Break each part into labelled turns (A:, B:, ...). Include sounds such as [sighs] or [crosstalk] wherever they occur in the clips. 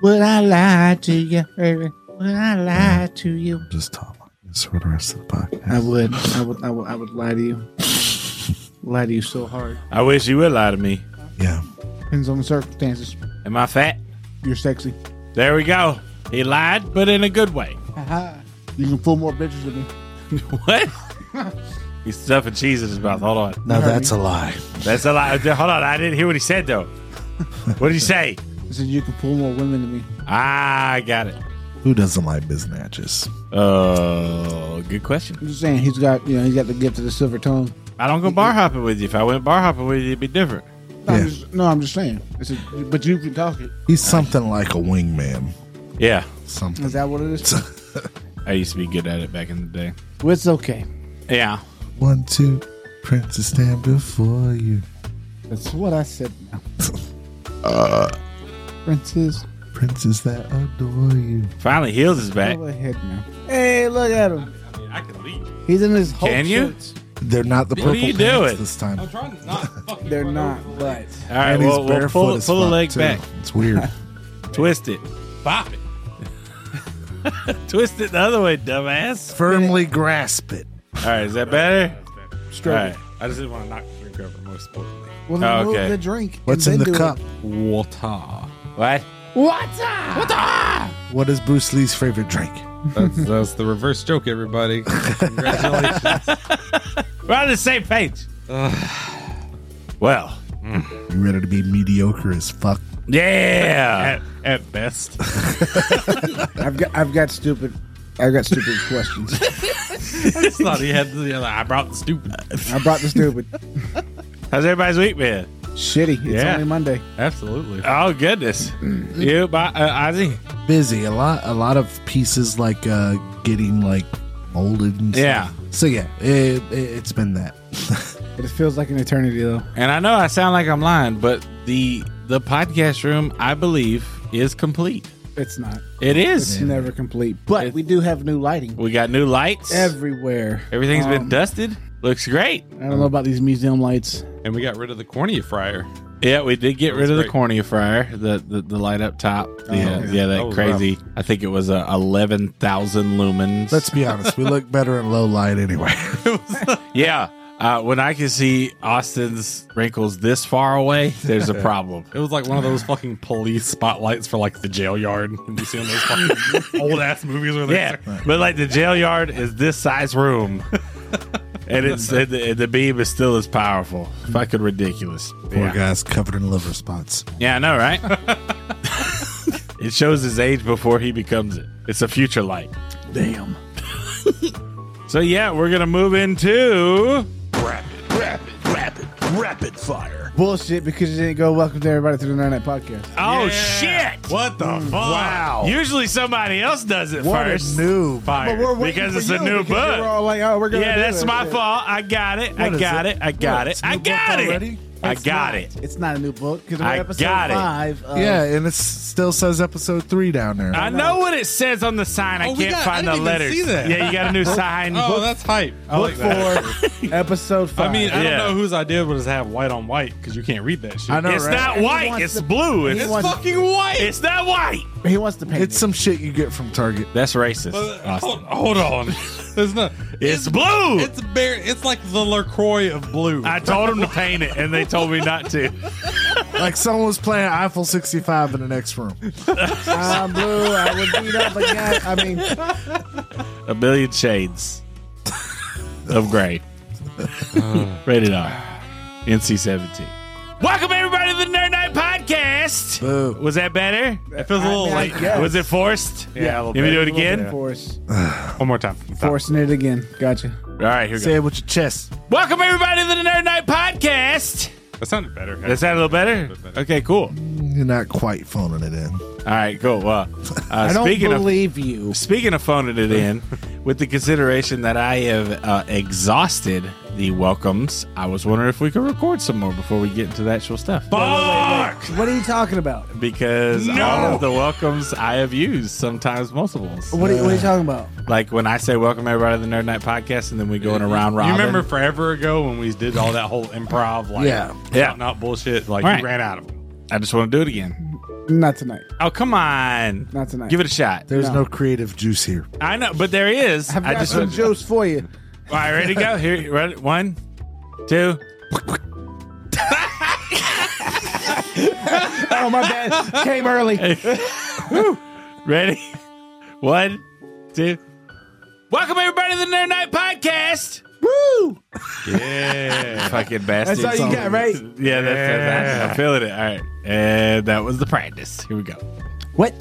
A: Would I lie to you, baby? Would I lie to you?
B: Just talk like this for the rest of the podcast.
A: I would. I would. I would. I would lie to you. lie to you so hard.
C: I wish you would lie to me.
B: Yeah.
A: Depends on the circumstances.
C: Am I fat?
A: You're sexy.
C: There we go. He lied, but in a good way. [laughs]
A: You can fool more bitches than me.
C: [laughs] What? He's stuffing cheese in his mouth. Hold on.
B: No, that's a lie.
C: That's a lie. Hold on. I didn't hear what he said, though. What did he say?
A: I said you can fool more women than me.
C: Ah, I got it.
B: Who doesn't like biz natches?
C: Oh, good question.
A: I'm just saying he's got you know he's got the gift of the silver tongue.
C: I don't go bar hopping with you. If I went bar hopping with you, it'd be different.
A: No,
B: Yeah.
A: I'm just, no, I'm just saying. I said, but you can talk it.
B: He's something like a wingman.
C: Yeah.
B: Something.
A: Is that what it is?
C: I used to be good at it back in the day.
A: well, it's okay.
C: Yeah.
B: One, two, princess stand before you.
A: That's what I [laughs] said. Now. Uh. Princess,
B: Princess that adore you.
C: Finally, Heels is back.
A: go ahead now. Hey, look at him.
C: I mean, I can leave.
A: He's in his whole.
C: Can you?
B: They're not the purple
C: What are you
B: pants
C: doing?
B: this time.
D: trying to not fucking
A: They're
D: run
A: not,
D: over.
A: but
C: All right,
B: And he's
C: well, well,
B: barefoot
C: pull,
B: as
C: pull the
B: fuck,
C: leg
B: too.
C: back.
B: It's [laughs] weird.
C: Twist it.
D: Bop it.
C: [laughs] Twist it the other way, dumbass.
B: Firmly grasp it.
C: All right, is that better? All
A: straight.
C: right. I just didn't want to knock the drink over, most importantly.
A: Well, then
C: Oh,
A: move
C: okay.
A: the drink. and
B: What's
A: then
B: in the
A: do it.
B: cup?
D: Water.
C: What?
B: What is Bruce Lee's favorite drink?
D: That's, that's the reverse joke, everybody. Congratulations.
C: We're on the same page. well,
B: You ready to be mediocre as fuck?
C: yeah.
D: At best.
C: [laughs]
A: I've got, I've got stupid, I've got [laughs] stupid questions.
D: I thought he had the other. I brought the stupid.
A: I brought the stupid.
C: How's everybody's week been?
A: Shitty. It's
C: Yeah.
A: only Monday.
D: Absolutely.
C: Oh goodness. you, by, uh, Ozzy?
B: Busy. A lot. A lot of pieces like uh getting like molded. And stuff.
C: Yeah.
B: So yeah, it, it, it's been that. [laughs]
A: But it feels like an eternity, though.
C: And I know I sound like I'm lying, but the the podcast room, I believe, is complete.
A: It's not.
C: It
A: It's
C: is.
A: never complete. But
C: It's-
A: we do have new lighting
C: We got new lights.
A: everywhere.
C: Everything's been
A: Um,
C: dusted. Looks great.
A: I don't know about these museum lights.
D: And we got rid of the cornea fryer.
C: Yeah, we did get
D: That
C: rid
D: was
C: of the
D: great.
C: cornea fryer, the, the the light up top. yeah,
A: yeah.
C: yeah, that,
D: That was
C: crazy. I think it was uh, eleven thousand lumens.
B: Let's be honest. We look better in low light anyway. [laughs]
C: yeah. Uh, when I can see Austin's wrinkles this far away, there's [laughs] a problem.
D: It was like one of those fucking police spotlights for like the jail yard. [laughs] You see in those fucking old ass movies where they
C: Yeah, but like the jail yard is this size room, [laughs] and it's and the, and the beam is still as powerful. Fucking ridiculous.
B: Poor
C: Yeah.
B: guy's covered in liver spots.
C: yeah, I know, right? [laughs] it shows his age before he becomes it. It's a future light.
A: Damn.
C: So yeah, we're gonna move into oh,
A: Bullshit because you didn't go welcome to everybody to the Nine Night Podcast.
C: oh
D: Yeah.
C: shit. Mm,
D: What the fuck? Wow.
C: Usually somebody else does it
B: What
C: first.
B: a noob.
C: Fire. because it's a new
A: We're
C: book.
A: all like, oh, we're gonna
C: Yeah,
A: do
C: that's
A: this.
C: my
A: Yeah.
C: fault. I got it. I
B: What is
C: got
B: it?
C: it. I got
B: What,
C: it.
B: it's
C: I
B: new
C: got
B: book
C: it.
B: already?
C: I
A: It's not.
C: got it.
A: It's not a new book because we're
C: I
A: episode
C: got it.
A: five. Of,
B: yeah, and it still says episode three down there.
C: I know what it says on the sign. I
D: Oh, we
C: can't
D: got- I
C: find the
D: didn't even
C: letters.
D: see that.
C: Yeah, you got a new sign.
D: Oh, that's hype. I
A: Book
C: [laughs]
D: like that.
A: four, episode five.
D: I mean, I
C: Yeah.
D: don't know whose idea it was to have white on white because you can't read that shit.
B: I know,
C: it's
B: right?
C: not
A: He
C: white.
A: wants
C: It's
A: the-
C: blue.
A: he
C: It's,
A: wants-
D: fucking white.
C: it's not white.
A: he wants to paint.
B: It's some shit you get from Target.
C: That's racist.
D: But-
C: Austin.
D: hold, Uh, hold on. There's no.
C: It's blue.
D: It's bare. It's like the Lacroix of blue.
C: I told them to paint it, and they told me not to.
B: Like someone was playing Eiffel 65 in the next room.
A: I'm blue. I would beat up a guy. I mean,
C: A million shades
A: [laughs]
C: of gray. Rated R. NC 17. Welcome, everybody, to the Nerd Night Podcast.
B: Boo.
C: Was that better?
D: It feels a little
A: I
D: late.
A: mean, I guess.
C: Was it forced?
D: Yeah, a little
C: You want me to do
D: bit.
C: it again?
A: Force,
D: One more time. Stop.
A: forcing it again. Gotcha.
C: All right, here we
B: Say
C: go.
B: it with your chest.
C: Welcome, everybody, to the Nerd Night Podcast.
D: That sounded better.
C: That sound a little better? Okay, cool.
B: You're not quite phoning it in.
C: All right, cool. Well, uh,
A: I don't
C: speaking of
A: believe you.
C: Speaking of phoning it in, with the consideration that I have uh, exhausted the welcomes, I was wondering if we could record some more before we get into the actual stuff.
D: Fuck.
A: What are you talking about?
C: Because
D: No.
C: all of the welcomes I have used, sometimes multiples.
A: What are, you- what are you talking about?
C: Like when I say welcome everybody to the Nerd Night podcast, and then we go in a round robin.
D: You remember forever ago when we did all that whole improv, like,
B: Yeah.
C: Yeah.
D: not bullshit, like
C: Right.
D: you ran out of them.
C: I just want to do it again.
A: Not tonight.
C: Oh, come on.
A: Not tonight.
C: Give it a shot.
B: There's
A: No.
B: no creative juice here.
C: I know, but there is.
A: I've
C: I
A: got
C: just
A: some juice for you.
C: All right, ready to go? Here, ready? One, two.
A: Oh my
C: [laughs]
A: bad. Came early.
C: Ready? [laughs] One, two. Welcome everybody to the Nerd Night Podcast.
A: Woo!
C: Yeah, [laughs] fucking bastard.
A: That's all you got, right?
C: Yeah, that's, that's I'm feeling it. All right, and that was the practice. Here we go.
A: What?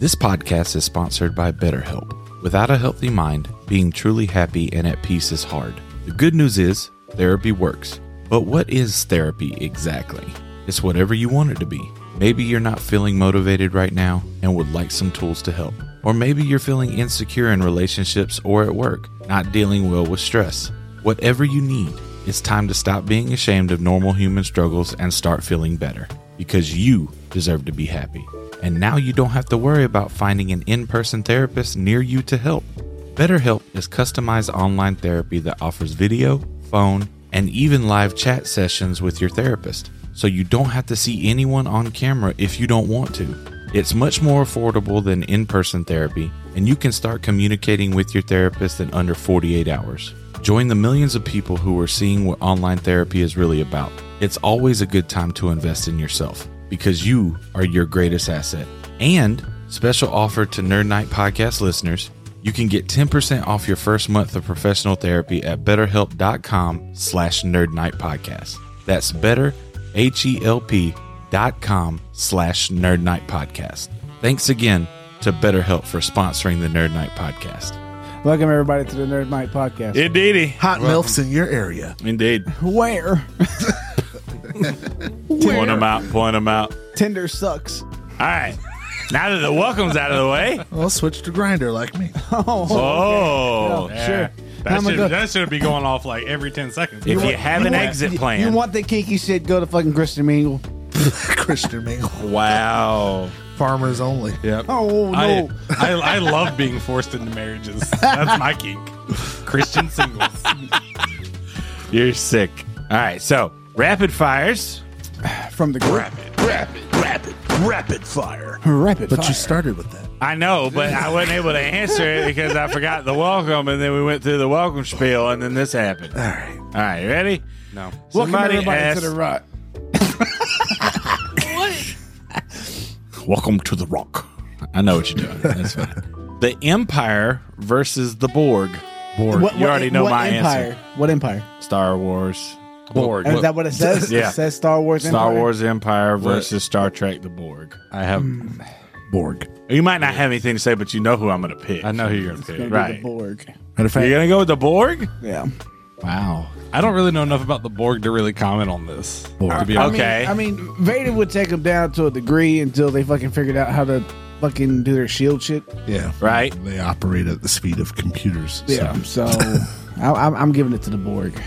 E: This podcast is sponsored by BetterHelp. Without a healthy mind, being truly happy and at peace is hard. The good news is therapy works. But what is therapy exactly? It's whatever you want it to be. Maybe you're not feeling motivated right now and would like some tools to help. Or maybe you're feeling insecure in relationships or at work, not dealing well with stress. Whatever you need, it's time to stop being ashamed of normal human struggles and start feeling better because you deserve to be happy. And now you don't have to worry about finding an in person therapist near you to help. BetterHelp is customized online therapy that offers video, phone, and even live chat sessions with your therapist, so you don't have to see anyone on camera if you don't want to. It's much more affordable than in person therapy, and you can start communicating with your therapist in under 48 hours. Join the millions of people who are seeing what online therapy is really about. It's always a good time to invest in yourself because you are your greatest asset. And special offer to Nerd Night podcast listeners, you can get 10% off your first month of professional therapy at betterhelp.com slash nerd night podcast. That's better, H-E-L-P dot com slash nerd night podcast. Thanks again to BetterHelp for sponsoring the Nerd Night podcast.
A: Welcome everybody to the Nerd Night Podcast.
C: Indeedy,
B: Hot milfs in your area.
C: indeed. [laughs]
A: Where?
C: Point them out. Point them out.
A: Tinder sucks.
C: All right. Now that the welcome's out of the way.
B: I'll switch to grinder like me. [laughs]
A: Oh,
C: [laughs] Oh,
A: Yeah, sure. How
D: That
A: am I
D: should,
A: go-
D: that should be going off like every 10 seconds.
C: if you have an
A: want-
C: exit
A: you-
C: plan,
A: You want the kinky shit? Go to fucking Christian Mingle.
B: Christian mingle.
C: wow.
B: Farmers only.
D: Yep.
A: Oh no!
D: I, I, I love being forced into marriages. That's my kink. Christian [laughs] singles.
C: You're sick. All right, so rapid fires.
A: From the group.
B: Rapid fire.
A: Rapid
B: But
A: fire.
B: you started with that.
C: I know, but I wasn't able to answer it because I forgot the welcome, and then we went through the welcome spiel, and then this happened. All
B: All right.
C: right, you ready?
D: No.
A: Welcome
C: Somebody
A: everybody
C: asked,
A: to the rut.
C: "Welcome to the Rock." I know what you're doing. That's fine. [laughs] The Empire versus the Borg. Borg.
A: What-
C: you
A: what-
C: already know
A: what
C: my
A: empire?
C: answer.
A: What empire?
C: Star Wars.
D: Bored.
A: Is that what it says?
C: Yeah.
A: It says Star Wars.
C: Star
A: Empire?
C: Wars Empire versus Star Trek the Borg.
E: I have
A: Hmm.
B: Borg.
C: You might not have anything to say, but you know who I'm going to pick.
E: I know who you're gonna
A: Gonna
E: pick.
A: be
C: Right.
A: The Borg.
B: Matter of
C: You're
B: fact,
C: going to go with the Borg?
A: Yeah.
E: Wow.
D: I don't really know enough about the Borg to really comment on this. Borg. To be honest.
C: Okay.
A: I mean, Vader would take them down to a degree until they fucking figured out how to fucking do their shield shit.
B: yeah.
C: Right.
B: They operate at the speed of computers. so,
A: Yeah. So, I, I'm, I'm giving it to the Borg.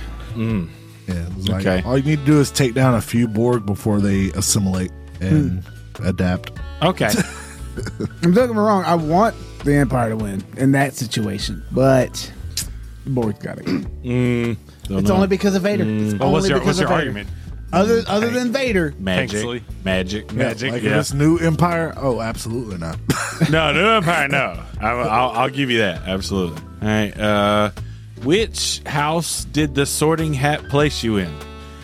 B: yeah, it was like,
C: Okay.
B: All you need to do is take down a few Borg before they assimilate and
D: Hmm.
B: adapt.
C: Okay.
A: I'm don't get me wrong. I want the Empire to win in that situation, but the Borg got it.
C: Don't
A: It's
C: know.
A: only because of Vader.
C: Mm.
A: It's
D: Well,
A: only
D: what's your,
A: because
D: what's
A: of
D: your
A: Vader.
D: argument?
A: Other other than Vader,
C: magic.
D: Thankfully.
C: Magic. Magic.
B: Like
C: yeah.
B: this new empire? Oh, absolutely not. [laughs]
C: no, New Empire, no. I, I'll, I'll give you that. Absolutely. All right. Uh, which house did the sorting hat place you in?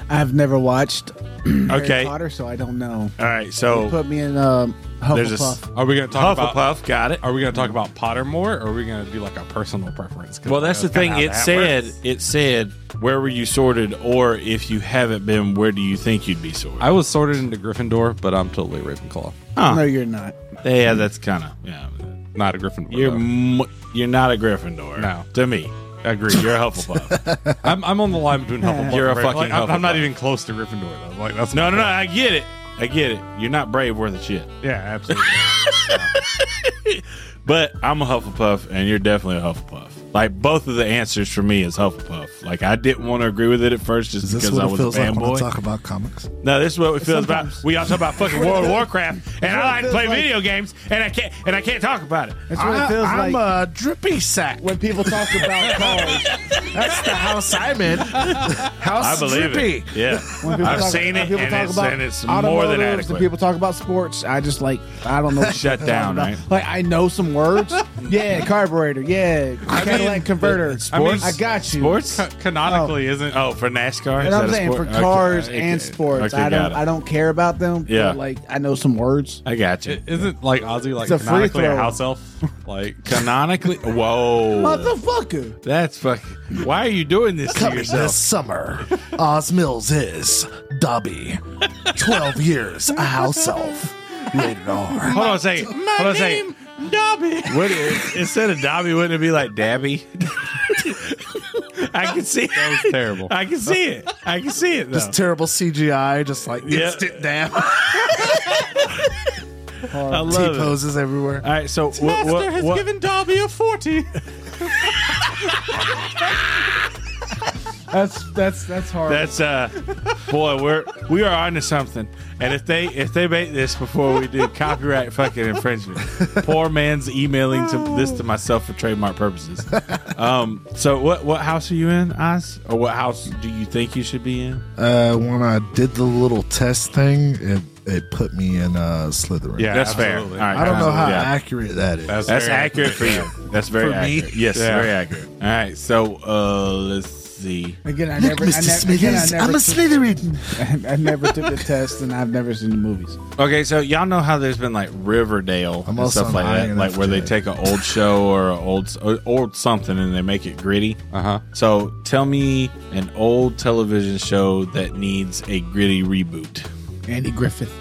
A: I've never watched
C: Okay.
A: Harry Potter, so I don't know.
C: All right. So
A: Put me in um,
C: there's a s-
A: Hufflepuff.
D: Are we going to talk about
C: Hufflepuff. Got it.
D: Are we going to talk about Pottermore or are we going to do like a personal preference? 'Cause
C: Well, that's the thing.
D: kinda
C: It
D: how that
C: said,
D: works.
C: it said, where were you sorted? Or if you haven't been, where do you think you'd be sorted?
D: I was sorted into Gryffindor, but I'm totally Ravenclaw.
A: No, you're not.
C: yeah, that's kind of, yeah.
D: Not a Gryffindor.
C: You're,
D: though.
C: m- you're not a Gryffindor.
D: No.
C: To me. Agree. You're a Hufflepuff.
D: [laughs] I'm, I'm on the
F: [laughs]
D: line between Hufflepuff.
C: You're a
D: and Ravenclaw.
C: fucking
D: Like, I'm, I'm not
C: Hufflepuff.
D: even close to Gryffindor though. Like that's
C: no, no, no. I get it. I get it. You're not brave worth a shit.
D: Yeah, absolutely. But I'm a Hufflepuff, and you're definitely a Hufflepuff. Like both of the answers for me is Hufflepuff. Like I didn't want to agree with it at first, just
B: Is this
D: because I
B: what it
D: was a
B: feels like when I
D: fanboy.
B: talk about comics?
D: No, this is what it feels about. We all talk about fucking World of
A: [laughs]
D: Warcraft, and I like to play
A: like.
D: video games, and I can't and I can't talk about it.
A: That's what it feels
B: I'm
A: like
B: a drippy sack.
A: when people talk about
B: [laughs]
A: cars.
B: That's the house I'm in. House
D: I believe
B: drippy.
D: it. Yeah,
A: When people
D: I've
A: talk-
D: seen
A: when
D: it,
A: people
D: and
A: talk
D: it's,
A: about
D: and it's more than
A: automotives and
D: adequate.
A: people talk about sports. I just like I
D: [laughs]
A: don't know. what
D: Shut
A: they're
D: down,
A: talking
D: right?
A: about. Like [laughs] I know some words. yeah, carburetor. Yeah, Cadillac converter.
F: I mean,
A: I got you.
D: Sports?
F: Ca- canonically isn't.
D: Oh, for NASCAR?
A: And
D: Is
A: I'm
D: that a
A: saying for
D: sport? Okay,
A: cars
D: okay,
A: and sports,
D: okay,
A: I
D: got
A: don't
D: it.
A: I don't care about them. but,
D: Yeah.
A: like I know some words.
D: I got you.
F: Isn't like Ozzy like
A: It's a free
F: canonically a
A: throw.
F: house elf? Like
D: [laughs] Canonically, whoa,
A: Motherfucker.
D: that's fucking. Why are you doing this to
B: Coming this
D: yourself?
B: summer, Oz Mills is Dobby, 12 years, a house elf. Rated
C: [laughs]
B: R.
D: Hold on a second. Hold on a second. Dobby. What is, instead of Dobby, wouldn't it be like Dabby? I can see. That was
F: terrible.
D: I can see it. I can see it though.
B: Just terrible CGI, just like
D: Yeah.
B: instant [laughs] down.
F: uh,
D: I
B: T
D: love it.
B: poses everywhere.
D: All right, so what, what, what,
F: Dobby a forty.
A: That's that's that's hard.
D: That's uh, boy, we're we are onto something. And if they if they make this before we do copyright fucking infringement, poor man's emailing to this to myself for trademark purposes. Um, so what what house are you in, Oz? Or what house do you think you should be in?
B: Uh, when I did the little test thing, it, it put me in uh, Slytherin.
F: Yeah,
D: That's
F: absolutely.
D: fair. All right,
B: I don't know how
D: yeah.
B: accurate that is.
D: That's
F: very-
D: accurate for you. That's very
B: For me?
D: accurate. Yes,
F: Yeah.
D: very accurate. All right, so uh, let's see.
A: again, I
B: Look,
A: never, I
B: Mr.
A: never, again, I
B: Smithers, I'm
A: never,
B: a Slytherin.
A: took- [laughs] I never took the test, and I've never seen the movies.
D: Okay, so y'all know how there's been like Riverdale
B: I'm
D: and
B: also
D: stuff like
B: an
D: that, like where they
B: INFJ.
D: take an old show or an old or, or something and they make it gritty.
G: Uh huh.
D: So tell me an old television show that needs a gritty reboot.
A: Andy Griffith.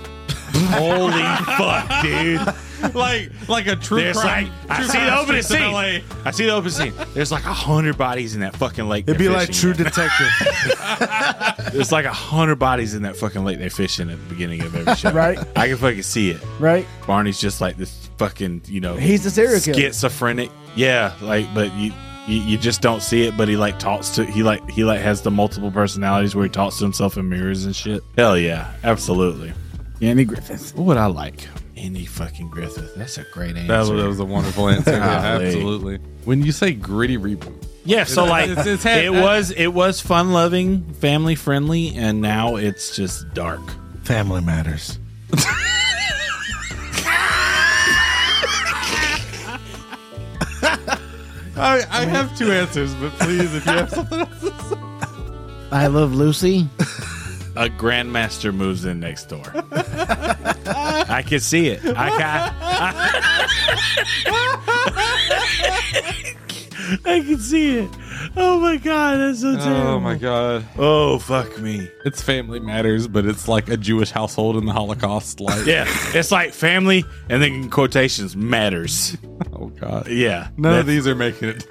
D: Holy fuck, Uh, dude!
F: like like a true
D: There's like
F: crime.
D: I
F: true
D: see the
F: crime
D: opening
F: streets in LA.
D: scene. I see the opening scene. There's like a hundred bodies in that fucking lake.
B: It'd be
D: they're
B: like
D: fishing
B: True
D: in.
B: Detective.
D: There's like a hundred bodies in that fucking lake they're fishing at the beginning
B: [laughs]
D: of every show.
A: Right.
D: I can fucking see it.
A: Right?
D: Barney's just like this fucking, you know,
A: He's a serial killer.
D: schizophrenic. Yeah, like, but you, you you just don't see it. But he like talks to he like he like has the multiple personalities where he talks to himself in mirrors and shit. Hell yeah, absolutely.
A: Andy Griffith.
D: What would I like? Any fucking Griffith. That's a great answer.
F: That was, that was a wonderful answer. yeah,
D: [laughs] Golly.
F: absolutely. When you say gritty reboot,
D: yeah. So like,
F: It's- it's had-
D: it was it was fun loving, family friendly, and now it's just dark.
B: [laughs] Family Matters.
F: I, I have two answers, but please, if you have something,
A: I love Lucy.
D: a grandmaster moves in next door. I can see it. I can. I,
F: [laughs]
D: I can see it. Oh my god, that's so terrible.
F: oh my god,
D: Oh fuck me.
F: it's Family Matters, but it's like a Jewish household in the Holocaust.
C: [laughs]
F: Like,
D: Yeah, it's like family, and then in quotations matters.
F: oh god,
D: Yeah,
F: none
D: That-
F: of these are making it.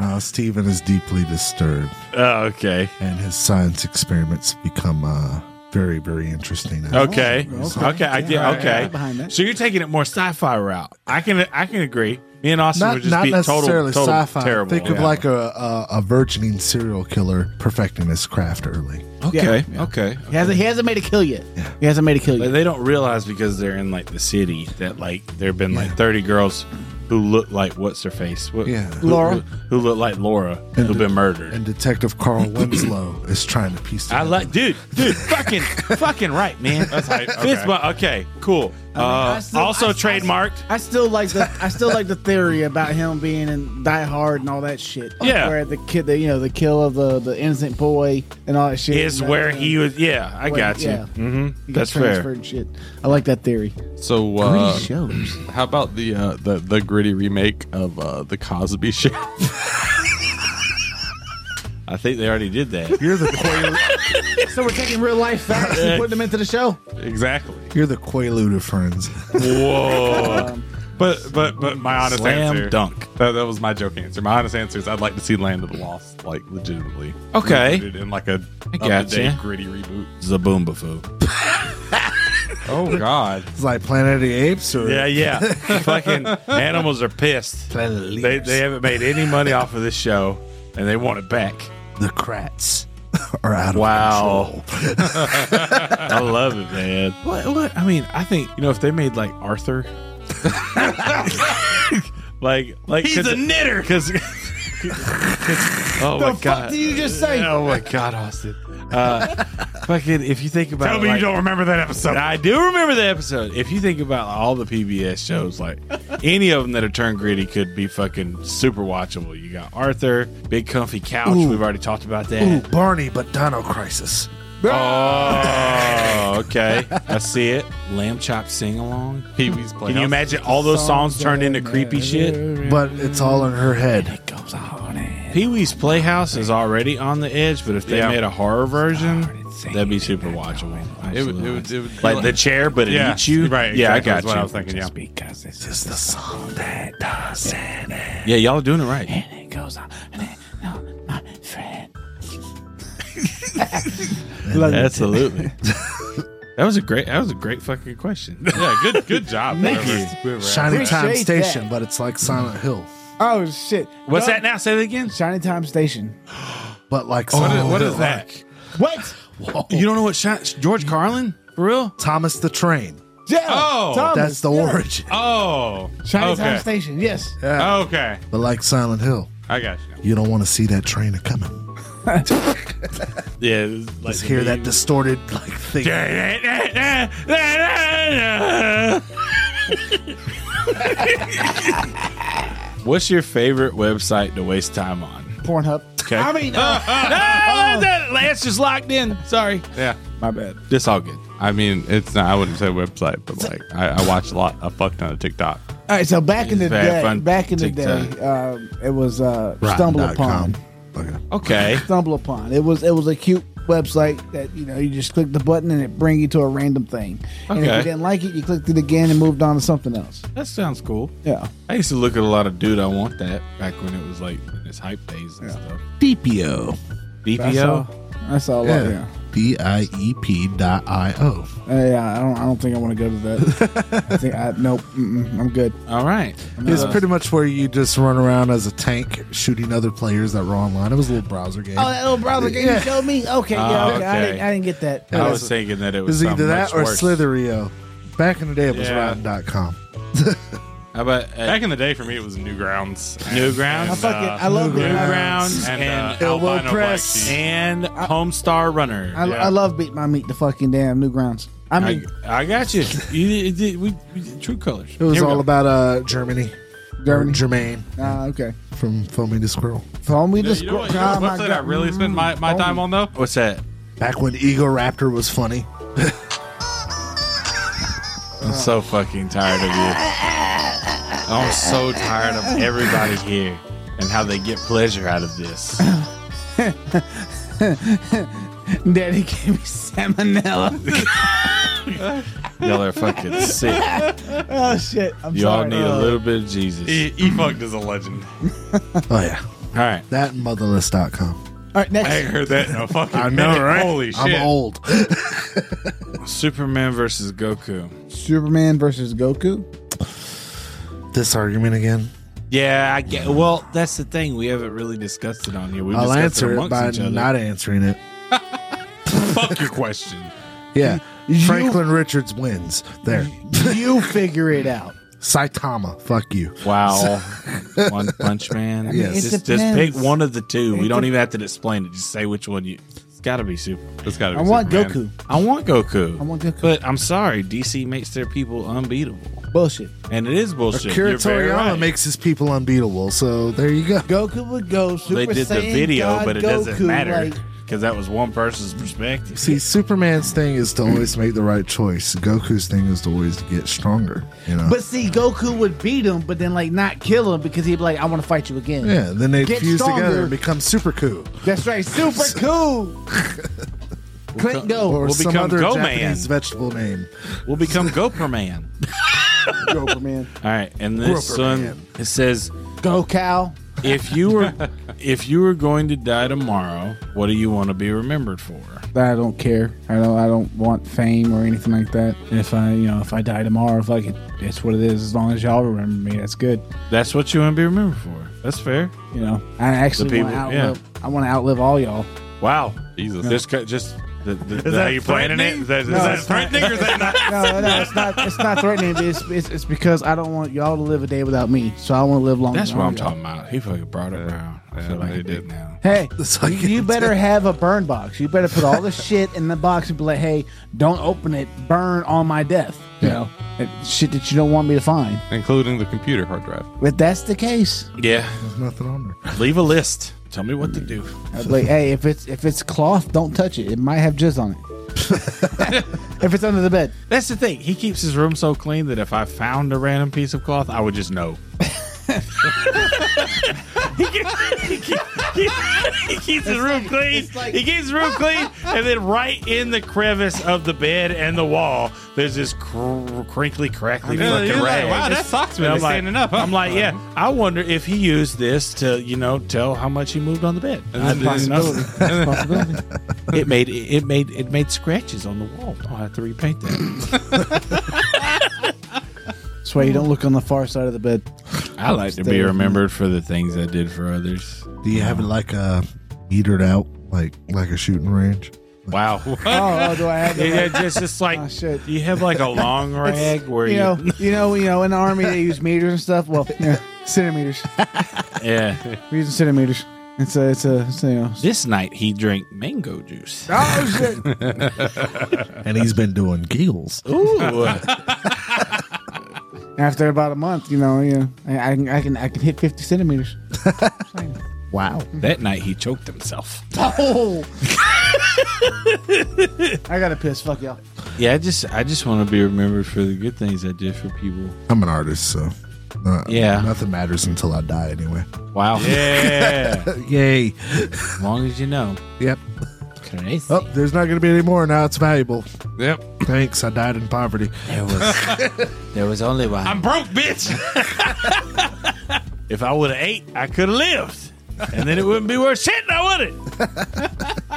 B: Uh, Stephen is deeply disturbed,
D: oh, okay,
B: and his science experiments become uh, very, very interesting.
D: okay, okay.
A: okay.
D: I did.
A: Yeah,
D: Okay,
A: I'm behind that.
D: so you're taking it more sci-fi route. I can. I can agree. Me and Austin
B: Not,
D: would just
B: not
D: be total,
B: necessarily
D: total
B: sci-fi.
D: terrible.
B: Think of
D: Yeah.
B: like a, a a burgeoning serial killer perfecting his craft early.
D: okay, okay.
A: He hasn't, he hasn't made a kill yet. He hasn't made a kill
D: Like
A: yet.
D: they don't realize because they're in like the city that like there have been like thirty girls who look like what's her face, what,
B: Yeah.
D: who,
A: Laura.
D: who, who look like Laura who've been murdered.
B: And Detective
D: [clears throat]
B: Carl Winslow is trying to piece
D: I
B: together.
D: like, dude, dude, fucking, fucking right, man. That's
F: hype. Okay.
D: Fist bump. Okay, cool.
A: I
D: uh,
A: still-
D: also
A: I- I-
D: trademarked.
A: I still like the I still like the theory about him being in Die Hard and all that shit.
D: Yeah.
A: where the kid, the, you know, the kill of the, the innocent boy and all that shit
D: is
A: And that- uh,
D: where he was. Yeah, I
A: where-
D: got you.
A: yeah.
D: Mm-hmm.
A: he got
D: That's fair.
A: transferred and shit. I like that theory.
F: So, uh,
A: Great shows.
F: how about the uh, the the gritty remake of uh, the Cosby Show?
D: I think they already did that.
B: You're the Quaalude,
A: So we're taking real life facts
D: [laughs]
A: and putting them into the show.
F: exactly.
B: you're the Quaalude of friends. [laughs]
D: Whoa,
F: But but but my honest
D: slam
F: answer.
D: dunk.
F: That, that was my joke answer. My honest answer is I'd like to see Land of the Lost, like legitimately.
D: Okay.
F: rebooted In like a
D: gotcha.
F: up-to-date, gritty reboot.
D: Zaboomba foo.
F: Oh God.
B: It's like Planet of the Apes or [laughs]
D: Yeah, yeah. Fucking animals are pissed.
B: Planet of the
D: They,
B: Apes.
D: they haven't made any money off of this show, and they want it back.
B: the Krats are out of
D: Wow.
B: control.
D: I love it, man.
H: What, what?
D: I mean, I think you know if they made like Arthur, like like he's a knitter. Because oh my god,
A: did you just say?
D: oh my god, Austin. Uh, fucking, if you think
F: [laughs]
D: about,
F: Tell me you
D: like-
F: don't remember that episode.
D: I do remember the episode. If you think about all the PBS shows, like any of them that are turned gritty could be fucking super watchable. You got Arthur, Big Comfy Couch. We've already talked about that.
B: Ooh, Barney, but Dino Crisis.
D: Oh,
F: [laughs]
D: okay. I see it. Lamb chop sing along.
F: Pee Wee's Playhouse.
D: Can you imagine all those songs turned into creepy shit?
B: But it's all in her head.
D: Pee Wee's Playhouse is already on the edge, but if they
F: Yeah.
D: made a horror version, that'd be super watchable.
F: It would. It would. It would
D: Like the chair, but it
F: Yeah,
D: eats you.
F: right,
D: Yeah, I
F: exactly,
D: got
F: that's
D: you.
F: what I was thinking, yeah.
A: Because it's
B: It's the song that
D: Yeah, y'all are doing it
F: [laughs]
D: right.
A: and it goes on and it, no, my friend.
D: Absolutely. that was a great. That was a great
F: [laughs]
D: fucking question.
F: yeah. Good. Good job.
A: Thank
F: whoever-
A: you.
F: whoever asked.
B: Shiny Time
A: Appreciate
B: Station,
A: that.
B: but it's like Silent Hill.
A: Oh shit!
D: What's that now? Say that again.
A: Shiny Time Station.
B: But like
D: What
B: Silent
D: is, what
B: Hill.
D: is that?
A: What?
B: [laughs] Whoa.
D: You don't know what shot? George Carlin? For real?
B: Thomas the Train.
A: Yeah.
D: Oh,
A: Thomas,
B: That's the
A: yeah.
B: origin.
F: Oh.
A: Shiny Time
F: okay.
A: Station. Yes.
B: Yeah.
F: Okay.
B: But like Silent Hill,
F: I got you.
B: you don't want to see that train coming.
D: Yeah. it was Like
B: Just hear that distorted like thing.
D: What's your favorite website to waste time on?
A: Pornhub.
D: Okay.
A: I mean,
D: [laughs]
A: uh,
C: Oh!
D: Ah, that- that's just locked in. Sorry.
F: Yeah.
A: my bad.
D: This all good.
F: I mean, it's not. I wouldn't say website, but like I, I watch a lot, a fuck ton of TikTok.
A: All right, so back in the
D: Bad
A: day,
D: fun
A: back in the
D: TikTok.
A: day, um, it was uh, Stumble Upon.
B: Okay.
D: Okay.
A: Stumble Upon. It was it was a cute website that you know you just click the button and it bring you to a random thing. And if
D: Okay.
A: you didn't like it, you clicked it again and moved on to something else.
D: That sounds cool.
A: Yeah.
D: I used to look at a lot of dude. I want that back when it was like in its hype days and stuff.
B: DPO.
A: That's all.
D: BPO.
A: That's all. Yeah.
B: Yeah.
A: yeah.
B: B I E P dot I O.
A: Uh, yeah, I don't. I don't think I want to go to that. I think I nope. Mm-mm, I'm good.
D: All right.
B: It's pretty much where you just run around as a tank shooting other players that were online. It was a little browser game.
A: Oh, that little browser game you showed me. Okay, yeah,
D: Oh,
A: okay. I,
D: okay.
A: didn't, I didn't get that.
D: I was thinking that it
B: it
D: was,
B: was either
D: something
B: that
D: much
B: or
D: worse.
B: Slitherio. Back in the day, it was
F: Yeah.
B: Rotten dot com.
D: How about uh,
F: Back in the day, for me, it was Newgrounds.
D: Newgrounds?
A: I
D: I
F: And,
A: fucking
F: uh,
A: I love
B: Newgrounds.
D: Newgrounds
F: and, [laughs]
D: and,
F: uh,
B: Elbow
F: Albino
B: press.
F: Black Sheep.
D: and Homestar Runner?
A: I,
F: yeah.
A: I love beat my meat. The fucking damn Newgrounds. I
D: I,
A: mean,
D: I got you. you, did- did- we, we did true colors.
B: It was all about uh, Germany. Germany. Germaine
A: uh, okay.
B: from Foamy the Squirrel.
A: Phone me the oh
F: You know
A: squirrel.
F: what, you know what website I really spent my, my time on though?
D: What's that?
B: Back when Ego Raptor was funny.
D: I'm so fucking tired of you. I'm so tired of everybody here and how they get pleasure out of this.
A: Daddy gave me
F: [laughs]
A: salmonella.
D: Y'all are fucking sick.
A: oh shit! I'm
D: Y'all
A: sorry.
D: need a little bit of Jesus.
F: E, e fucked is a legend.
B: Oh, yeah.
D: All right.
B: That and motherless.com.
A: All right, next.
F: I ain't heard that in a fucking
B: I know, [laughs]
F: minute.
B: right?
F: Holy shit!
B: I'm old.
D: Superman versus Goku.
A: Superman versus Goku.
B: this argument again.
D: Yeah, I get. Well, that's the thing. We haven't really discussed it on here. We've
B: I'll
D: discussed
B: answer it
D: amongst
B: by
D: each other.
B: not answering it.
F: Fuck your question.
B: Yeah.
A: You-
B: Franklin Richards wins. There. [laughs]
A: you figure it out.
B: Saitama. Fuck you. [laughs]
D: Wow. one Punch Man.
B: mean, it
D: Yes. Just, just pick
A: depends.
D: one of the two. We
A: It
D: don't
A: de-
D: even have to explain it. Just say which one you. It's got to be Super.
F: It's gotta
A: I
F: be
A: want
F: Superman.
A: Goku.
D: I want Goku.
A: I want Goku.
D: But I'm sorry, DC makes their people unbeatable,
A: Bullshit.
D: and it is bullshit.
B: Akira
D: You're very
B: Toriyama
D: right.
B: makes his people unbeatable. So there you go.
A: Goku would go Super
D: They did the
A: Saiyan
D: video,
A: God
D: but it
A: Goku,
D: doesn't matter
A: like-
D: because that was one person's perspective.
B: See, Superman's thing is to always make the right choice. Goku's thing is to always get stronger. You know.
A: But see, Goku would beat him, but then like not kill him because he'd be like, "I want to fight you again."
B: yeah, then they
A: Get
B: fuse together
A: stronger.
B: and become super cool.
A: That's right. [laughs] Super cool. Clint
B: Or
A: Go.
D: We'll
B: some
D: become
B: other
D: Go-Man.
B: Japanese vegetable name. [laughs]
D: We'll become Goperman.
A: Go, man.
D: All right, and this
B: Groper
D: one
B: Man.
D: it says
A: Go, Cal.
D: if you were
C: If you were going to die tomorrow, what do you want to be remembered for?
A: I don't care. I don't. I don't want fame or anything like that. If I, you know, if I die tomorrow, fuck it. That's what it is. As long as y'all remember me, that's good.
C: That's what you want to be remembered for. That's fair.
A: You know, I actually
C: The
A: want to
C: people,
A: outlive. I want to outlive all y'all.
C: Wow.
D: Jesus.
C: Just, ca- just the, the, the- how you planning it? Is that, is that threatening or is that not?
A: No, no, it's not. It's not threatening. It's, it's it's because I don't want y'all to live a day without me. So I want to live long.
C: That's what I'm
A: longer.
C: talking about. He fucking brought it around. I feel like he did now.
A: [laughs] Hey,
B: It's like-
A: you better have a burn box. You better put all the shit in the box and be like, "Hey, don't open it. Burn on my death." You know, It- shit that you don't want me to find.
E: including the computer hard drive.
A: If that's the case,
C: Yeah.
B: There's nothing on there.
C: Leave a list. Tell me what to do.
A: I'd be like, "Hey, if it's if it's cloth, don't touch it. It might have jizz on it. [laughs] if it's under the bed,
C: That's the thing. He keeps his room so clean that if I found a random piece of cloth, I would just
F: [laughs]
C: know. [laughs] he, keeps, he, keeps- he keeps his room clean. he keeps his room clean, and then right in the crevice of the bed and the wall, there's this cr- crinkly, crackly fucking rag.
E: that sucks,
C: And I'm like, I'm like, yeah. I wonder if he used this to, you know, tell how much he moved on the bed.
A: that's a possibility. That's a possibility.
C: [laughs] it made it made it made scratches on the wall. I'll have to repaint that.
A: That's why you don't look on the far side of the bed.
C: I like to be remembered for the things I did for others.
B: Do you have it like a metered out, like like a shooting range?
C: [laughs] Wow.
A: Oh, oh do I have?
C: [laughs] Yeah,
A: the-
C: just just like
A: Oh, shit.
C: you have like a [laughs] long rag where you,
A: You know, you know, you know. In the army, they use meters and stuff. Well, [laughs] yeah, centimeters.
C: [laughs] yeah.
A: We're using centimeters. It's a, it's a, it's a you know,
C: This night he drank mango juice.
A: Oh shit!
B: And he's been doing giggles.
C: Ooh,
A: After about a month, you know, you know, I, I can, I can, I can hit fifty centimeters.
B: Wow.
A: Hmm.
C: that night he choked himself.
A: [laughs] Oh! [laughs] I gotta piss. Fuck y'all.
C: [laughs] Yeah, I just I just want to be remembered for the good things I did for people.
B: I'm an artist, so uh,
C: Yeah.
B: nothing matters until I die anyway.
C: Wow. Yeah.
B: [laughs] Yay.
C: as long as you know.
B: Yep.
C: Crazy.
B: Oh, there's not going to be any more. Now it's valuable.
E: Yep.
B: Thanks. I died in poverty.
C: There was there was only one. I'm broke,
D: [laughs]
C: bitch. if I would have ate, I could have lived, and then it wouldn't be worth shit. Now would it? [laughs]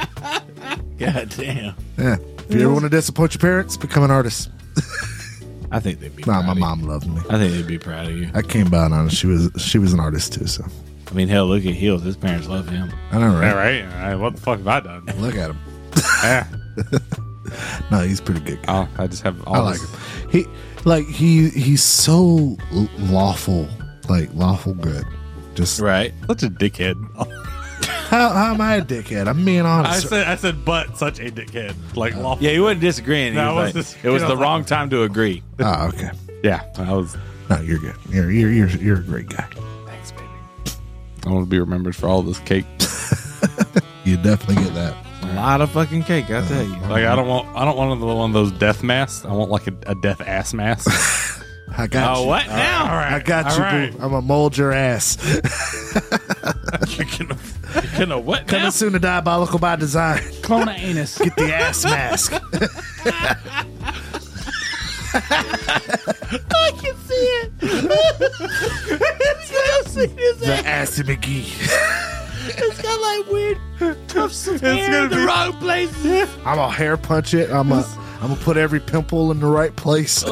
C: God damn.
B: Yeah. If you ever want to disappoint your parents, become an artist.
C: I think they'd be.
B: Nah,
C: proud
B: my
C: of you.
B: mom loved me.
C: I think they'd be proud of you.
B: I came by on her. She was she was an artist too. So
C: I mean, hell, look at Heels. His parents love him.
B: I know, right?
D: right. All right. What the fuck have I done?
B: [laughs] Look at him.
D: Yeah.
B: [laughs] No, he's a pretty good. Guy.
E: Oh, I just have all
B: I like
E: this-
B: him. He like he he's so l- lawful, like lawful good. Just
C: Right.
D: Such a dickhead.
B: how, how am I a dickhead? I'm being
D: I
B: honest.
D: said, I said, but such a dickhead. Like, lawful.
C: Yeah, he wasn't disagreeing. He
D: No,
C: was
D: I was
C: like-
D: just-
C: it was
D: you know,
C: the
D: like-
C: wrong time to agree.
B: oh, okay.
D: Yeah. I was.
B: No, you're good. You're you're you're, you're a great guy.
D: Thanks, baby.
E: I want to be remembered for all this cake.
B: You definitely get that.
E: A lot of fucking cake, I tell you.
D: Like, I don't want. I don't want another one of those death masks. I want like a, a death
C: [laughs]
D: ass mask.
B: I got
D: Oh,
B: you.
C: what now? All right.
B: I got you.
D: [laughs]
B: Boo. I'm gonna mold your ass.
C: You're gonna, you're gonna what
B: Coming
C: now?
B: soon to diabolical by
C: [laughs]
B: design.
A: Clone of anus.
B: Get the ass mask. [laughs]
C: [laughs]
B: The assy McGee. [laughs]
C: It's got like weird tufts of hair
D: gonna
C: in the
D: be-
C: wrong places.
B: I'm gonna hair punch it. I'm gonna I'm gonna put every pimple in the right place.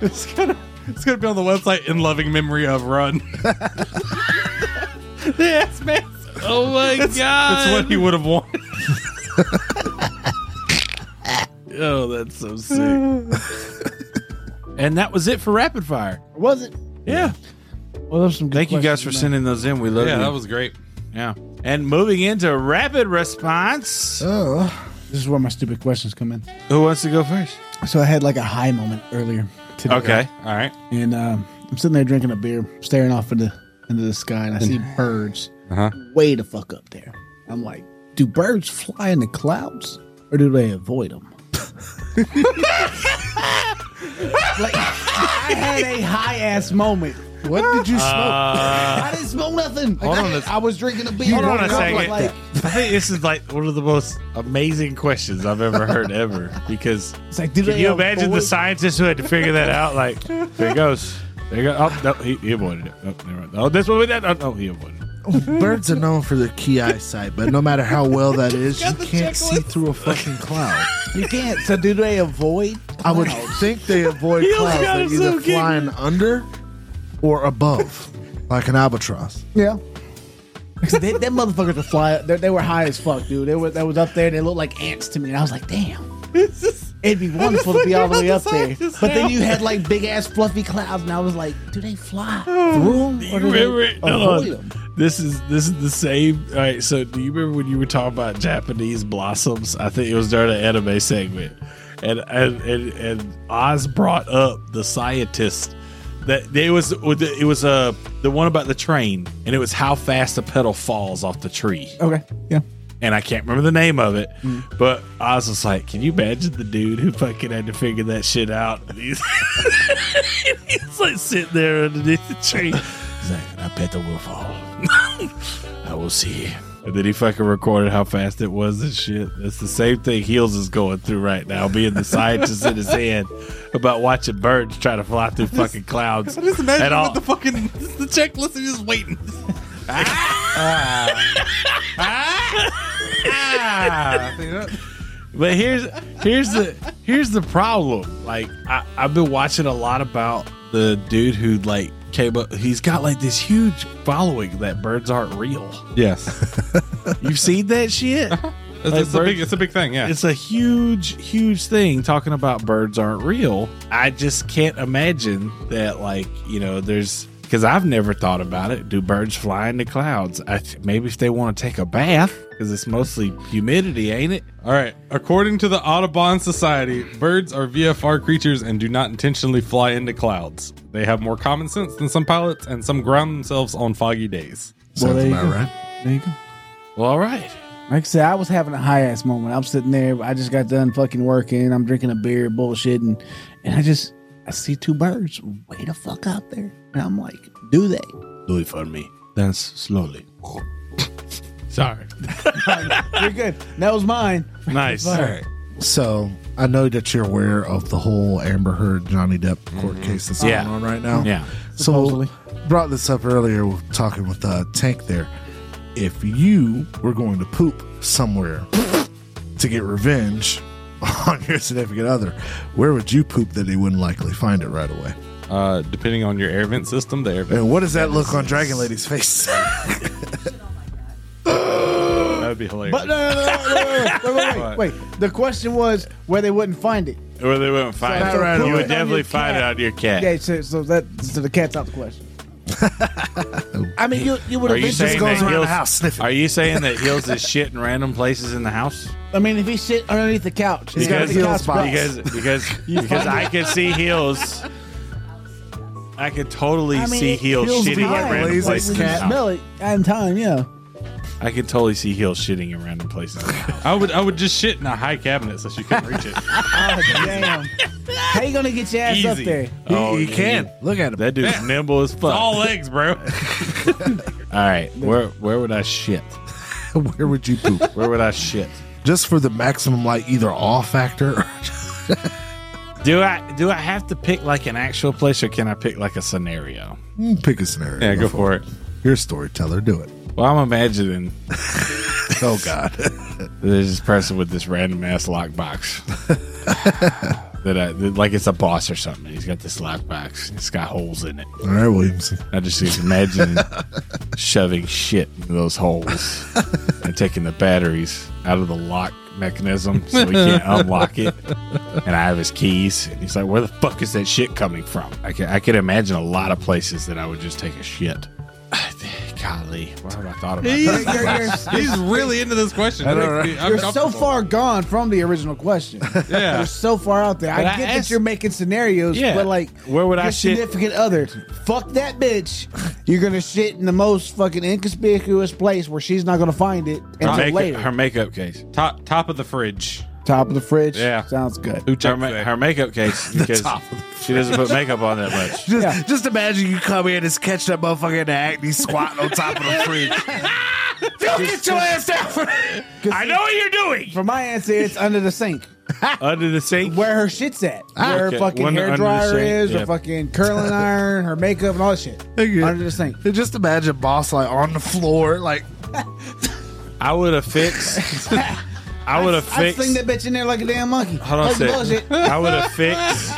D: it's gonna. It's gonna be on the website in loving memory
C: [laughs]
D: of Run.
C: The ass mask. Oh my god!
D: That's what he would have wanted.
C: oh, that's so sick. and that was it for rapid fire.
A: Was it?
C: Yeah.
A: Well, those some. Good
C: Thank you guys for
A: questions, man.
C: sending those in. We love
E: Yeah,
C: you.
E: that was great.
C: yeah. And moving into rapid response.
B: Oh,
A: This is where my stupid questions come in.
C: Who wants to go first?
A: So I had like a high moment earlier today.
C: Okay. All right.
A: And um, I'm sitting there drinking a beer, staring off into into the sky, and I see birds
E: Uh-huh.
A: way the fuck up there. I'm like, do birds fly in the clouds, or do they avoid them? like, I had a high ass moment.
B: what did you smoke?
A: I didn't smoke nothing. Like,
D: Uh, on
A: I,
D: a-
A: I was drinking a beer.
D: Hold on
A: I
D: a
A: was
D: second.
A: Like,
C: [laughs] I think this is like one of the most amazing questions I've ever heard ever. Because
A: it's like, do
C: can
A: they
C: you imagine the
A: avoid-
C: scientists who had to figure that out? Like, there it goes. There you go. Oh, no, he, he avoided it. Oh, never mind. oh this one with that. Oh, no, he avoided it.
B: Birds are known for their key eyesight, but no matter how well that is, you
C: Got the
B: can't see
C: checklist.
B: through a fucking
C: [laughs]
B: cloud.
A: You can't. So do they avoid?
B: I would think they
C: [laughs]
B: avoid
C: He almost
B: clouds.
C: got
B: They're
C: himself
B: either
C: kicked.
B: flying under or above, like an albatross.
A: Yeah. they, them motherfuckers were fly. They, they were high as fuck, dude. They were that was up there. They looked like ants to me, and I was like, damn. It'd be wonderful to be all the way up there,
C: scientist
A: but then
C: now.
A: you had like big ass fluffy clouds, and I was like, "Do they [sighs] fly through them
C: Do
A: or
C: you
A: do
C: remember
A: they
C: it? Hold
A: avoid
C: on.
A: them?"
C: This is this is the same. All right, so do you remember when you were talking about Japanese blossoms? I think it was during an anime segment, and and and, and Oz brought up the scientist that they was with the- it was uh, the one about the train, and it was how fast a petal falls off the tree
A: Okay, yeah.
C: and I can't remember the name of it,
D: Mm.
C: but I was just like, can you imagine the dude who fucking had to figure that shit out? [laughs] And he's, he's like sitting there underneath the tree. He's like, I bet the will fall. [laughs] I will see. And then he fucking recorded how fast it was and shit. That's the same thing Heels is going through right now, being the scientist in his head about watching birds try to fly through fucking clouds.
D: [laughs] Just imagine
C: And all-
D: what the fucking the checklist and just waiting.
C: But here's here's the here's the problem. Like I, I've been watching a lot about the dude who like came up. He's got like this huge following that birds aren't real.
F: Yes,
C: You've seen that shit.
F: it's, it's a big, it's a big thing. Yeah,
C: It's a huge huge thing talking about birds aren't real. I just can't imagine that like you know there's because I've never thought about it. Do birds fly into clouds? I th- maybe if they want to take a bath because it's mostly humidity, ain't it?
F: All right. According to the Audubon Society, birds are VFR creatures and do not intentionally fly into clouds. They have more common sense than some pilots, and some ground themselves on foggy days.
B: Sounds
A: there you
B: about
A: go.
B: right.
A: There you go.
C: Well, all right.
A: Like I said, I was having a high ass moment. I'm sitting there. I just got done fucking working. I'm drinking a beer, bullshit, and and I just I see two birds way the fuck out there, and I'm like, do they?
D: Do it for me. Dance slowly. [laughs]
C: Sorry.
A: You're good. That was mine.
C: Nice.
B: So I know that you're aware of the whole Amber Heard Johnny Depp
C: Mm-hmm.
B: court case that's
C: Yeah.
B: going on right now.
C: Yeah.
B: So
A: Supposedly.
B: brought this up earlier with talking with uh, Tank there. If you were going to poop somewhere to get revenge [laughs] on your significant other, where would you poop that they wouldn't likely find it right away?
F: Uh, depending on your air vent system, the air vent
B: And what does that look on Dragon Lady's face?
F: that'd be hilarious.
A: But no, no, no, no, no, no, wait, wait, wait, wait. The question was where they wouldn't find it.
D: Or they wouldn't find
A: Not
D: it.
A: right
D: you
A: away.
D: would definitely
A: On your
D: find it
A: cat.
D: on your cat.
A: Yeah, so, so that so the cat's out the question. I mean, you you would
D: Are you
A: eventually
D: saying
B: goes
D: that
B: around
D: heels,
B: the house sniffing.
D: Are you saying that heels is shit in random places in the house?
A: I mean, if he sit underneath the couch, he's
B: got
A: the
B: heel
A: couch
B: spots.
A: box. [laughs]
D: Because because because I could see heels. I could totally
A: I mean,
D: see heels
A: feels
D: shitting
A: fine.
D: at random
B: Lazy
D: places. in the
B: cat.
D: house.
A: Smell it in time,
D: [laughs]
A: yeah.
D: I could totally see heels shitting in random places. in the house.
F: I would I would just shit in a high cabinet so she couldn't reach it.
A: Oh, damn. How you gonna get your ass up
F: Easy.
A: there?
D: Oh,
B: you
D: yeah,
B: can.
D: you-
B: Look at him.
D: That dude's nimble as fuck.
F: All legs, bro.
D: [laughs] All right, where where would I shit?
B: [laughs] Where would you poop?
D: Where would I shit?
B: Just for the maximum, like either awe factor. Or [laughs]
D: Do I do I have to pick like an actual place or can I pick like a scenario?
B: Mm, pick a scenario.
F: Yeah, go for it.
B: You're a storyteller. Do it.
D: Well, I'm imagining
B: Oh God. [laughs]
D: there's this person with this random ass
B: [laughs]
D: lockbox that I that, like it's a boss or something. He's got this lockbox. It's got holes in it.
B: All right, Williamson.
D: I just
B: [laughs]
D: was imagining shoving shit into those holes
B: [laughs]
D: and taking the batteries out of the lock mechanism so he can't unlock it. And I have his keys. And he's like, "Where the fuck is that shit coming from?" I can I can imagine a lot of places that I would just take a shit. Golly, why have I thought about
A: You're,
D: this?
A: you're- you're-
F: [laughs] He's really into this question. It
B: know,
F: makes me
A: you're so
F: uncomfortable.
A: far gone from the original question.
F: [laughs] Yeah.
A: You're so far out there. I
D: But I
A: get
D: asked-
A: that you're making scenarios,
D: Yeah.
A: but like,
D: Where would I
A: your
D: shit?
A: Significant other, fuck that bitch. You're gonna shit in the most fucking inconspicuous place where she's not gonna find it until
D: Her
A: later.
D: makeup, her makeup case.
F: Top top of the fridge.
A: Top of the fridge.
F: Yeah.
A: sounds good.
F: Who
D: Her,
F: checks
D: ma-
F: that?
D: her
F: [laughs]
D: makeup case because she doesn't put makeup on that much.
B: Just,
A: Yeah.
B: just imagine you come in, just catch that motherfucker in the act, and he's squatting on top of the [laughs] fridge. Phil, get your ass down!
D: I know what you're doing.
A: For my answer, it's under the sink.
D: under the sink.
A: Where her shit's at. where
D: Ah, okay.
A: her fucking
D: One
A: hair
D: under the
A: dryer
D: sink,
A: is,
D: yeah.
A: her fucking
D: [laughs]
A: curling iron, her makeup, and all that shit.
B: Nigga.
A: Under the sink.
B: Just imagine boss like on the floor, like
D: I would
F: [laughs]
D: have fixed. I would have
A: I
D: fixed.
A: sling that bitch in there like a damn monkey.
D: Hold on a
A: That's
D: sec.
A: bullshit.
D: [laughs] I would have fixed.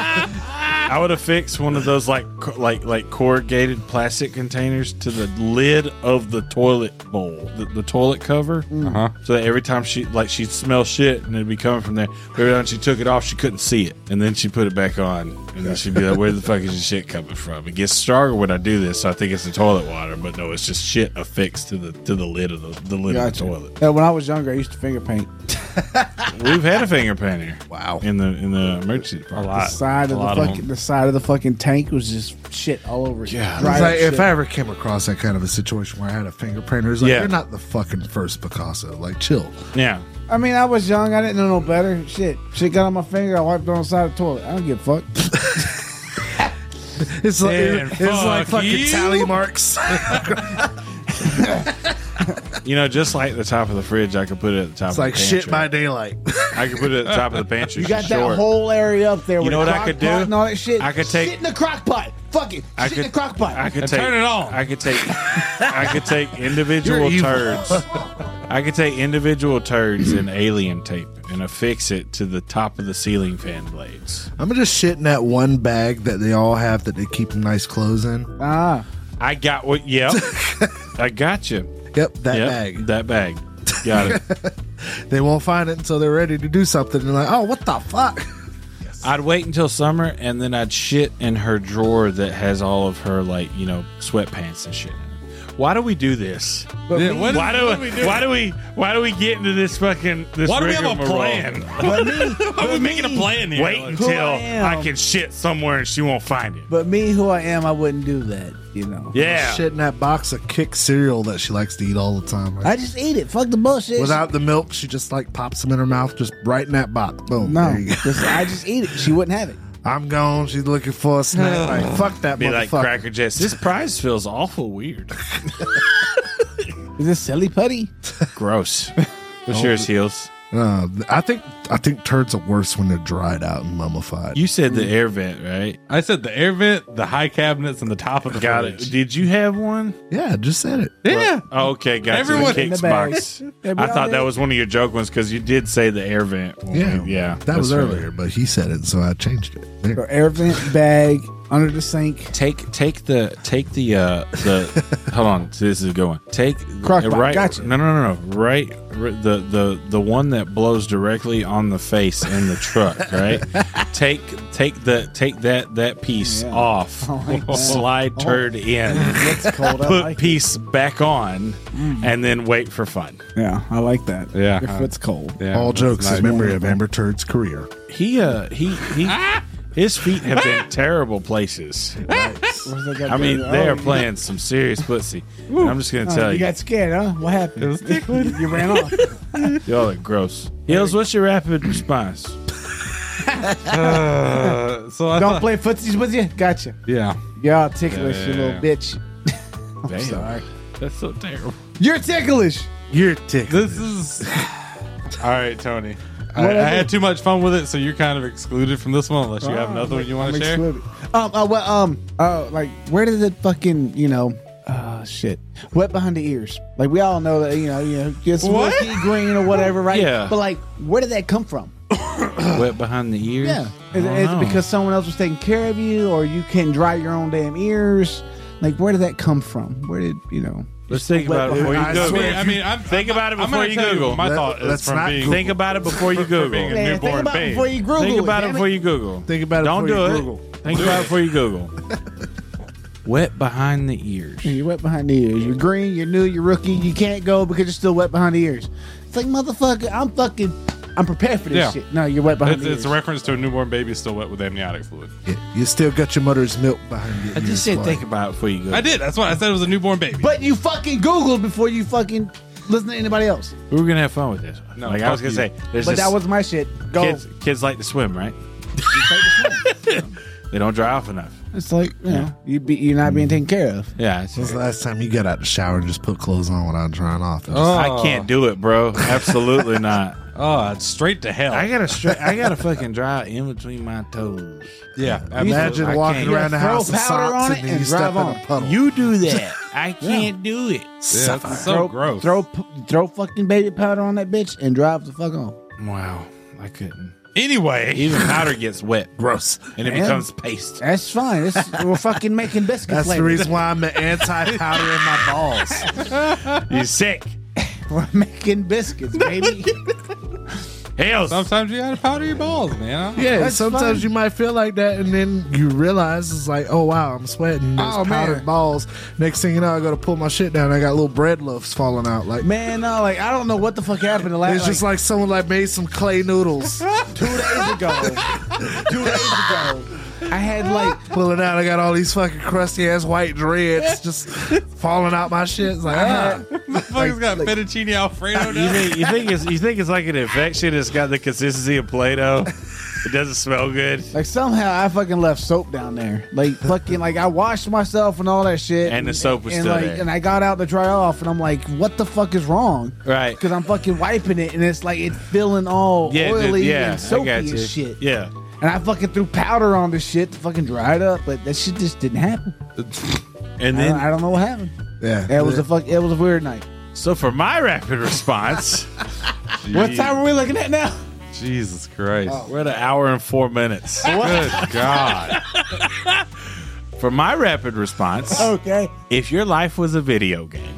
D: I would have fixed one of those like co- like like corrugated plastic containers to the lid of the toilet bowl, the, the toilet cover, uh-huh. so that every time she like she'd smell shit and it'd be coming from there. But every time she took it off, she couldn't see it, and then she put it back on, and then she'd be like, "Where the fuck is this shit coming from?" It gets stronger when I do this, so I think it's the toilet water, but no, it's just shit affixed to the to the lid of the, the lid
A: Gotcha.
D: of the toilet.
A: Yeah, when I was younger, I used to finger paint
D: We've had a finger painter.
B: Wow.
D: In the in the emergency a
A: the
D: lot.
A: side
D: a
A: of the
D: lot of
A: fucking the side of the fucking tank was just shit all over it. Dried
B: Yeah, it's
A: up
B: like, if
A: shit.
B: I ever came across that kind of a situation where I had a finger painter, it's like
D: Yeah.
B: you're not the fucking first Picasso. Like, chill.
D: Yeah.
A: I mean, I was young. I didn't know no better. Shit, shit got on my finger. I wiped it on the side of the toilet. I don't give
D: [laughs]
A: a fuck.
B: It's like
D: Then
B: it's like
D: fuck
B: fucking
D: you.
B: tally marks.
D: You know, just like the top of the fridge, I could put it at the top.
B: it's
D: of
B: like
D: the
B: shit
D: pantry.
B: by daylight. [laughs]
D: I could put it at the top of the pantry.
A: You got
D: for
A: that
D: sure.
A: whole area up there. with
D: know what I
A: crock
D: could do?
A: pot And all that shit.
D: I could take-
A: shit in the crock pot. Fuck it.
D: I
A: shit
D: could-
A: in the crock pot.
D: I could
F: And
D: take,
F: turn it on.
D: I
F: [laughs]
D: could take. I could take individual
B: You're evil.
D: turds. I could take individual turds and alien tape and affix it to the top of the ceiling fan blades.
B: I'm just shitting that one bag that they all have that they keep nice clothes in.
A: ah,
D: I got what? Yep.
B: [laughs]
D: I got you.
B: Yep, that
D: Yep,
B: bag.
D: That bag. Got
B: [laughs]
D: it.
B: They won't find it until they're ready to do something. They're like, oh, what the fuck?
D: I'd wait until summer and then I'd shit in her drawer that has all of her like you know sweatpants and shit. in it. Why do we do this?
A: but
F: Yeah,
A: me,
F: what-
D: Why do,
F: are we doing?
D: why do we why do we get into this fucking this
F: Why do we have a
D: rigmarole?
F: plan?
A: but me,
F: Why are we making a plan here?
D: Wait
F: Like,
A: who
D: until
A: I
D: I,
A: am.
D: can shit somewhere and she won't find it.
A: but me, who I am, I wouldn't do that. You know.
D: Yeah,
B: Shitting that box of kick cereal that she likes to eat all the time. Like,
A: I just eat it. Fuck the bullshit.
B: Without the milk, she just like pops them in her mouth, just right in that box. Boom.
A: no,
D: [laughs]
B: There you go.
A: just- I just eat it. She wouldn't have it.
B: I'm gone. She's looking for a
D: [sighs]
B: snack. like, fuck that
D: be like
B: motherfucker.
D: Cracker Jacks. This prize feels awful weird.
A: Is this silly putty?
D: Gross. What's yours, heels?
B: Uh, I think I think turds are worse when they're dried out and mummified.
D: You said the air vent, right?
F: I said the air vent, the high cabinets, and the top of the
D: Got it.
F: fridge.
D: Did you have one?
B: yeah, I just said it.
F: Yeah.
D: Oh, okay, got
F: Everyone-
D: the
A: In the
D: Kix
A: bag.
D: box.
A: Yeah,
D: I
A: but
D: thought
A: I
D: that
A: did-
D: was one of your joke ones because you did say the air vent. when
B: Yeah,
D: we- yeah,
B: That was
D: that's right.
B: earlier, but he said it, so I changed it.
A: Or
B: There.
A: air vent bag under the sink.
D: Take take the take the uh
A: [laughs]
D: the hold on this is a good one. Take
A: Crock
D: the
A: pot,
D: right
A: gotcha.
D: no no no no right r- the the the one that blows directly on the face in the truck
A: [laughs]
D: right. take take the take that that piece
A: Yeah. [laughs]
D: off.
A: like that.
D: Slide turd in.
A: That's cold. [laughs] I
D: [laughs] Put
A: like it.
D: piece back on,
A: Mm.
D: and then wait for fun.
A: Yeah, I like that.
D: Yeah.
A: Your foot's cold.
B: All jokes is memory of Amber Turd's career.
D: He uh he he his feet have been terrible places.
A: Where's that got
D: I mean,
A: Oh,
D: they are
A: you-
D: playing some serious pussy. And I'm just gonna
A: oh,
D: tell
A: you
D: you,
A: got scared, huh? What happened? [laughs] you ran off.
D: y'all are gross. Hills, what's your rapid response?
F: Uh, so I
A: Don't
F: thought-
A: play footsies with you? Gotcha.
F: Yeah.
A: Y'all ticklish, you
D: Yeah.
A: little bitch. [laughs]
D: Damn,
A: Sorry.
F: That's so terrible.
A: You're ticklish.
B: You're tickled.
F: This is.
D: [laughs]
F: All right, Tony. I,
A: What
F: I
A: I
F: had too much fun with it, so you're kind of excluded from this one unless you have
A: Ah,
F: another one you want
A: I'm
F: to share.
A: excluded. Um, uh, well, um, uh, like, where did the fucking, you know, uh, shit, wet behind the ears? Like, we all know that, you know, you know, just
F: What?
A: whiskey green or whatever, right?
D: Yeah.
A: But, like, where did that come from?
D: wet behind the ears.
A: Yeah. Is, is it because someone else was taking care of you or you can dry your own damn ears? Like, where did that come from? Where did, you know?
D: Let's think
A: Wet
D: about it before
B: behind-
D: you
B: I
F: I
D: Google.
F: mean, I mean I'm,
D: Think
F: I'm-
D: about it
F: I'm
D: before
F: gonna
D: you
F: tell
D: Google.
F: my
B: That-
F: thought is
B: that's
F: from
B: not
F: being.
B: cool.
D: Think about it before you
F: being
D: Google.
F: a-
A: Man, think
F: newborn
A: about
F: babe.
A: it before you Google
D: Think about
A: damn
D: it before you Google.
B: Think about it.
D: Don't
B: before
D: do
B: you
D: it.
B: Google.
D: Think about it before you Google. Wet behind the ears.
A: You're wet behind the ears. You're green, you're new, you're rookie. You can't go because you're still wet behind the ears. It's like, motherfucker, I'm fucking, I'm prepared for this
F: Yeah.
A: shit. No, you're wet behind
F: It's,
A: the
F: it's a
A: ears.
F: reference to a newborn baby still wet with amniotic fluid.
B: Yeah, you still got your mother's milk behind you.
D: I just said think about it before you Google.
F: I did. That's why I said it was a newborn baby.
A: but you fucking Googled before you fucking listen to anybody else.
D: We were gonna have fun with this.
F: No,
D: like I was
F: fuck
D: gonna say, there's
A: But
D: this
A: that was my shit. Go.
D: kids. Kids like to swim, right? they don't dry off enough.
A: It's like, you know, you be, you're not being taken care of.
D: Yeah, it's-
B: When's the last time you got out of the shower and just put clothes on without drying off? And just-
F: Oh.
D: I can't do it, bro. Absolutely not.
C: Oh, it's straight to hell.
F: I
C: got a straight. I got a fucking dry in between my toes.
B: Yeah.
C: absolutely.
B: Imagine
C: I
B: walking
C: can't.
B: around the
A: Throw
B: house in
A: powder on
B: socks
A: it
B: and then
A: and
B: you step
A: drive
B: in
A: on.
B: a puddle.
C: You do
B: [laughs]
C: that. I can't do it.
B: Suffer.
C: so
A: throw,
C: gross.
A: Throw p- throw fucking baby powder on that bitch and drive the fuck on.
C: Wow, I couldn't. Anyway, even powder gets wet
B: Gross.
C: and it
A: Man.
C: becomes paste.
A: That's fine. It's, we're fucking making biscuit
B: That's the
A: flavor. [laughs]
B: reason why I'm anti powder in my balls.
C: You're sick.
A: We're making biscuits, baby.
C: Hell,
F: Sometimes you gotta powder your balls, man.
B: Yeah,
A: That's
B: sometimes
A: fine.
B: you might feel like that, and then you realize it's like, oh wow, I'm sweating. There's
A: Oh, man.
B: powdered balls. Next thing you know, I got to pull my shit down. I got little bread loaves falling out. Like
A: Man, no, like I don't know what the fuck happened the last
B: it's just like someone like made some clay
A: [laughs]
B: noodles.
A: two days ago. two days ago, I had like
B: pull it out, I got all these fucking crusty ass white dreads just falling out my shit. It's like, ah.
F: Motherfucker's got fettuccine alfredo
C: You
F: now.
C: think, [laughs] you think it's you think it's like an infection? It's got the consistency of Play-Doh. It doesn't smell good,
A: like somehow I fucking left soap down there. Like fucking like I washed myself and all that shit.
C: And the soap was
A: and,
C: still
A: like,
C: there.
A: And I got out to dry off, and I'm like, what the fuck is wrong?
C: right?
A: Because I'm fucking wiping it, and it's like it's feeling all
C: Yeah, dude,
A: oily
C: yeah,
A: and
C: I
A: soapy
C: got
A: and
C: you.
A: shit.
C: Yeah,
A: And I fucking threw powder on this shit to fucking dry it up, but that shit just didn't happen.
C: and
A: I don't-
C: then
A: I don't know what happened.
B: yeah,
A: It was a fuck. It was a weird night.
C: so for my rapid
D: [laughs]
C: response,
A: What time are we looking at now?
F: Jesus Christ.
C: Oh, we're at an hour and four minutes. [laughs] Good God! for my rapid response,
A: Okay.
C: if your life was a video game,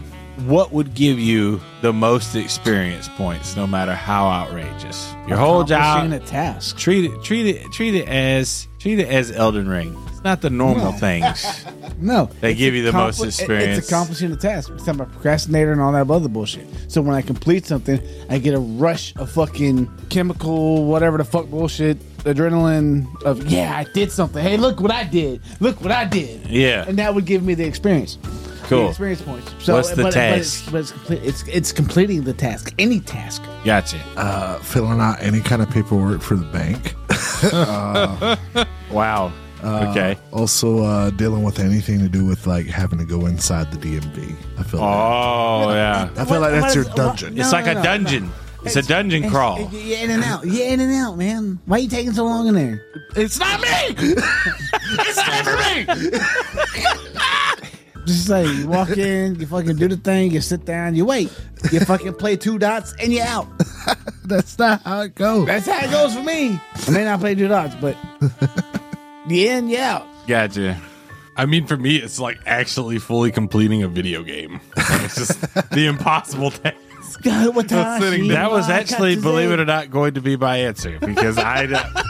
C: what would give you the most experience points, no matter how outrageous? Your whole job,
A: Accomplishing a task.
C: treat it, treat it, treat it as treat it as Elden Ring. It's not the normal things.
A: No,
C: They
A: It's
C: give you the most
A: accompli- it-
C: experience.
A: It's accomplishing a task. It's I'm a procrastinator and all that other bullshit. So when I complete something, I get a rush of fucking chemical, whatever the fuck bullshit, adrenaline of yeah, I did something. Hey, look what I did. Look what I did.
C: Yeah.
A: and that would give me the experience.
C: Cool.
A: The experience points. So,
C: What's the
A: but,
C: task?
A: But, it's, but it's, complete, it's it's completing the task. Any task.
C: Gotcha.
B: uh, filling out any kind of paperwork for the bank.
C: Wow.
A: Uh,
C: okay.
B: Also, uh, dealing with anything to do with like having to go inside the DMV. I feel like,
C: Oh yeah.
B: I feel
A: What-
B: like that's
A: what
B: your
A: is-
B: dungeon.
A: what-
C: It's
A: No,
C: like
A: no,
C: a
A: no,
C: dungeon. It's a dungeon crawl.
A: Yeah, in and out. Yeah, in and out, man. Why you taking so long in there?
B: It's not me. [laughs] it's not for me.
A: [laughs] Just like you walk in, you fucking do the thing, you sit down, you wait, you fucking play two dots, and you out.
B: That's not how it goes.
A: That's how it goes for me. I may not play two dots, but the in, you out.
C: Gotcha.
F: I mean, for me, it's like actually fully completing a video game. Like, it's just the impossible task.
A: God, what time?
F: sitting
A: she-
F: down.
C: That was
A: Why I
C: actually,
A: got to
C: believe
A: say-
C: it or not, going to be my answer
F: [laughs]
C: because I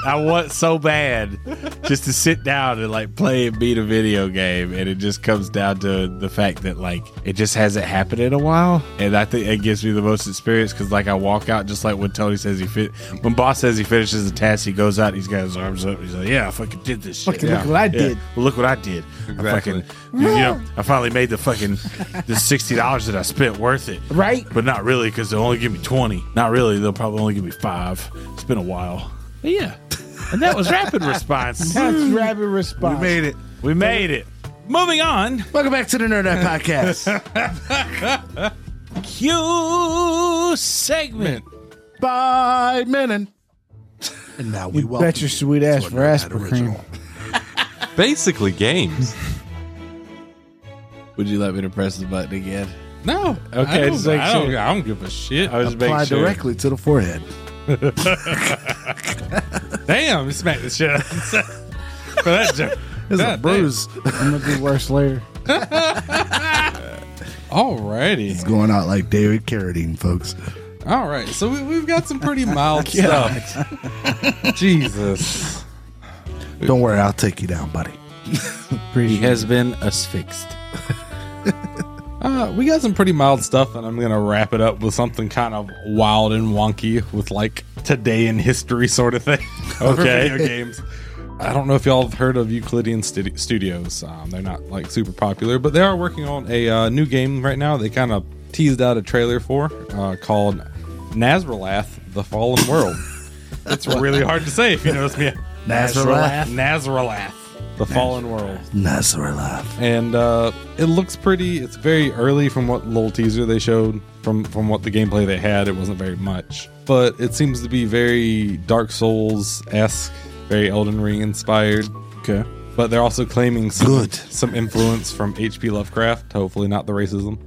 C: I want so bad just to sit down and like play and beat a video game, and it just comes down to the fact that like it just hasn't happened in a while, and I think it gives me the most experience because like I walk out just like when Tony says he fit when boss says he finishes the task, he goes out, he's got his arms up, he's like, yeah, I fucking did this shit.
A: Fucking look what I
C: Yeah.
A: did.
C: Well, look what I did. I
F: Exactly.
C: fucking, you know, I finally made the fucking the sixty dollars that I spent worth it.
A: Right?
C: But not really, because they'll only give me 20. Not really, they'll probably only give me five. It's been a while. But yeah. And that was rapid response.
A: That's rapid response.
B: We made it.
C: [laughs] we made it. Moving on.
B: Welcome back to the [laughs] Nerd Night Podcast.
C: Q segment.
B: Bye, Menon. And now we welcome.
A: Bet your sweet ass for aspirin. cream.
I: Basically, games.
C: Would you let me to press the button again?
F: No.
C: Okay, Oh.
F: I don't,
C: just make
F: I don't-
C: sure.
F: I don't give a shit.
C: I was just
B: Apply
C: making sure.
B: directly to the forehead.
F: Damn, you smacked the shit out of yourself. For that joke.
B: It's a
F: God
B: bruise.
A: I'm gonna do worse later.
B: It's
F: Alrighty.
B: going out like David Carradine, folks.
F: All right. So we, we've got some pretty mild
C: [laughs]
F: stuff. Jesus.
B: Don't worry, I'll take you down, buddy.
C: He has been asphyxed.
F: Uh, we got some pretty mild stuff, and I'm going to wrap it up with something kind of wild and wonky with like today in history sort of thing. [laughs] over
C: Okay.
F: [laughs] video games. I don't know if y'all have heard of Euclidean Studi- Studios. Um, they're not like super popular, but they are working on a uh, new game right now. They kind of teased out a trailer for uh, called Nazralath: The Fallen World. it's really hard to say if you notice me.
B: Nazareth.
F: Nazralath. The Fallen World.
B: Nazareth.
F: And uh, it looks pretty. It's very early from what little teaser they showed. From from what the gameplay they had, it wasn't very much. But it seems to be very Dark Souls esque, very Elden Ring inspired.
D: Okay.
F: But they're also claiming some,
B: Good.
F: some influence from H.P. Lovecraft. Hopefully, not the racism.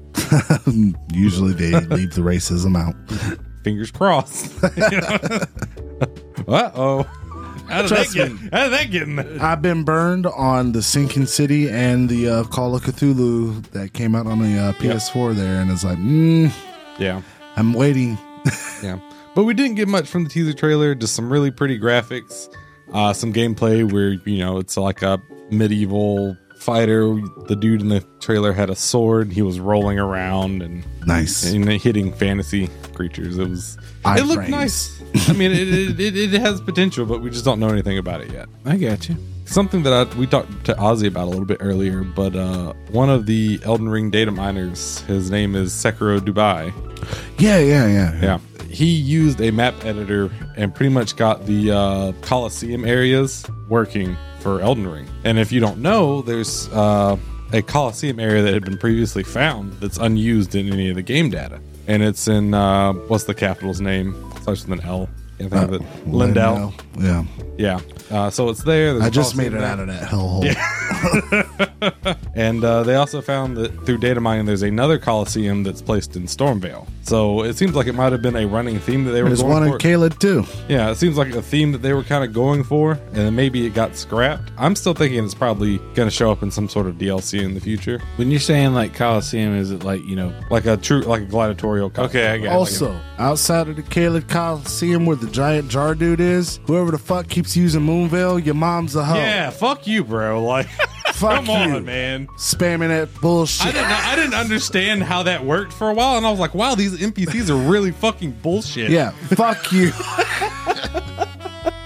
B: Usually
F: [laughs]
B: they leave the racism out.
F: Fingers crossed. uh oh. How did, that
B: Trust
F: get,
B: me.
F: how did that get in there?
B: I've been burned on the Sinking City and the uh, Call of Cthulhu that came out on the uh, PS4 there, and it's like, mm,
F: Yeah.
B: I'm waiting.
F: Yeah. But we didn't get much from the teaser trailer, just some really pretty graphics, uh, some gameplay where, you know, it's like a medieval fighter. The dude in the trailer had a sword, he was rolling around and,
B: Nice.
F: and hitting fantasy creatures. It was
B: Eye
F: it looked
B: frames.
F: nice. I mean, it, it, it, it has potential, but we just don't know anything about it yet
D: I got you.
F: something that I, we talked to Ozzy about a little bit earlier, but uh, one of the Elden Ring data miners, his name is Sekiro Dubai.
B: Yeah, yeah, yeah,
F: Yeah. He used a map editor and pretty much got the uh, Colosseum areas working for Elden Ring. And if you don't know, there's uh, a Colosseum area that had been previously found that's unused in any of the game data. And it's in, uh, what's the capital's name? Starts with an L. Can't
B: Uh,
F: think of it. Lindell.
B: Yeah.
F: Yeah. Uh, so it's there. There's
B: I
F: a
B: just made
F: Colosseum
B: it
F: there.
B: out of that hellhole.
F: [laughs] And uh, they also found that through data mining, there's another Coliseum that's placed in Stormvale. So it seems like it might have been a running theme that they were
B: There's
F: going
B: one in
F: for.
B: Caleb, too.
F: yeah, it seems like a theme that they were kind of going for, and then maybe it got scrapped. I'm still thinking it's probably going to show up in some sort of DLC in the future,
D: When you're saying like Coliseum, is it like you know?
F: like a true, like a gladiatorial.
C: Okay, I got it.
B: Also, outside of the Caleb Coliseum where the giant jar dude is, whoever the fuck keeps using Moonvale, your mom's a hoe.
F: Yeah, fuck you, bro. [laughs] Like,
B: Fuck
F: come on,
B: you.
F: man.
B: Spamming that
F: I
B: bullshit.
F: didn't, I didn't understand how that worked for a while, and I was like, wow, these NPCs are really fucking bullshit.
B: Yeah, fuck you.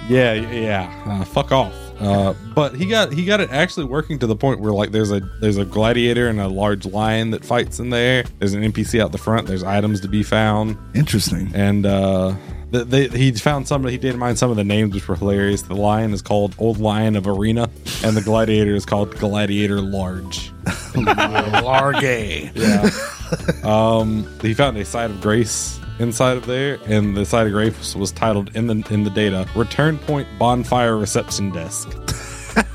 F: Yeah, yeah. Uh, fuck off. Uh, but he got he got it actually working to the point where like there's a there's a gladiator and a large lion that fights in there. There's an NPC out the front. There's items to be found,
B: Interesting.
F: and uh, th they, he found some. He didn't mind some of the names, which were hilarious. The lion is called Old Lion of Arena, and the gladiator is called Gladiator Large.
B: [laughs] Largay.
F: Yeah. um, he found a side of grace inside of there, and the side of grace was titled in the in the data "Return Point Bonfire Reception Desk."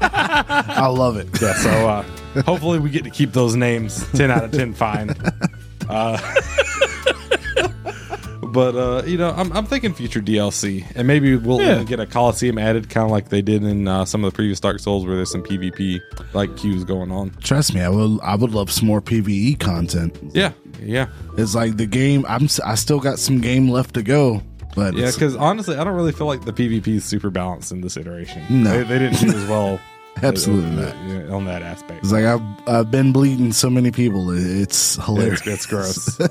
B: I love it.
F: Yeah, so uh, hopefully we get to keep those names. Ten out of ten, fine. Uh, but uh, you know, I'm, I'm thinking future DLC, and maybe we'll even get a Coliseum added, kind of like they did in uh, some of the previous Dark Souls, where there's some PvP like queues going on.
B: Trust me, I would I would love some more PVE content.
F: Yeah, yeah,
B: It's like the game. I'm s- I still got some game left to go, but
F: yeah.
B: it's-
F: Because honestly, I don't really feel like the PvP is super balanced in this iteration.
B: No.
F: they, they didn't do as well.
B: [laughs] Absolutely not.
F: yeah, on that aspect.
B: It's like I've I've been bleeding so many people. It- It's hilarious.
F: It's, it's gross.
B: [laughs]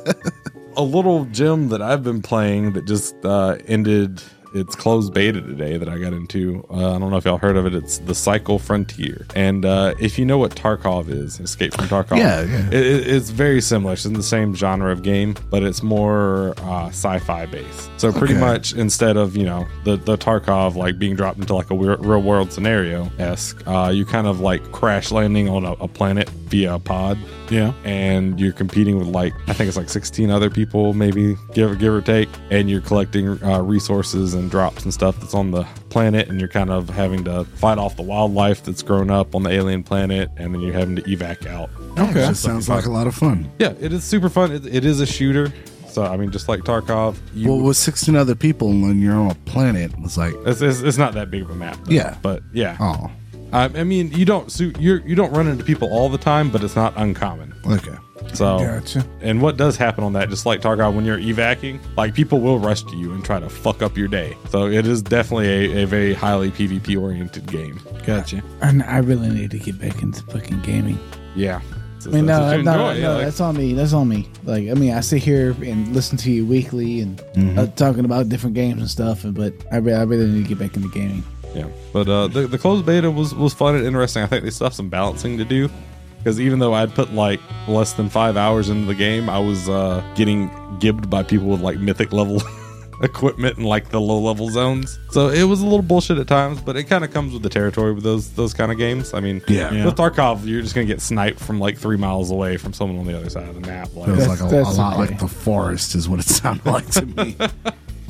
F: a little gym that I've been playing that just uh, ended its closed beta today that I got into. Uh, I don't know if y'all heard of it. It's the Cycle Frontier. And uh, if you know what Tarkov is, Escape from Tarkov,
B: Yeah, yeah.
F: It, it- it's very similar. It's in the same genre of game, but it's more uh, sci-fi based. So pretty
B: Okay.
F: much instead of you know the the Tarkov like being dropped into like a weir- real world scenario esque, uh, you kind of like crash landing on a, a planet via a pod
D: Yeah.
F: and you're competing with like I think it's like 16 other people, maybe give give or take, and you're collecting uh, resources and drops and stuff that's on the planet, and you're kind of having to fight off the wildlife that's grown up on the alien planet, and then you're having to evac out.
B: Okay, sounds like a lot of fun.
F: Yeah, it is super fun. It, it is a shooter, so I mean, just like Tarkov, you.
B: Well, with 16 other people and you're on a planet, it's like,
F: it's, it's, it's not that big of a map, though.
B: Yeah.
F: But yeah,
B: oh,
F: I, I mean, you don't so you you don't run into people all the time, but it's not uncommon.
B: okay.
F: So
A: Gotcha.
F: And what does happen on that, just like Tarkov, when you're evacing, like people will rush to you and try to fuck up your day. So it is definitely a, a very highly PvP oriented game.
D: Gotcha.
A: And I really need to get back into fucking gaming.
F: Yeah. So
A: I mean,
F: that's
A: no,
F: what
A: no,
F: you
A: no,
F: enjoy,
A: no,
F: like-
A: that's on me. That's on me. Like, I mean, I sit here and listen to you weekly and uh, talking about different games and stuff. and- But I, re- I really need to get back into gaming.
F: Yeah, but uh, the the closed beta was was fun and interesting. I think they still have some balancing to do because even though I'd put like less than five hours into the game, I was uh, getting gibbed by people with like mythic level [laughs] equipment in like the low level zones. So it was a little bullshit at times, but it kind of comes with the territory with those those kind of games. I mean,
B: Yeah. Yeah.
F: with Tarkov, you're just gonna get sniped from like three miles away from someone on the other side of the map. Like,
B: Feels like a, a
A: that's
B: lot
A: okay.
B: like the forest is what it [laughs] sounded like to [laughs] me.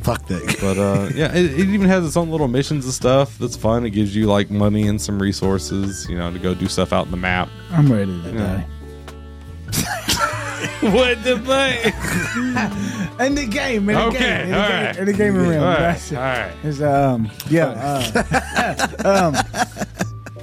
B: Fuck that. game.
F: But uh, yeah, it, it even has its own little missions and stuff. That's fun. It gives you like money and some resources, you know, to go do stuff out in the map.
A: I'm ready to die.
F: [laughs] what the fuck?
A: And the game, in the
F: Okay,
A: game, in the
F: all
A: game,
F: right.
A: in the gaming realm.
F: All right,
A: That's it.
F: all right.
A: It's, um, yeah,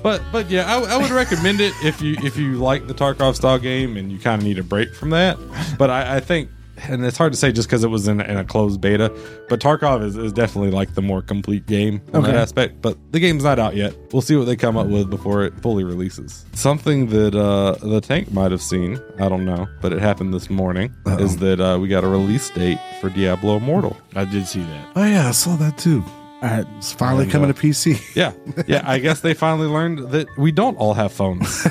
F: But but yeah, I, I would recommend it if you if you like the Tarkov style game and you kind of need a break from that. But I, I think, and it's hard to say just because it was in, in a closed beta. But Tarkov is, is definitely like the more complete game in that
A: Okay.
F: aspect. But the game's not out yet. We'll see what they come up with before it fully releases. Something that uh, the tank might have seen, I don't know, but it happened this morning, is that uh, we got a release date for Diablo Immortal.
C: I did see that.
B: Oh yeah, I saw that too.
A: uh,
B: It's finally coming to PC.
F: Yeah, yeah. I guess they finally learned that we don't all have phones.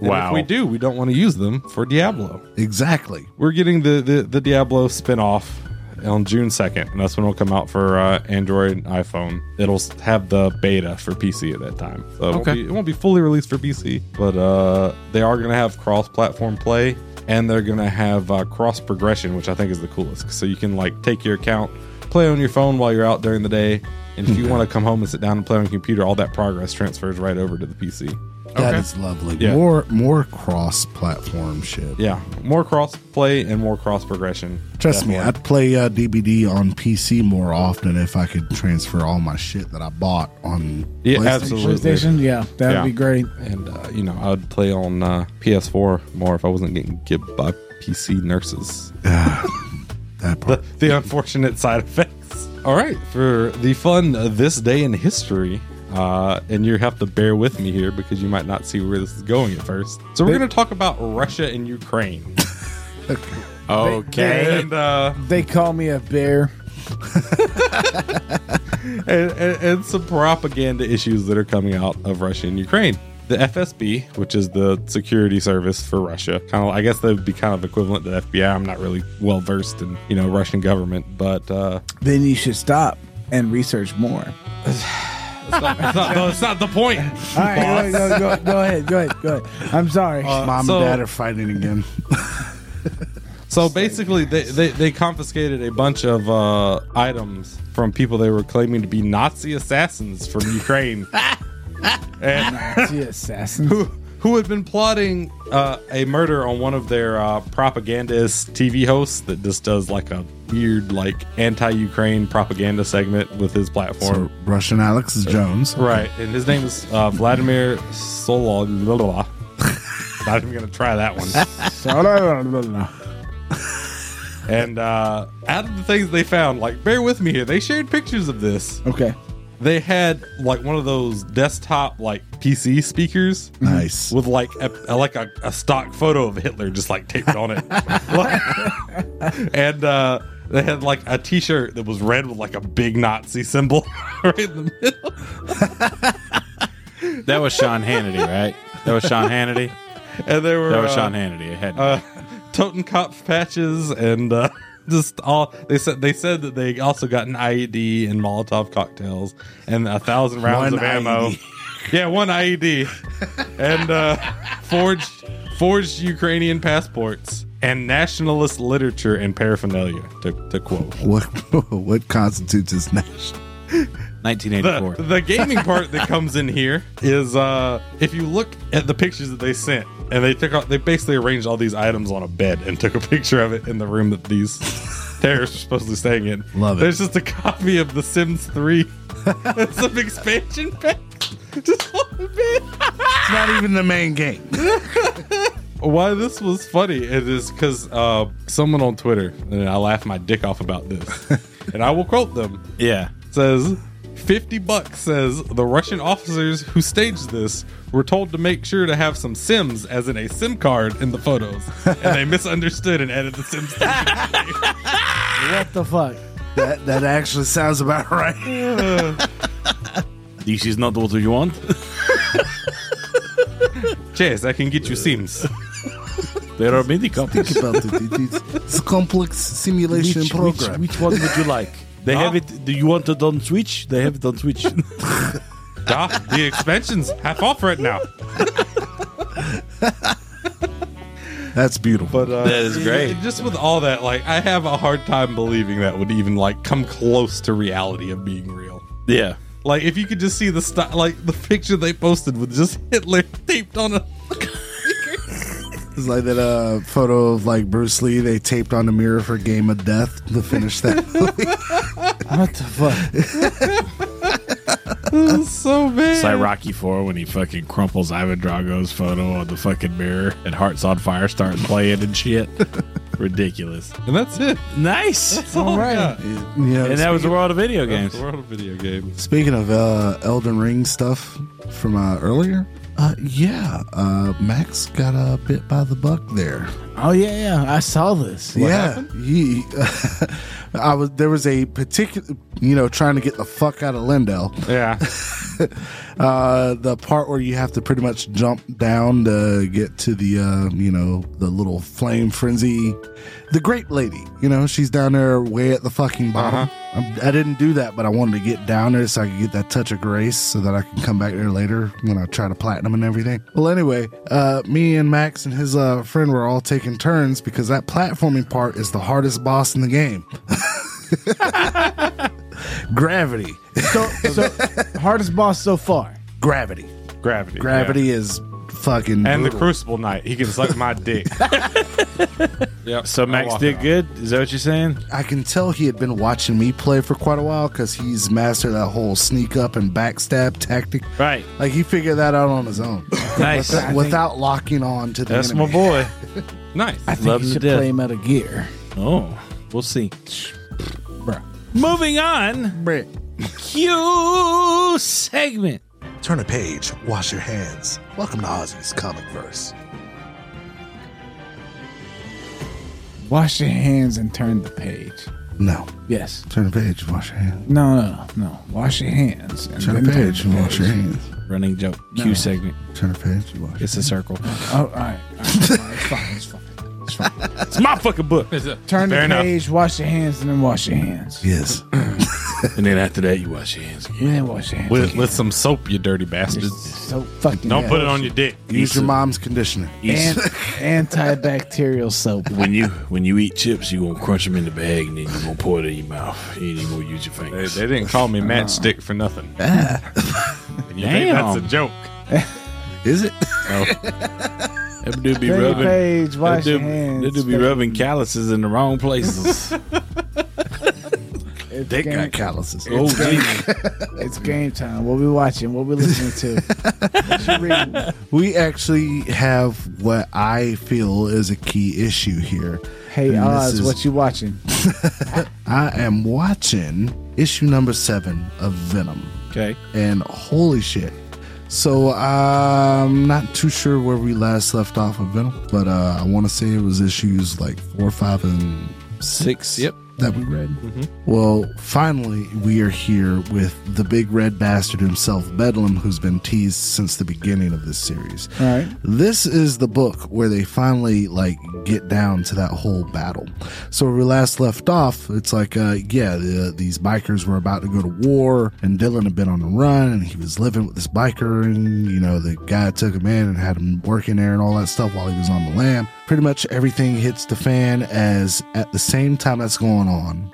F: And
C: Wow.
F: if we do, we don't want to use them for Diablo.
B: [laughs] exactly.
F: We're getting the the, the Diablo spinoff on June second, and that's when it'll come out for uh, Android and iPhone. It'll s- have the beta for PC at that time, so it, won't be, it won't be fully released for PC, but uh, they are going to have cross-platform play, and they're going to have uh, cross progression, which I think is the coolest. So you can like take your account, play on your phone while you're out during the day. And if you want to come home and sit down and play on your computer, all that progress transfers right over to the PC.
B: That is lovely.
F: Yeah.
B: More more cross platform shit.
F: Yeah, more cross play and more cross progression.
B: Trust me, I'd play uh, DBD on PC more often if I could transfer all my shit that I bought on.
F: Yeah,
B: PlayStation.
F: [laughs] absolutely.
A: PlayStation, yeah, that would
F: Yeah.
A: be great.
F: And uh, you know, I'd play on uh, PS4 more if I wasn't getting gibbed by PC nurses. [laughs]
B: That part.
F: the unfortunate side effects. All right, for the fun uh, this day in history. Uh, and you have to bear with me here because you might not see where this is going at first. So we're going to talk about Russia and [laughs] Ukraine.
C: Okay.
F: And uh,
A: They call me a bear.
F: and, and, and some propaganda issues that are coming out of Russia and Ukraine. The FSB, which is the security service for Russia, kind of I guess that would be kind of equivalent to the FBI. I'm not really well versed in you know Russian government, but uh,
A: Then you should stop and research more.
F: that's not, that's not the point.
A: All right, go, go, go, go ahead, go ahead, go ahead. I'm sorry. [laughs]
B: Mom
F: so-
B: and dad are fighting [laughs] again.
F: So basically, they, they, they confiscated a bunch of uh, items from people they were claiming to be Nazi assassins from Ukraine.
A: Nazi assassins.
F: [laughs] who who had been plotting uh, a murder on one of their uh, propagandist TV hosts that just does like a weird like anti-Ukraine propaganda segment with his
B: So
F: platform.
B: Russian Alex is Jones.
F: right, and his name is uh, Vladimir Solog. [laughs] Not even gonna try that one. [laughs]
A: Sorry.
F: And uh, out of the things they found, like bear with me here, they shared pictures of this.
A: okay.
F: They had like one of those desktop like PC speakers
B: Nice.
F: with like a, a- like a, a stock photo of Hitler just like taped on it, [laughs] Like- and uh, they had like a T-shirt that was red with like a big Nazi symbol [laughs] right in the middle.
C: That was Sean Hannity, right? That was Sean Hannity.
F: And they were
C: That was
F: uh,
C: Sean Hannity. It had
F: uh, [laughs] Totenkopf patches and uh, [laughs] just all they said. They said that they also got an IED and Molotov cocktails and a thousand rounds
B: One
F: of ammo.
B: IED.
F: [laughs] Yeah, one IED and uh, forged forged Ukrainian passports and nationalist literature and paraphernalia. To, to quote.
B: What [laughs] what constitutes as national?
C: 1984.
F: The, the gaming part that comes in here is uh, if you look at the pictures that they sent, and they took out, they basically arranged all these items on a bed and took a picture of it in the room
B: [laughs]
F: that these terrorists were supposedly staying in.
B: Love it.
F: There's just a copy of The
B: [laughs]
F: Sims 3. and some expansion packs. Just on the bed.
B: It's not even the main game.
F: Why this was funny it is because uh, someone on Twitter, and I laugh my dick off about this, and I will quote them.
C: yeah.
F: says 50 bucks says the Russian officers who staged this were told to make sure to have some Sims as in a SIM card in the photos and they misunderstood and added the Sims. to it.
A: What the fuck?
B: That that actually sounds about right.
C: This is not what you want.
F: Chess, I can get you Sims.
C: There [laughs] are many copies.
B: Think about it. It is- It's a complex simulation program.
D: Which, which one would you like? They have it. Do you want it on Switch? They have it on Switch.
F: Duh, the expansion's half off right now.
B: That's beautiful.
F: But uh, that is great. Just with all that, like I have a hard time believing that would even like come close to reality of being real.
D: yeah.
F: Like if you could just see the st- like the picture they posted with just Hitler [laughs] taped on a
B: It's like that uh, photo of like Bruce Lee they taped on the mirror for Game of Death to finish that.
A: What the fuck?
F: so bad.
C: It's like Rocky Four when he fucking crumples Ivan Drago's photo on the fucking mirror and Hearts on Fire starts playing and [laughs] shit. Ridiculous.
F: And that's it.
C: Nice.
F: That's all, I
A: right.
F: got.
B: [laughs] yeah.
C: And that was the world of video
F: That's
C: games.
F: the world of video games.
B: Speaking of uh, Elden Ring stuff from uh, earlier, uh, yeah, uh, Max got a bit by the buck there.
A: Oh yeah, yeah. I saw this.
B: yeah, [laughs] he, I was there was a particular, you know, trying to get the fuck out of Lindell.
F: Yeah.
B: Uh, the part where you have to pretty much jump down to get to the, uh, you know, the little flame frenzy, the great lady. You know, she's down there way at the fucking bottom. I'm- I didn't do that, but I wanted to get down there so I could get that touch of grace so that I can come back there later when I try to platinum and everything. Well, anyway, uh, me and Max and his uh, friend were all taking turns because that platforming part is the hardest boss in the game. [laughs] Gravity.
A: So, so hardest boss so far.
B: Gravity.
F: Gravity.
B: Gravity is fucking.
F: yeah. And the
B: brutal.
F: Crucible Knight. He can suck my dick. [laughs] yep.
C: So Max did good. Is that what you're saying?
B: I can tell he had been watching me play for quite a while because he's mastered that whole sneak up and backstab tactic.
C: Right.
B: Like he figured that out on his own
C: Nice.
B: without, without locking on to the
C: That's my
B: enemy.
C: boy.
F: Nice.
A: I think
C: Love
A: you
C: him
A: should
C: to death.
A: play Metal Gear.
C: [laughs] Oh, we'll see. Moving on. Q segment.
B: Turn a page, wash your hands. Welcome to Ozzy's comic verse.
A: Wash your hands and turn the page.
B: No,
A: Yes.
B: turn a page, wash your hands.
A: No, no, no. no. Wash your hands. And
B: Turn a
A: then
B: page,
A: the
B: wash your hands.
C: Running joke. Q segment.
B: Turn a page, you wash.
C: It's a circle.
A: Oh, all right. All right, all right. It's fine. It's fine. It's fine.
C: It's my fucking book.
A: Turn
C: Fair
A: the
C: enough.
A: page, wash your hands, and then wash your hands.
B: Yes.
C: And then after that, you wash your hands. again.
A: And then wash your hands.
F: [laughs] With,
A: again.
F: with some soap, you dirty
A: It's
F: bastards.
A: so fucking
F: Don't
A: bad.
F: put it on your dick.
B: Use your mom's conditioner.
A: An- antibacterial soap.
D: When you when you eat chips, you gonna crunch them in the bag and then you gonna pour it in your mouth. You ain't even gonna use your
F: They,
D: fingers.
F: they didn't call [laughs] me matchstick for nothing. you think
C: Damn.
F: that's a joke?
B: Is it?
D: That dude be
A: Turn the
D: rubbing.
A: page,
D: That
A: wash your
D: dude,
A: hands.
D: that dude be rubbing calluses in the
C: [laughs]
D: wrong places.
A: It's
B: They
A: game,
B: got calluses.
D: oh, gee.
A: It's game time. What we watching? What we listening to? What you reading?
B: We actually have what I feel is a key issue here.
A: Hey
B: And this
A: Oz,
B: is-
A: what you watching?
B: I am watching issue number seven of Venom,
C: Okay.
B: and holy shit. So I'm not too sure where we last left off of Venom, but uh, I want to say it was issues like four, five, and
D: Six. Yep.
B: that we read. Well, finally, we are here with the big red bastard himself, Bedlam, who's been teased since the beginning of this series.
A: All right.
B: This is the book where they finally like get down to that whole battle. So where we last left off, it's like, uh, yeah, the, these bikers were about to go to war, and Dylan had been on the run, and he was living with this biker, and you know the guy took him in and had him working there and all that stuff while he was on the lam. Pretty much everything hits the fan as at the same time that's going on,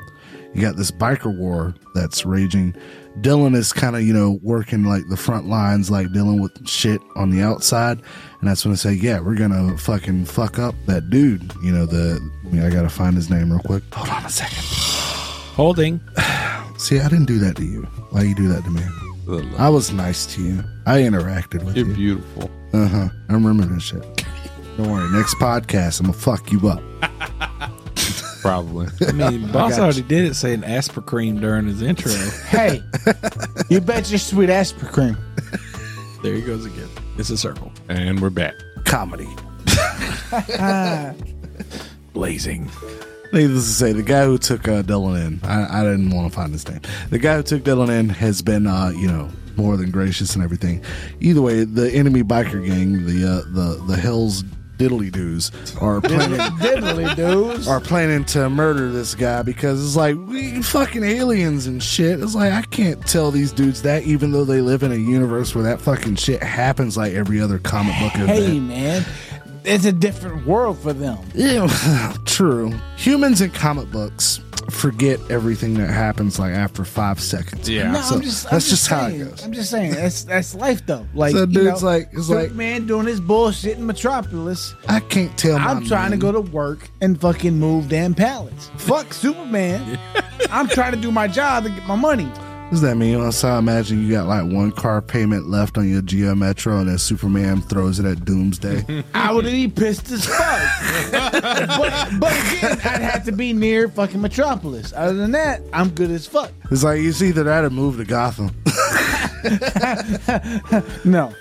B: you got this biker war that's raging. Dylan is kind of, you know, working like the front lines, like dealing with shit on the outside. And that's when I say, yeah, we're going to fucking fuck up that dude. You know, the, I mean, I got to find his name real quick. Hold on a second.
C: Holding.
B: See, I didn't do that to you. Why you do that to me? I was nice to you. I interacted with
F: You're
B: you.
F: beautiful.
B: Uh huh. I remember this shit. Don't worry. Next podcast, I'm going to fuck you up.
F: [laughs] Probably.
C: I mean, Boss already did it saying aspercream during his
F: [laughs]
C: intro.
B: [laughs]
A: Hey, you bet your sweet aspirin cream.
C: there he goes again. It's a circle.
F: and we're back.
B: Comedy.
C: Blazing.
B: Needless to say, the guy who took uh, Dylan in, I, I didn't want to find his name. The guy who took Dylan in has been, uh, you know, more than gracious and everything. Either way, the enemy biker gang, the uh, the the Hell's diddly doos are planning
A: Diddly dudes.
B: are planning to murder this guy because it's like we fucking aliens and shit. It's like I can't tell these dudes that even though they live in a universe where that fucking shit happens like every other comic book
A: Hey,
B: event.
A: man, it's a different world for them.
B: Yeah, [laughs] true. Humans in comic books forget everything that happens like after five seconds.
F: Yeah.
A: No,
B: So
A: I'm just. I'm
B: that's just how it
A: saying,
B: goes.
A: I'm just saying that's that's life though. Like
B: So
A: you
B: dude's
A: know,
B: like- it's like-
A: man doing his bullshit in Metropolis.
B: I can't tell. my
A: I'm trying to
B: name.
A: go to work and fucking move damn pallets.
B: [laughs]
A: Fuck Superman. I'm trying to do my job and get my
B: [laughs]
A: money.
B: What does that mean? So I imagine you got like one car payment left on your Geo Metro, and then Superman throws it
A: [laughs]
B: at Doomsday.
A: I would be pissed as fuck.
B: [laughs]
A: but, but again, I'd have to be near fucking Metropolis. Other than that, I'm good as fuck.
B: it's like it's either that or move to Gotham.
A: No.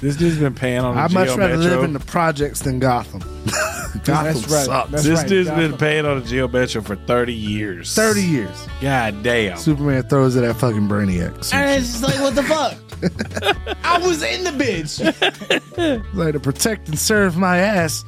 C: This dude's been paying on the
B: I'd much
C: Geo
B: rather live
C: Metro.
B: in the projects than Gotham. [laughs] Gotham
A: That's right.
B: sucks.
A: That's
C: this
A: right.
C: dude's
A: Gotham.
C: been paying on the Geo Metro for thirty years.
B: Thirty years.
C: God damn.
B: Superman throws it at fucking Brainiac. So
A: And it's just like, what the
B: [laughs]
A: fuck? I was in the bitch.
B: it's like to protect and serve my ass.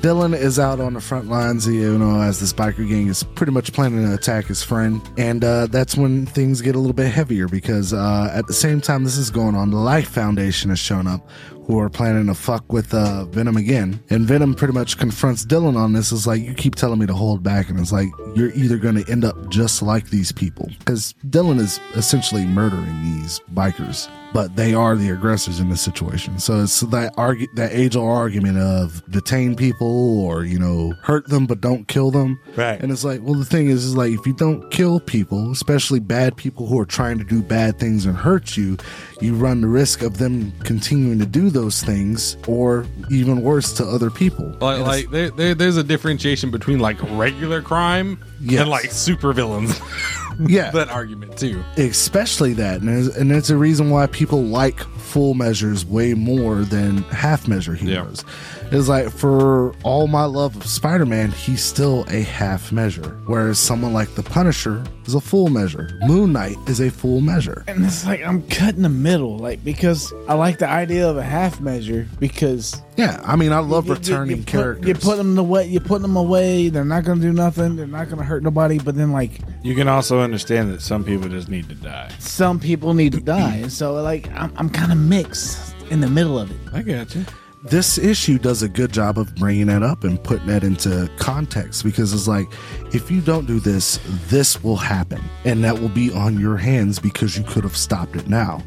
B: Dylan is out on the front lines, you know, as this biker gang is pretty much planning to attack his friend. And uh, that's when things get a little bit heavier because uh, at the same time this is going on, the Life Foundation has shown up who are planning to fuck with uh, Venom again. And Venom pretty much confronts Dylan on this. Is like, you keep telling me to hold back. And it's like, you're either going to end up just like these people. Because Dylan is essentially murdering these bikers, but they are the aggressors in this situation. So it's that argu- that age old argument of detain people or, you know, hurt them, but don't kill them.
C: Right.
B: And it's like, well, the thing is, is like, if you don't kill people, especially bad people who are trying to do bad things and hurt you, you run the risk of them continuing to do those things or even worse to other people.
F: Like, like there, there, there's a differentiation between like regular crime
B: Yes.
F: and like super villains. [laughs]
B: yeah.
F: that argument too.
B: especially that and it's, and it's a reason why people like full measures way more than half measure heroes it's like for all my love of spider-man he's still a half measure whereas someone like the punisher is a full measure moon knight is a full measure
A: And it's like I'm cutting the middle, like because I like the idea of a half measure because
B: yeah i mean i love
A: you- you-
B: returning
A: you put,
B: characters
A: You put them away. You put them away. They're not gonna do nothing. They're not gonna hurt nobody. But then like
C: You can also understand that some people just need to die.
A: some people need to die, and so like I'm, I'm kind of mixed in the middle of it.
C: I got you.
B: this issue does a good job of bringing that up and putting that into context because it's like if you don't do this this will happen and that will be on your hands because you could have stopped it now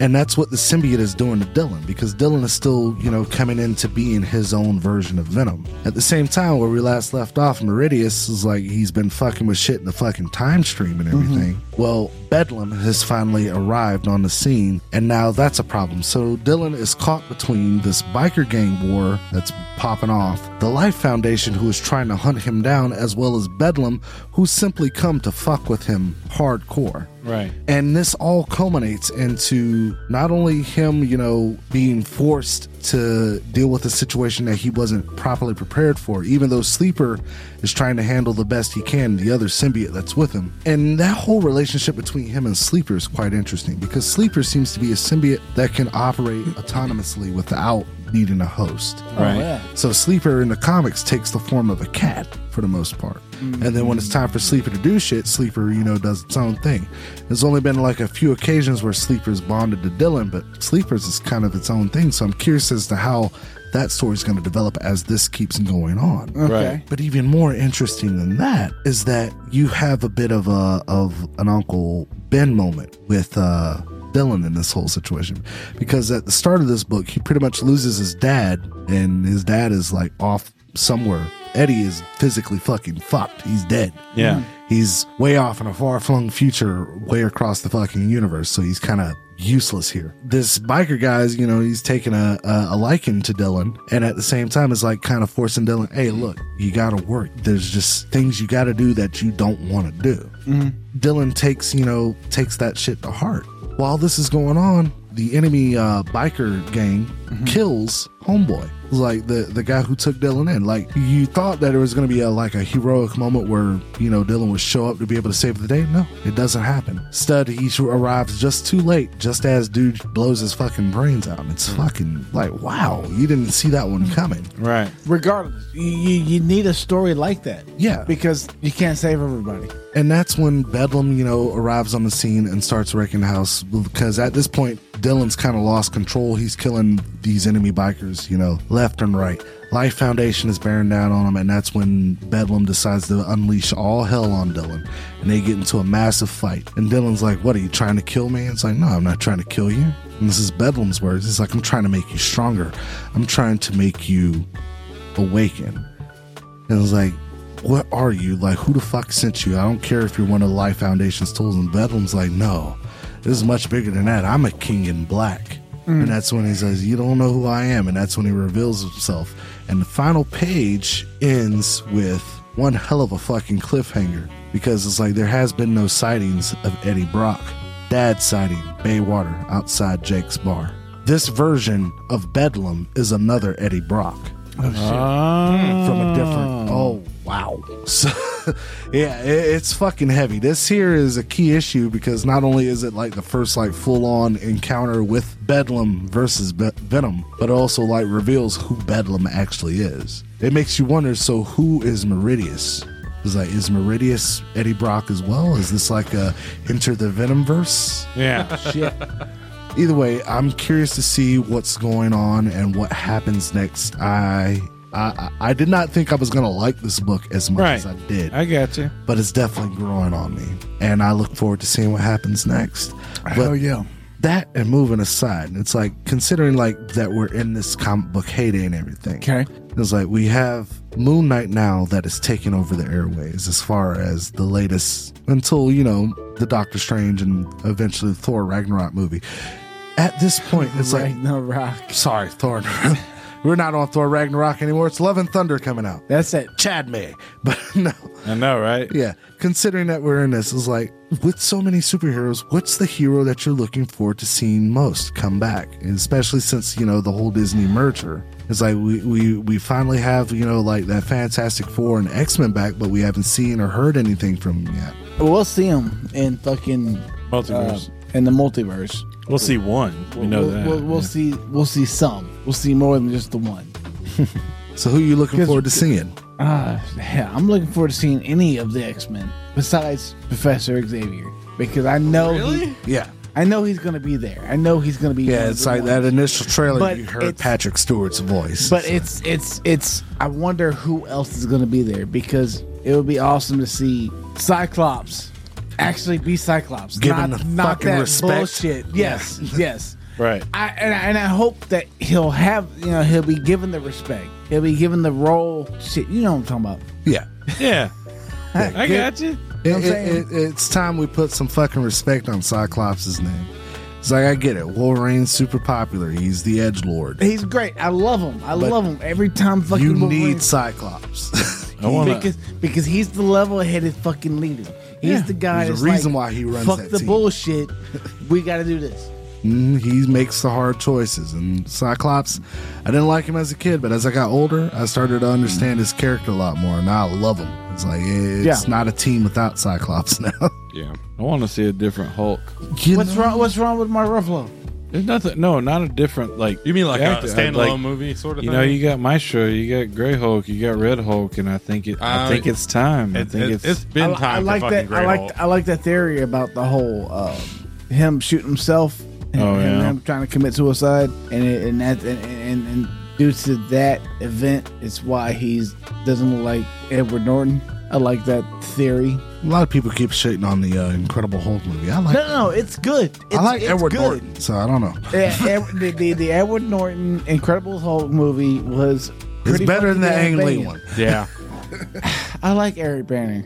B: and that's what the symbiote is doing to dylan because dylan is still you know coming into being his own version of venom at the same time where we last left off meridius is like he's been fucking with shit in the fucking time stream and everything well bedlam has finally arrived on the scene and now that's a problem so dylan is caught between this biker gang war that's popping off the life foundation who is trying to hunt him down as well as bedlam who simply come to fuck with him hardcore
C: Right.
B: and this all culminates into not only him, you know, being forced to deal with a situation that he wasn't properly prepared for, even though Sleeper is trying to handle the best he can, the other symbiote that's with him. And that whole relationship between him and Sleeper is quite interesting because Sleeper seems to be a symbiote that can operate autonomously without needing a host.
A: Right. yeah.
B: So Sleeper in the comics takes the form of a cat for the most part. And then when it's time for Sleeper to do shit, Sleeper, you know, does its own thing. There's only been like a few occasions where Sleeper's bonded to Dylan, but Sleeper's is kind of its own thing. So I'm curious as to how that story's going to develop as this keeps going on.
A: Okay.
B: But even more interesting than that is that you have a bit of a of an Uncle Ben moment with uh, Dylan in this whole situation, because at the start of this book, he pretty much loses his dad, and his dad is like off somewhere. Eddie is physically fucking fucked. He's dead.
C: Yeah.
B: He's way off in a far flung future, way across the fucking universe. So he's kind of useless here. This biker guy's, you know, he's taking a, a, a liking to Dylan. And at the same time, it's like kind of forcing Dylan, hey, look, you got to work. There's just things you got to do that you don't want to do. Dylan takes, you know, takes that shit to heart. While this is going on, the enemy uh, biker gang kills homeboy like the the guy who took dylan in like you thought that it was going to be a, like a heroic moment where you know dylan would show up to be able to save the day no it doesn't happen stud he sh- arrives just too late just as dude blows his fucking brains out it's fucking like wow you didn't see that one coming
C: Right.
A: Regardless, you, you, you need a story like that.
B: Yeah.
A: Because you can't save everybody.
B: And that's when Bedlam, you know, arrives on the scene and starts wrecking the house because at this point, Dylan's kind of lost control. He's killing these enemy bikers, you know, left and right. Life Foundation is bearing down on him, and that's when Bedlam decides to unleash all hell on Dylan. And they get into a massive fight. And Dylan's like, What are you trying to kill me? It's like, No, I'm not trying to kill you. And this is Bedlam's words. It's like, I'm trying to make you stronger. I'm trying to make you awaken. And it was like, what are you? Like, who the fuck sent you? I don't care if you're one of the Life Foundation's tools. And Bedlam's like, no, this is much bigger than that. I'm a king in black. And that's when he says, you don't know who I am. And that's when he reveals himself. And the final page ends with one hell of a fucking cliffhanger because it's like there has been no sightings of Eddie Brock. Dad sighting Baywater outside Jake's bar. This version of Bedlam is another Eddie Brock. From a different. Oh, wow. So, [laughs] yeah, it, it's fucking heavy. This here is a key issue because not only is it like the first like full on encounter with Bedlam versus Be- Venom, but it also like reveals who Bedlam actually is. It makes you wonder. So who is Meridius? It's like is Meridius Eddie Brock as well? Is this like a Enter the Venom verse?
C: Yeah.
B: either way, I'm curious to see what's going on and what happens next. I I, I I did not think I was gonna like this book as much
C: Right.
B: as I did,
C: I got you.
B: but it's definitely growing on me, and I look forward to seeing what happens next. But
A: oh, yeah.
B: that and moving aside, it's like considering like that we're in this comic book heyday and everything.
A: Okay.
B: It's like we have Moon Knight now that is taking over the airways as far as the latest until, you know, the Doctor Strange and eventually the Thor Ragnarok movie. At this point, it's like,
A: Ragnarok.
B: sorry, Thor. [laughs] We're not on Thor Ragnarok anymore. It's Love and Thunder coming out.
A: That's it.
B: Chad May. [laughs] But no.
C: I know, right?
B: Yeah. Considering that we're in this, is like with so many superheroes, what's the hero that you're looking forward to seeing most come back? And especially since, you know, the whole Disney merger. It's like we, we, we finally have, you know, like that Fantastic Four and X Men back, but we haven't seen or heard anything from them yet.
A: We'll see him in fucking uh,
C: Multiverse.
A: in the multiverse.
C: we'll see one. We know
A: we'll,
C: that.
A: We'll, we'll see. We'll see some. We'll see more than just the one.
B: So who you looking forward to seeing?
A: Ah, yeah, I'm looking forward to seeing any of the X Men besides Professor Xavier because I know he,
B: Yeah.
A: I know he's gonna be there. I know he's gonna be. one
B: Yeah,
A: of
B: it's
A: the
B: like
A: ones.
B: that initial trailer
A: But
B: you heard
A: it's-
B: Patrick Stewart's voice.
A: But it's it's it's. I wonder who else is gonna be there because it would be awesome to see Cyclops actually be Cyclops.
B: Give him
A: not
B: the
A: not
B: fucking
A: that
B: respect.
A: bullshit. Yes, yes.
C: Right.
A: I and, I and I hope that he'll have you know he'll be given the respect. He'll be given the role. Shit, you know what I'm talking about.
B: yeah.
C: Yeah. I got you.
B: It,
A: know what I'm
B: it, it, it's time we put some fucking respect on Cyclops' name. It's like I get it. Wolverine's super popular. He's the Edge Lord.
A: He's great. I love him. I love him every time. Fucking
B: You
A: Wolverine-
B: need Cyclops. [laughs]
C: I wanna-
A: because because he's the level-headed fucking leader. He's the guy.
B: There's a
A: that's
B: reason
A: like,
B: why he runs
A: Fuck
B: that
A: the
B: team." [laughs]
A: bullshit. We got to do this.
B: Mm, he makes the hard choices. And Cyclops, I didn't like him as a kid, but as I got older, I started to understand his character a lot more. and Now I love him. It's like it's
A: Yeah.
B: not a team without Cyclops [laughs] now.
F: Yeah.
C: I want to see a different Hulk.
B: You
A: What's
B: know?
A: wrong? What's wrong with Mark Ruffalo?
C: There's nothing. No, not a different like.
D: You mean like
C: actor.
D: a
C: I'd
D: standalone
C: like-
D: movie sort of
C: You
D: thing?
C: know, you got Maestro, you got Gray Hulk, you got Red Hulk, and I think it. I
D: Uh,
C: think it's time. I
D: it,
C: think it's.
D: it's been
A: I,
D: time
A: I like
D: for
A: that.
D: fucking Grey
A: I like
D: Hulk.
A: I like that theory about the whole um, him shooting himself and,
C: Oh,
A: and
C: yeah.
A: him trying to commit suicide, and it, and that and, and, and due to that event, it's why he's doesn't look like Edward Norton. I like that theory.
B: A lot of people keep shitting on the uh, Incredible Hulk movie. I like.
A: No, no, no it's good. It's,
B: I like
A: it's
B: Edward
A: good.
B: Norton, so I don't know.
A: Yeah, Ed- the, the, the Edward Norton Incredible Hulk movie was
B: It's
A: pretty
B: better than the
A: fucking
B: Ang Lee
A: damn
B: one.
C: yeah.
A: [sighs] banging. I like Eric Banner.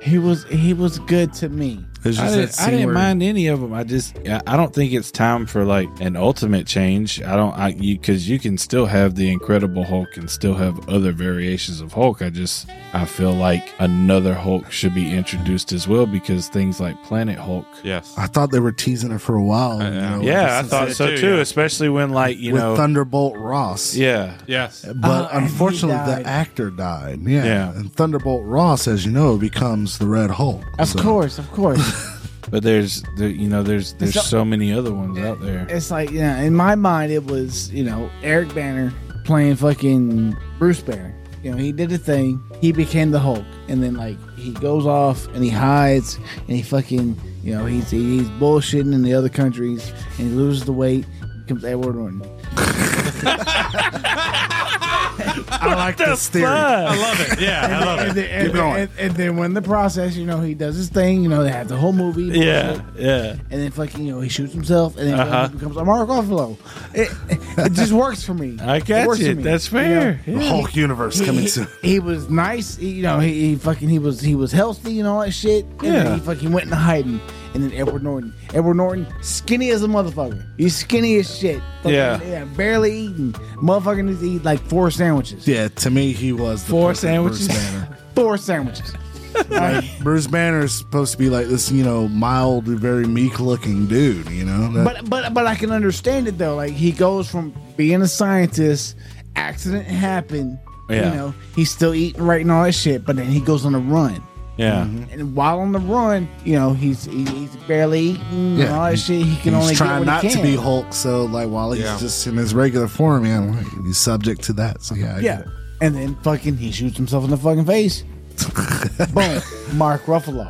A: he was he was good to me.
B: It's just
D: I
B: that
D: didn't, I
B: scene
D: didn't
B: where-
D: mind any of them. I just I I don't think it's time for like an ultimate change. I don't I you because you can still have the Incredible Hulk and still have other variations of Hulk. I just I feel like another Hulk should be introduced as well because things like Planet Hulk.
F: Yes.
B: I thought they were teasing it for a while.
F: I
B: you
F: know.
B: know,
D: Uh, Yeah, I
B: since
D: thought
F: it
D: so
F: too,
D: too.
F: yeah.
D: Especially when like you
B: with
D: know
B: Thunderbolt Ross.
D: yeah
F: [laughs] Yes.
B: But
A: Oh, and he
B: unfortunately,
A: died.
B: the actor died. Yeah.
D: Yeah.
B: And Thunderbolt Ross, as you know, becomes the Red Hulk.
A: Of
B: So-
A: course, of
D: [laughs]
A: course.
D: But there's there, you know there's there's
A: so-
D: so, many other ones out there.
A: it's like yeah. In my mind, it was you know Eric Banner playing fucking Bruce Banner. You know, he did a thing. He became the Hulk, and then like he goes off and he hides and he fucking you know he's he's bullshitting in the other countries and he loses the weight. Becomes Edward Norton.
B: I like this theory.
F: I love it. Yeah, I love
A: And
F: it.
A: then, and,
B: going.
A: and- and then when the process, you know, he does his thing. You know, they have the whole movie.
D: Yeah, yeah.
A: and then fucking you know he shoots himself, and then
D: Uh-huh.
A: he becomes a Mark Ruffalo. It, it just works for me.
D: [laughs] I
A: It
D: got
A: works for
D: you.
A: me.
F: [laughs]
D: That's fair.
B: The Hulk universe
A: [laughs]
B: coming
A: He,
B: soon.
A: he was nice, he- you know. He, he fucking he was he was healthy and all that shit. And
D: Yeah.
A: then he fucking went into hiding. And then Edward Norton, Edward Norton, skinny as a motherfucker. He's skinny as shit. Fucking,
D: Yeah.
A: yeah, barely eating. Motherfucker needs to eat like four sandwiches.
B: Yeah, to me, he was the
D: Four
B: perfect
D: sandwiches.
B: Bruce
D: [laughs]
B: Banner.
A: Four sandwiches.
B: Like, Bruce Banner is supposed to be like this, you know, mild, very meek looking dude, you know? That-
A: But but but I can understand it though. Like he goes from being a scientist, accident happened.
D: Yeah.
A: You know, he's still eating, writing all that shit, but then he goes on a run.
D: Yeah.
F: Mm-hmm.
A: And while on the run, you know, he's he, he's barely eating and
B: Yeah.
A: all that shit. He can only
B: he's
A: get
B: trying
A: what
B: not
A: he
B: to
A: can.
B: be Hulk, so like while he's
F: Yeah.
B: just in his regular form, yeah, like, he's subject to that. So yeah, I get
A: Yeah.
B: it.
A: And then fucking he shoots himself in the fucking
B: [laughs]
A: face. Boom. Mark Ruffalo.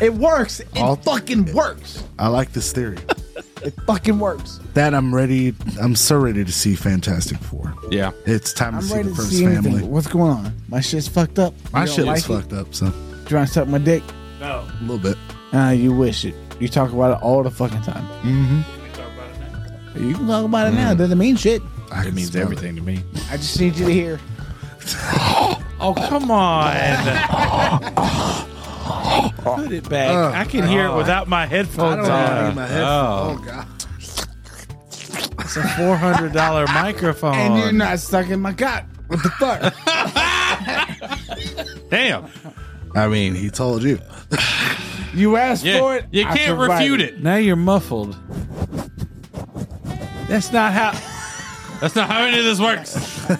A: It works. It
B: All-
A: fucking works.
B: I like this theory. [laughs]
A: It fucking works.
B: that I'm ready. I'm so ready to see Fantastic Four.
F: Yeah.
B: It's time to
A: I'm
B: see
A: ready
B: the
A: to
B: first
A: see
B: family.
A: anything. What's going on? My shit's fucked up.
B: My
A: You don't
B: shit
A: like
B: was
A: it?
B: fucked up, so
A: Trying to suck my dick.
B: a little bit.
A: Ah, you wish it. You talk about it all the fucking time. Mm-hmm. You can talk about it now. Doesn't mean shit.
B: I
D: It
B: can
D: means
B: smell
D: everything to me.
A: I just need you to hear.
D: Oh come on! Put it back.
A: Oh.
D: I can hear it without my
B: I don't
D: headphones
B: have it in
D: on.
B: my head.
F: Oh.
B: Oh, god.
D: It's a four
C: [laughs]
D: hundred dollar microphone.
A: And you're not sucking my cock. What the fuck?
F: Damn.
B: I mean, he told you.
A: you asked
F: Yeah.
A: for it.
F: You
A: I
F: can't
A: provided
F: refute it.
D: now you're muffled. That's not how.
F: That's not how any of this works.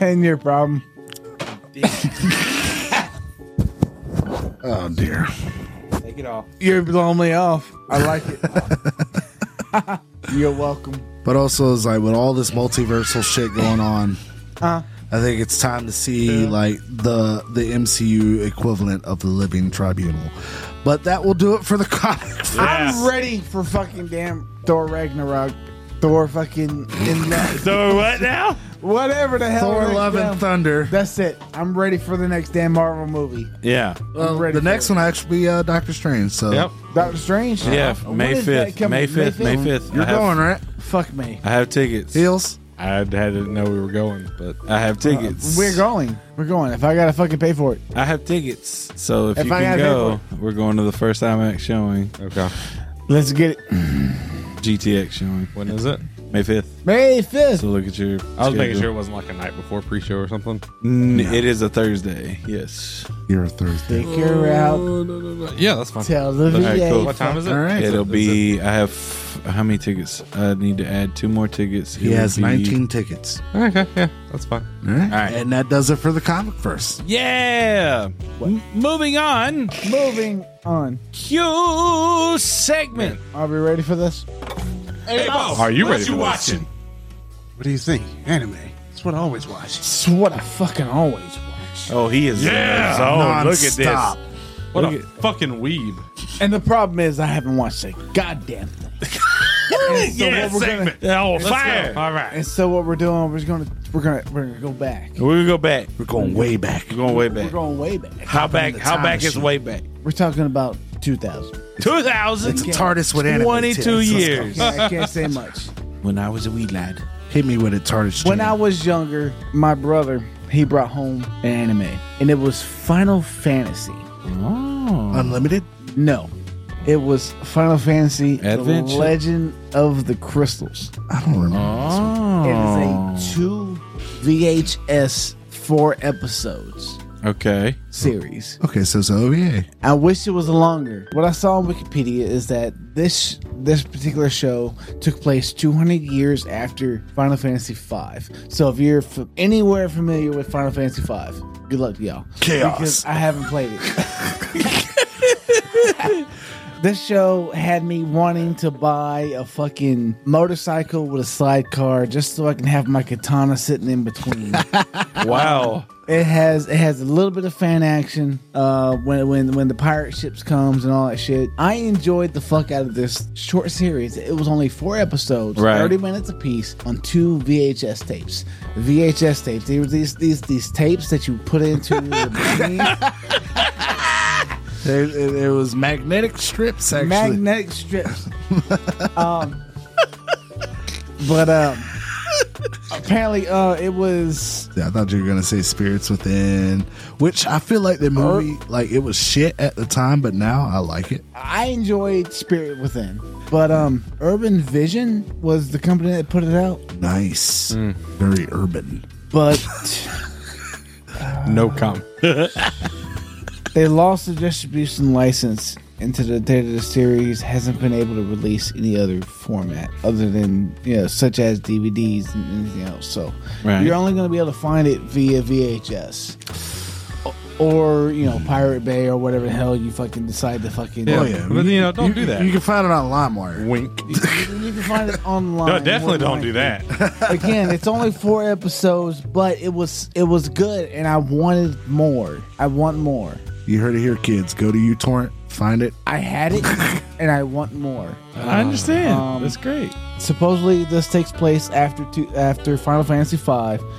A: And your problem.
B: Oh dear.
F: Take it off.
A: You're blowing me off. I like it. [laughs] you're welcome.
B: But also, it's like with all this multiversal shit going on,
A: Uh,
B: I think it's time to see like the the MCU equivalent of the Living Tribunal. But that will do it for the [laughs] comic.
A: I'm ready for fucking damn Thor Ragnarok. Thor fucking in love.
D: [laughs] So
A: [laughs]
D: what now?
A: Whatever the hell.
B: Thor:
A: it is,
B: Love
A: damn.
B: and Thunder.
A: That's it. I'm ready for the next damn Marvel movie.
D: Yeah,
B: Well,
A: ready
B: the
A: for
B: next
A: it.
B: one will actually be uh, Doctor Strange. So
F: Yep.
A: Doctor Strange.
D: yeah.
A: When
D: May
A: is that
D: fifth.
A: coming?
D: May fifth. May fifth.
B: you're
D: I have,
B: going right,
A: Fuck me.
D: I have tickets.
B: heels.
F: I had- I didn't know we were going, but
D: I have tickets.
A: We're going. We're going. If I gotta fucking pay for it,
D: I have tickets. So if,
A: If
D: you
A: I
D: can
A: gotta pay
D: go, we're going to the first IMAX showing,
F: okay.
A: let's get it.
D: GTX showing,
F: When is it?
D: May fifth.
A: May
D: So
A: fifth.
D: look at your.
F: I was making
D: schedule.
F: sure it wasn't like a night before pre-show or something.
D: N- It is a Thursday. Yes.
B: You're a Thursday.
A: Take her out.
F: Yeah, that's fine.
A: Tell the
D: Alright,
A: VA.
D: cool.
F: What time is it?
B: All right.
D: It'll
F: Is it-
D: be. I have how many tickets? I need to add two more tickets.
B: He
D: It
B: has
D: will be-
B: 19 tickets.
F: Okay, yeah, that's fine.
B: All right.
D: right.
B: And that does it for the comic first.
D: Yeah. M- moving on.
A: Moving on.
D: Q segment.
A: Are we ready for this?
F: Are you ready? for this?
J: What do you think? Anime. That's what I always watch.
A: It's what I fucking always watch.
D: Oh, he is. Yeah. Oh, look at
B: Nonstop.
D: this.
F: What a fucking weeb.
A: And the problem is, I haven't watched a goddamn thing. And so what we're gonna,
D: Oh,
F: Fire.
D: fire.
F: All right.
A: and so what we're doing, we're just gonna we're gonna we're gonna go back.
D: We're gonna go back.
B: We're going way back.
D: We're going way
A: We're
D: back.
A: going way back.
D: How back?
B: in the
D: How
B: time
D: back is
B: machine.
D: way back?
A: We're talking about
F: [laughs]
A: 2000.
D: Two
B: It's a
D: thousand.
B: TARDIS with anime.
D: 22
B: tits. Let's go.
D: years.
A: Yeah, I can't say much.
D: When I was a wee lad.
B: Hit me with a TARDIS.
A: When
B: jam.
A: I was younger, my brother he brought home an anime, and it was Final Fantasy.
B: Unlimited?
A: No. It was Final Fantasy
C: Adventure?
A: Legend of the Crystals.
B: I don't remember.
A: It is a two VHS four episodes
C: Okay.
A: series.
B: Okay, so it's an OVA.
A: I wish it was longer. What I saw on Wikipedia is that this this particular show took place 200 years after Final Fantasy V. So if you're f- anywhere familiar with Final Fantasy V, good luck to y'all.
B: Chaos.
A: Because I haven't played it. [laughs] this show had me wanting to buy a fucking motorcycle with a sidecar just so I can have my katana sitting in between.
F: [laughs]
C: Wow. [laughs]
A: It has it has a little bit of fan action uh, when when when the pirate ships comes and all that shit. I enjoyed the fuck out of this short series. It was only four episodes,
C: Right.
A: thirty minutes apiece, on two VHS tapes. VHS tapes. These these these, these tapes that you put into the machine.
B: It, it- it was magnetic strips, actually.
A: magnetic strips. um, but um, apparently, uh, it was
B: Yeah, I thought you were gonna say Spirits Within, which I feel like the movie, like it was shit at the time, but now I like it.
A: I enjoyed Spirit Within, but um, Urban Vision was the company that put it out.
B: Nice, very urban.
A: But
F: No comment.
A: they lost the distribution license, and to the date of the series, hasn't been able to release any other format other than you know, such as DVDs and anything else. So
C: Right.
A: you're only going to be able to find it via VHS. O- Or you know Pirate Bay or whatever the hell you fucking decide to fucking
F: Yeah.
B: Oh yeah,
F: But, you know, don't
B: you-
F: do that.
B: You can find it on LimeWire.
F: Wink.
A: you can find it online.
D: No,
A: more
D: definitely
A: than
D: don't do
A: likely.
D: that.
A: again it's only four episodes but it was it was good and i wanted more i want more
B: You heard it here, kids. Go to uTorrent, find it.
A: i had it and i want more
D: I understand.
A: Um,
D: That's great.
A: supposedly this takes place after two, after final fantasy v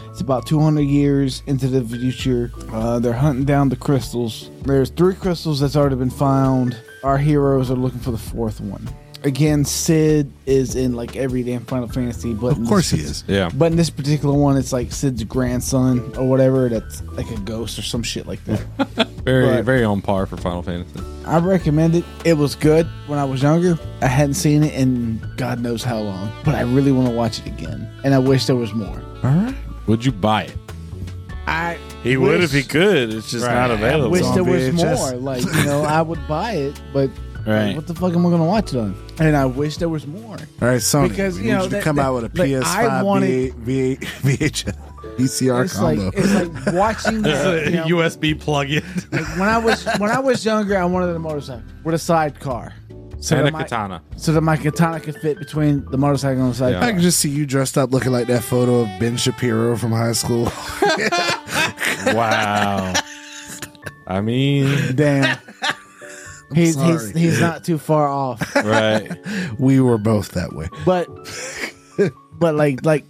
A: it's about 200 years into the future uh, they're hunting down the crystals there's three crystals that's already been found our heroes are looking for the fourth one again sid is in like every damn final fantasy but
B: Of course, he is.
F: Yeah.
A: But in this particular one, it's like Sid's grandson or whatever that's like a ghost or some shit like that.
F: Very,
A: Right.
F: very on par for Final Fantasy.
A: I recommend it. It was good when I was younger. I hadn't seen it in God knows how long, but I really want to watch it again. And I wish there was more.
F: Would you buy it?
A: I
C: He would if he could. It's just not
A: I
C: available.
A: wish
B: on
A: there was
B: VHS.
A: more. Like, you know, I would buy it, but
C: Right.
A: what the fuck am I going to watch it on? And I wish there was more.
B: All right, Sony,
A: Because, you
B: we need
A: know,
B: you to
A: that-
B: come
A: that-
B: out with a
A: like, I
B: PS5,
A: wanted-
B: V8, [laughs] VHS, VCR
A: It's like
B: E combo.
A: it's like watching you know,
D: USB
A: [laughs]
D: plug-in.
A: like, when I was when I was younger, I wanted a motorcycle with a sidecar. So
F: And a
A: that my-
F: katana.
A: so that my katana could fit between the motorcycle and the side.
B: I can just see you dressed up looking like that photo of Ben Shapiro from high school. [laughs]
F: Wow. I mean,
A: Damn. He's, he's
B: sorry.
A: he's not too far off,
F: right.
B: we were both that way.
A: but but like like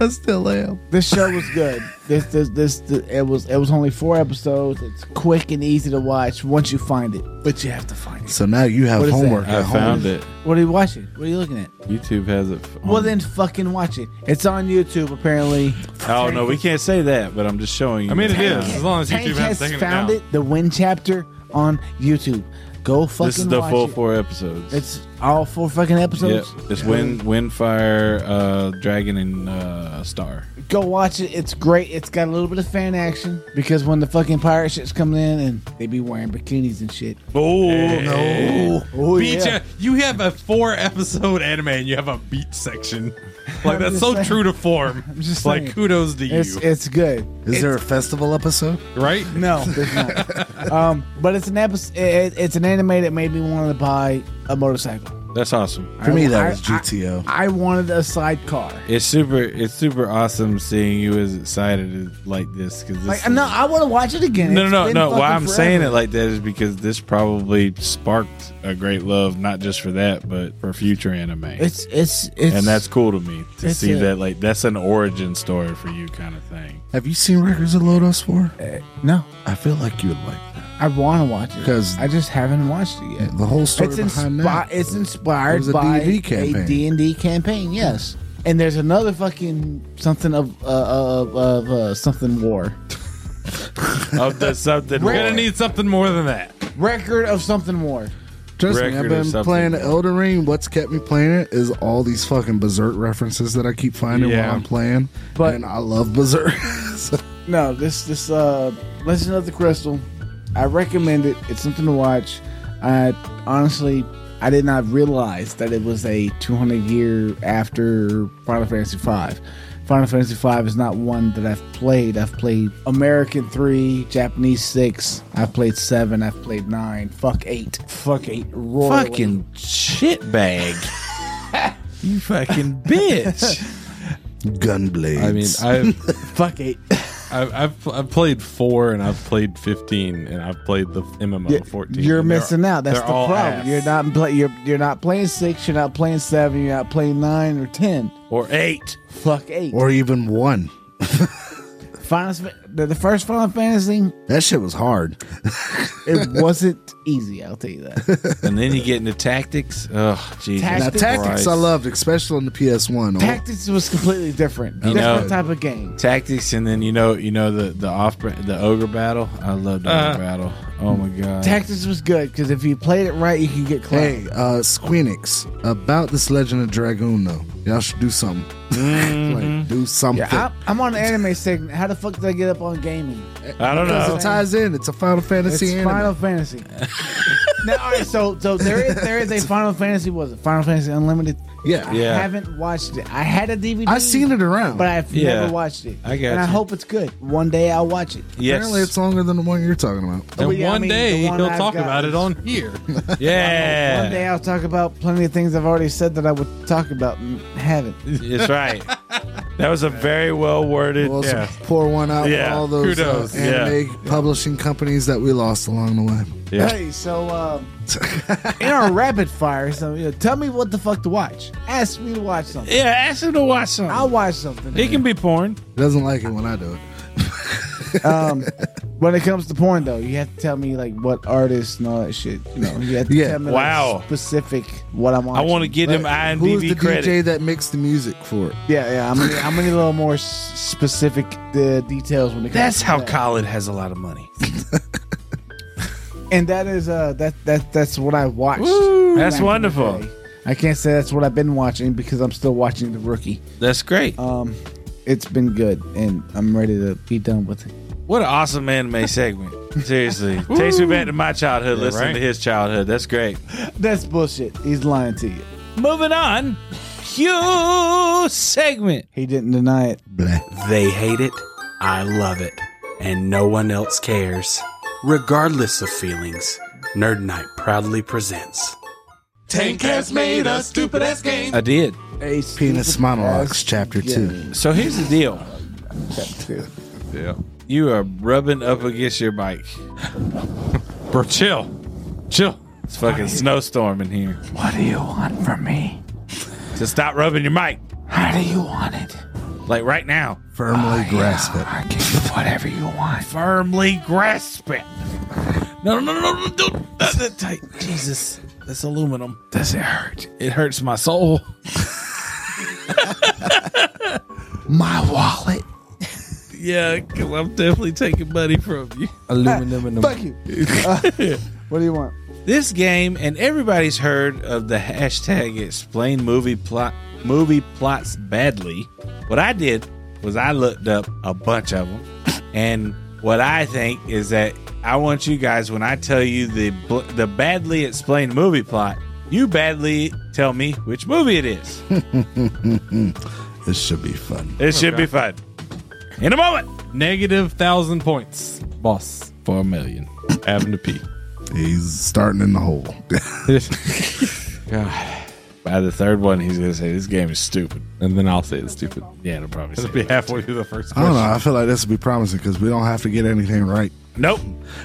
B: I still am.
A: this show was good. This this this, th- it was it was only four episodes. It's quick and easy to watch once you find it, but you have to find it.
B: So now you have
A: What is that?
B: homework
F: I
B: at home.
F: found it.
A: What are you watching? What are you looking at?
F: YouTube has it. on-
A: Well, then fucking watch it. It's on YouTube apparently.
C: Oh no, we can't say that. But I'm just showing you.
F: I mean, it
C: now.
F: is. As long as
A: Tank
F: YouTube
A: has
F: hasn't taken it
A: found
F: down.
A: it, The Win Chapter on YouTube. Go fucking.
C: This is the
A: watch
C: full
A: it.
C: four episodes.
A: It's all four fucking
C: Yep.
A: episodes.
C: It's wind, wind, fire, uh, dragon, and uh, star.
A: Go watch it. It's great. It's got a little bit of fan action because when the fucking pirate shit's coming in and they be wearing bikinis and shit.
F: Oh
B: no.
A: Oh
D: Beat ya- you have a four episode anime and you have a beat section. Like
A: I'm
D: that's
A: just [laughs]
D: so
A: saying.
D: true to form.
A: just
D: like
A: saying.
D: kudos to you.
A: It's it's good.
B: Is there a festival episode?
F: Right?
A: No, there's
C: [laughs]
A: not. um, but it's an episode. It, it's an anime that made me want to buy a motorcycle.
C: That's awesome.
B: For
A: I-
B: me, that
A: I-
B: was GTO.
A: I wanted a sidecar.
C: It's super. It's super awesome seeing you as excited as- like this because
A: Like no, I want to watch it again.
C: No,
A: It's
C: no, no,
A: been
C: no. Why
A: fucking
C: I'm saying
A: forever.
C: it like that is because this probably sparked a great love, not just for that, but for future anime.
A: It's it's it's
C: and that's cool to me to
A: it's
C: see
A: a-
C: that. Like that's an origin story for you, kind of thing.
B: Have you seen Records of Lodos 4?
A: no.
B: I feel like you would like that.
A: I want to watch it
B: 'Cause-
A: I just haven't watched it yet.
B: The whole story
A: It's,
B: behind
A: inspi-
B: that.
A: it's
B: It
A: inspired
B: was a
A: by
B: D&D
A: a
B: campaign.
A: D and D campaign, yes. And there's another fucking something of uh, of of uh, something war.
C: Of the something.
A: We're
C: more.
A: gonna
F: Need something more than that.
A: Record of something more.
B: Trust me,
C: Record
B: I've
C: or
B: been
C: something.
B: playing Elden Ring. What's kept me playing it is all these fucking Berserk references that I keep finding
F: Yeah.
B: while I'm playing.
A: But-
B: and I love Berserk. [laughs] So-
A: No, this this uh Legend of the Crystal. I recommend it. It's something to watch. I honestly I did not realize that it was a 200 year after Final Fantasy V. Final Fantasy V is not one that I've played. I've played American 3, Japanese 6, I've played 7, I've played 9, fuck 8. Fuck 8. Royally.
D: fucking
F: [laughs]
D: shitbag. you fucking bitch.
B: Gunblades.
F: I mean, I've
A: [laughs] fuck 8.
F: I've, I've I've played four and I've played fifteen and I've played the
A: [laughs]
F: MMO fourteen.
A: You're
F: and they're-
A: missing out. That's the
F: they're all
A: problem.
F: ass.
A: You're not play, you're you're not playing 6, you're not playing 7, you're not playing 9 or 10.
D: or eight.
A: Fuck 8.
B: or even one.
A: Final, Fa- the, the first Final Fantasy,
B: That shit was hard.
A: it
B: [laughs]
A: wasn't easy. I'll tell you that.
D: And then you get into tactics. Oh, Jesus.
A: Tac-
B: Now,
A: Tactics-
B: tactics I
D: Christ.
B: loved, especially on the PS1.
A: Tactics was completely different. Different
D: know-
A: type of game.
D: tactics, and then you know, you know the the off the ogre battle. I love the ogre battle. Oh my god.
A: Tactics was good because if you played it right, you could get clapped.
B: Hey, uh, Squeenix, about this Legend of Dragoon, though. Y'all should do something. [laughs] like, do something.
A: Yeah, I'm, I'm on the anime segment. How the fuck did I get up on gaming?
D: I don't
B: Because
D: know.
B: it ties in. It's a Final
A: It's
B: Fantasy anime.
A: Final
B: [laughs]
A: Fantasy. now, all right, so so there is there is a Final Fantasy. Was it Final Fantasy Unlimited?
B: Yeah.
A: I
D: Yeah.
A: haven't watched it. I had a DVD.
B: I've seen it around.
A: but I've
D: Yeah.
A: never watched it.
D: I got
A: and I
D: you.
A: hope it's good. One day I'll watch it.
D: Yes.
B: Apparently, it's longer than the one you're talking about.
F: And
A: Well, yeah, I
F: one
A: mean,
F: day
A: the one
F: he'll
A: I've
F: talk
A: got
F: about
A: is-
F: it on here.
D: yeah.
A: One
F: [laughs]
A: day I'll talk about plenty of things I've already said that I would talk about and haven't.
D: That's right. That was a very well worded.
B: We'll also
D: yeah.
B: pour one out
D: Yeah.
B: for all those uh,
D: Kudos.
B: anime publishing companies that we lost along the way.
F: Yeah.
A: Hey, so
D: uh,
A: um, [laughs] in our rapid fire, so you know, tell me what the fuck to watch. Ask me to watch something.
D: Yeah, ask him to watch something.
A: I'll watch something.
D: it can be porn.
B: He doesn't like it when I do it.
A: Um, when it comes to porn, though, you have to tell me like what artists and all that shit. You know, you have to
B: Yeah.
A: tell me
D: Wow.
A: like, specific what I'm
D: I
A: watching.
D: want to get him
B: But Who is the
D: IMDb credit.
B: DJ that makes the music for it?
A: Yeah, yeah. I'm gonna, I'm gonna need a little more s- specific uh, details when it comes.
D: That's
A: to
D: how
A: that.
D: Khaled has a lot of money.
A: and that is uh that that that's what I watched. back
D: That's
A: in the
D: wonderful.
A: day. I can't say that's what I've been watching because I'm still watching The Rookie.
D: That's great.
A: Um, it's been good, and I'm ready to be done with it.
D: What an awesome anime segment. Seriously. Takes me back to my childhood, listening
F: right.
D: to his childhood. That's great.
A: That's bullshit. He's lying to you.
D: Moving on. Q segment.
A: He didn't deny it.
B: Blah.
K: They hate it, I love it, and no one else cares. Regardless of feelings, Nerd Night proudly presents.
F: Tank has made a stupid ass game.
D: I did.
A: Ace
B: Penis monologues, chapter two.
D: So here's the deal.
F: Yeah.
D: You are rubbing up against your bike.
F: Bro, chill. Chill.
D: It's fucking snowstorm in here.
A: What do you want from me?
D: So stop rubbing your mic.
A: How do you want it?
D: Like right now.
B: Firmly grasp it.
A: I give you whatever you want.
D: Firmly grasp it. No, no, no, no, no, no. That's that tight. Jesus. That's aluminum. Does it hurt? It hurts my soul.
A: My wallet.
D: Yeah, because I'm definitely taking money from you.
F: Aluminum and
A: Fuck you. Uh,
C: [laughs]
A: what do you want?
D: This game, and everybody's heard of the hashtag explain movie plot movie plots badly. What I did was I looked up a bunch of them,
C: [laughs]
D: and what I think is that I want you guys when I tell you the bl- the badly explained movie plot, you badly tell me which movie it is.
B: This should be fun.
D: [laughs] It should be fun. In a moment.
F: Negative thousand points. Boss. Four million. Having to pee.
B: He's starting in the hole. [laughs]
D: By the third one, he's gonna say this game is stupid.
F: And then I'll say it's stupid.
D: Yeah, it'll probably
F: It'll
D: say.
F: be halfway through the first
B: I don't
F: question.
B: know. I feel like this would be promising because we don't have to get anything right.
D: Nope.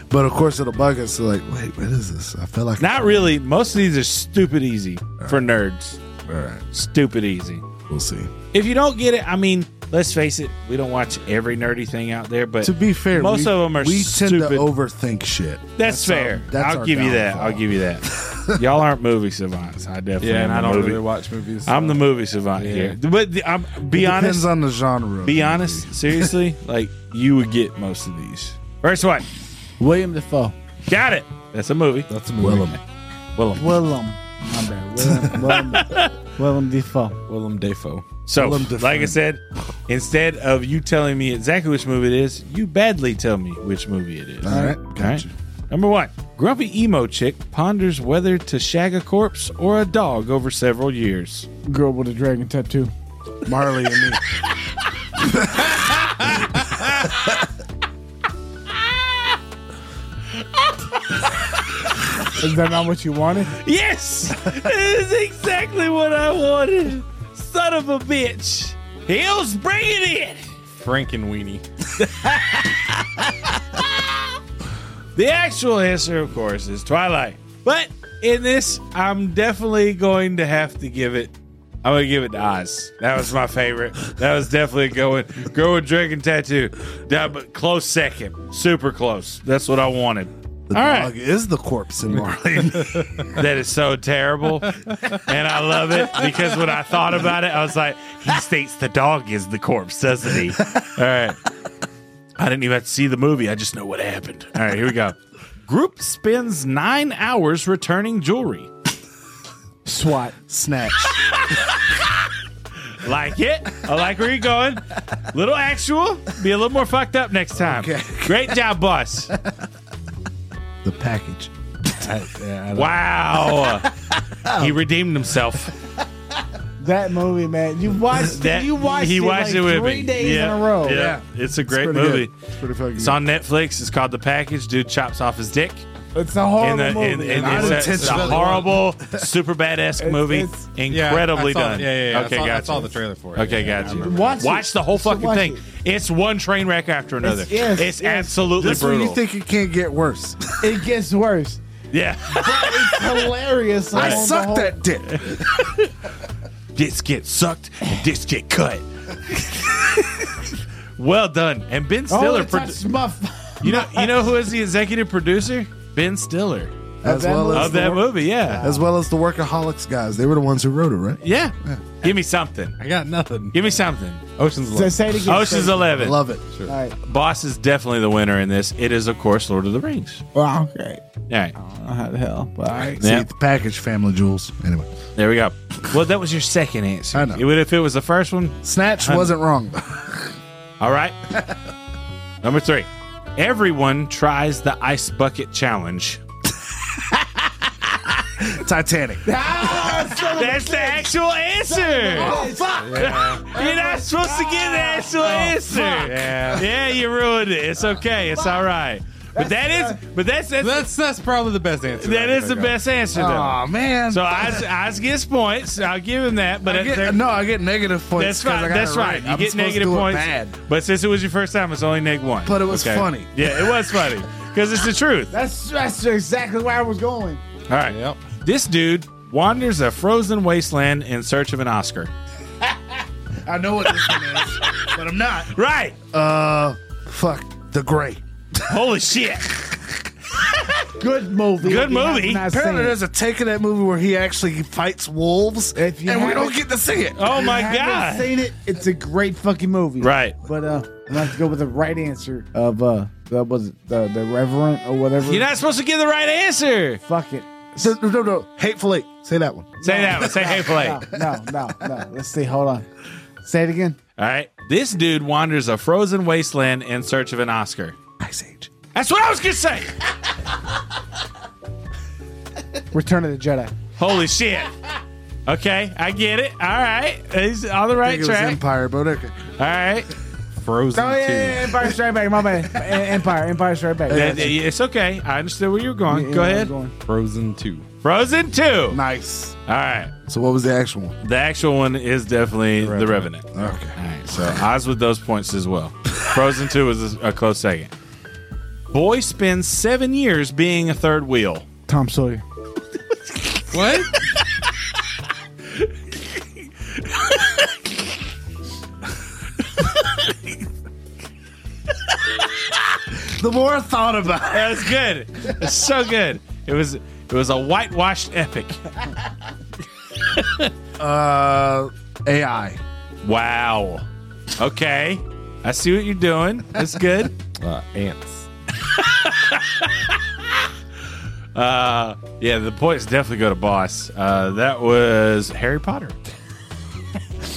B: But of course, it'll bug us. Like, wait, what is this? I feel like
D: Not really. Most of these are stupid easy for nerds.
B: All right,
D: Stupid easy.
B: we'll see.
D: If you don't get it, I mean, let's face it, we don't watch every nerdy thing out there, but
B: To be fair,
D: Most
B: we,
D: of 'em are
B: We tend
D: stupid.
B: to overthink shit.
D: that's, fair.
B: our- that's
D: I'll
B: our
D: give you that.
B: downfall.
D: I'll give you that. Y'all aren't movie savants. I definitely
F: yeah,
D: am
F: and I
D: a
F: don't
D: movie.
F: really watch movies. so-
D: I'm the movie savant here. But the, I'm be
B: it
D: honest.
B: Depends on the genre.
D: be honest. Seriously, like you would get most of these. First one.
A: William Defoe.
C: Got it. That's a movie.
F: That's a movie. Willem.
C: Willem.
A: Willem. My bad. Willem,
C: [laughs]
A: Willem, Willem Defoe.
F: Willem Dafoe.
C: So,
B: Willem
C: like I
B: Dafoe.
C: said, instead of you telling me exactly which movie it is, you badly tell me which movie it is.
B: All right.
C: Alright.
B: Gotcha.
C: Number one, grumpy emo chick ponders whether to shag a corpse or a dog over several years.
A: Girl with a dragon tattoo.
B: Marley and
D: [laughs]
B: me.
A: Is that not what you wanted?
C: Yes, that is exactly what I wanted. Son of a bitch, heels, bring it in.
F: Frankenweenie.
C: The actual answer, of course, is Twilight. But in this, I'm definitely going to have to give it. I'm gonna give it to Oz. That was my favorite. That was definitely going. Girl with dragon tattoo. That, but close second. Super close. That's what I wanted.
B: The
C: All right.
B: dog is the corpse in Marley. [laughs]
D: [laughs]
B: and Me.
C: That is so terrible, and I love it because when I thought about it, I was like, he states the dog is the corpse, doesn't he? All right. I didn't even have to see the movie. I just know what happened. All right, here we go. Group spends nine hours returning jewelry.
A: SWAT.
B: Snatch.
C: Like it. I like where you're going. Little actual. Be a little more fucked up next time. Great job, boss.
B: The package.
C: Wow. he redeemed himself.
A: That movie, man. You watched
C: That-
A: you watched
C: he
A: it
C: watched
A: like
C: it with
A: three
C: me.
A: days
C: yeah.
A: in a row.
C: Yeah. It's a great
B: pretty
C: movie.
B: good. It's pretty fucking
C: It's
B: good.
C: on Netflix. It's called The Package. Dude chops off his dick.
A: It's a horrible
C: And, the,
A: movie.
C: and, and
B: I
C: it's,
B: didn't
C: a, it's a
B: touch that
C: horrible, super badass movie.
A: it's-
C: Incredibly
F: yeah, I saw-
C: done.
F: Yeah, yeah, yeah.
C: Okay,
F: I saw,
C: gotcha.
F: I saw the trailer for it.
C: Okay,
F: Yeah, yeah, I
C: gotcha.
F: remember.
A: watch,
C: Watch
A: it.
C: the whole fucking
A: watch
C: thing.
A: it.
C: It's one train wreck after another. It's,
A: yes, yes.
C: absolutely
B: That's when
C: brutal.
B: you think it can't get worse.
D: [laughs]
A: It gets worse.
C: yeah.
A: It's hilarious.
B: I
A: on the
B: suck
A: whole-
B: that dick.
C: dicks get sucked and dicks get cut. well done. And Ben
A: Oh,
C: Stiller
A: it
C: produ-
A: touched my f-
C: You know, you know who is the executive producer? Ben Stiller
B: As
A: that
B: well
A: movie.
B: as
C: of that
B: the,
C: movie. Yeah,
B: as well as the workaholics guys. They were the ones who wrote it, right?
C: yeah. Give me something.
F: I got nothing.
C: Give me something.
F: Ocean's
A: Say-
F: Eleven.
A: Say it again.
C: Ocean's
A: Say it again.
B: I
C: Eleven.
B: love it.
A: All right.
C: Boss is definitely the winner in this. It is, of course, Lord of the Rings.
A: Well, okay.
C: All right,
A: I don't know how the hell. But all right.
B: See,
C: Yeah.
B: the package family jewels. Anyway,
C: there we go. Well, that was your second answer.
B: I know.
C: It would if it was the first one.
B: Snatch wasn't wrong. [laughs]
C: All right. Number three. Everyone tries the ice bucket challenge.
B: [laughs] Titanic.
C: That's the actual answer.
A: Oh,
C: You're not supposed to get the actual answer. Oh, Yeah. you ruined it. It's okay. It's all right. But that is, but that's that's,
F: That's that's probably the best answer.
C: that is the
F: Okay.
C: best answer though.
B: Oh man.
C: So Oz, Oz gets points. I'll give him that. But
B: I
C: it- there-
B: get, no, I get negative points.
C: that's
B: 'cause I
C: right.
B: got
C: That's
B: it
C: right. You
B: I'm supposed
C: get
B: to
C: negative
B: do it
C: points.
B: Bad.
C: But since it was your first time, it's only neg one.
B: But it was funny.
C: [laughs] Yeah, it was funny because it's the truth.
A: That's that's exactly where I was going.
C: All right.
F: Yep.
C: This dude wanders a frozen wasteland in search of an Oscar.
B: I know what this one
C: [laughs]
B: is, but I'm not.
C: Right.
B: Uh, fuck the gray.
C: Holy shit.
A: Good movie.
C: Good
A: If you
C: movie.
A: haven't seen
B: Apparently,
A: it.
B: there's a take of that movie where he actually fights wolves,
A: If you
B: and we
A: haven't-
B: don't get to see it.
C: Oh my
A: haven't
C: god.
A: seen it. It's a great fucking movie.
C: Right.
A: But uh, I'm gonna have to go with the right answer of uh, that was the the Reverend or whatever.
C: You're not supposed to give the right answer.
A: Fuck it.
B: So, no, no, no, hateful eight. Say that one.
C: Say that one. Say hey play.
A: No, no, no, no. Let's see. Hold on. Say it again.
C: All right. This dude wanders a frozen wasteland in search of an Oscar.
B: Ice Age.
C: That's what I was gonna say.
A: Return of the Jedi.
C: Holy shit. Okay, I get it. All right. He's on the
B: I
C: right
B: think it was
C: track.
B: Empire, but okay.
C: All right.
F: Frozen
A: Oh yeah, yeah, yeah, Empire Strike Back. My bad. [laughs] Empire, Empire Strike Back.
C: That- uh, It's okay. I understood where you were going.
A: Yeah,
C: Go
A: I'm
C: ahead.
A: going.
F: two. Frozen two.
C: Frozen 2. All
B: Nice.
C: right.
B: So, what was the actual one?
C: The actual one is definitely The Revenant. All
B: Okay.
C: right. So, Oz with those points as well. Frozen 2 was a a close second. Boy spends seven years being a third wheel.
A: Tom Sawyer.
F: What?
B: The more I thought about it,
C: That was good. It's so good. It was it was a whitewashed epic.
B: uh, AI.
C: Wow. Okay. I see what you're doing. That's good.
F: Uh, ants.
C: [laughs] Uh, yeah, the points definitely go to boss. Uh, that was Harry Potter.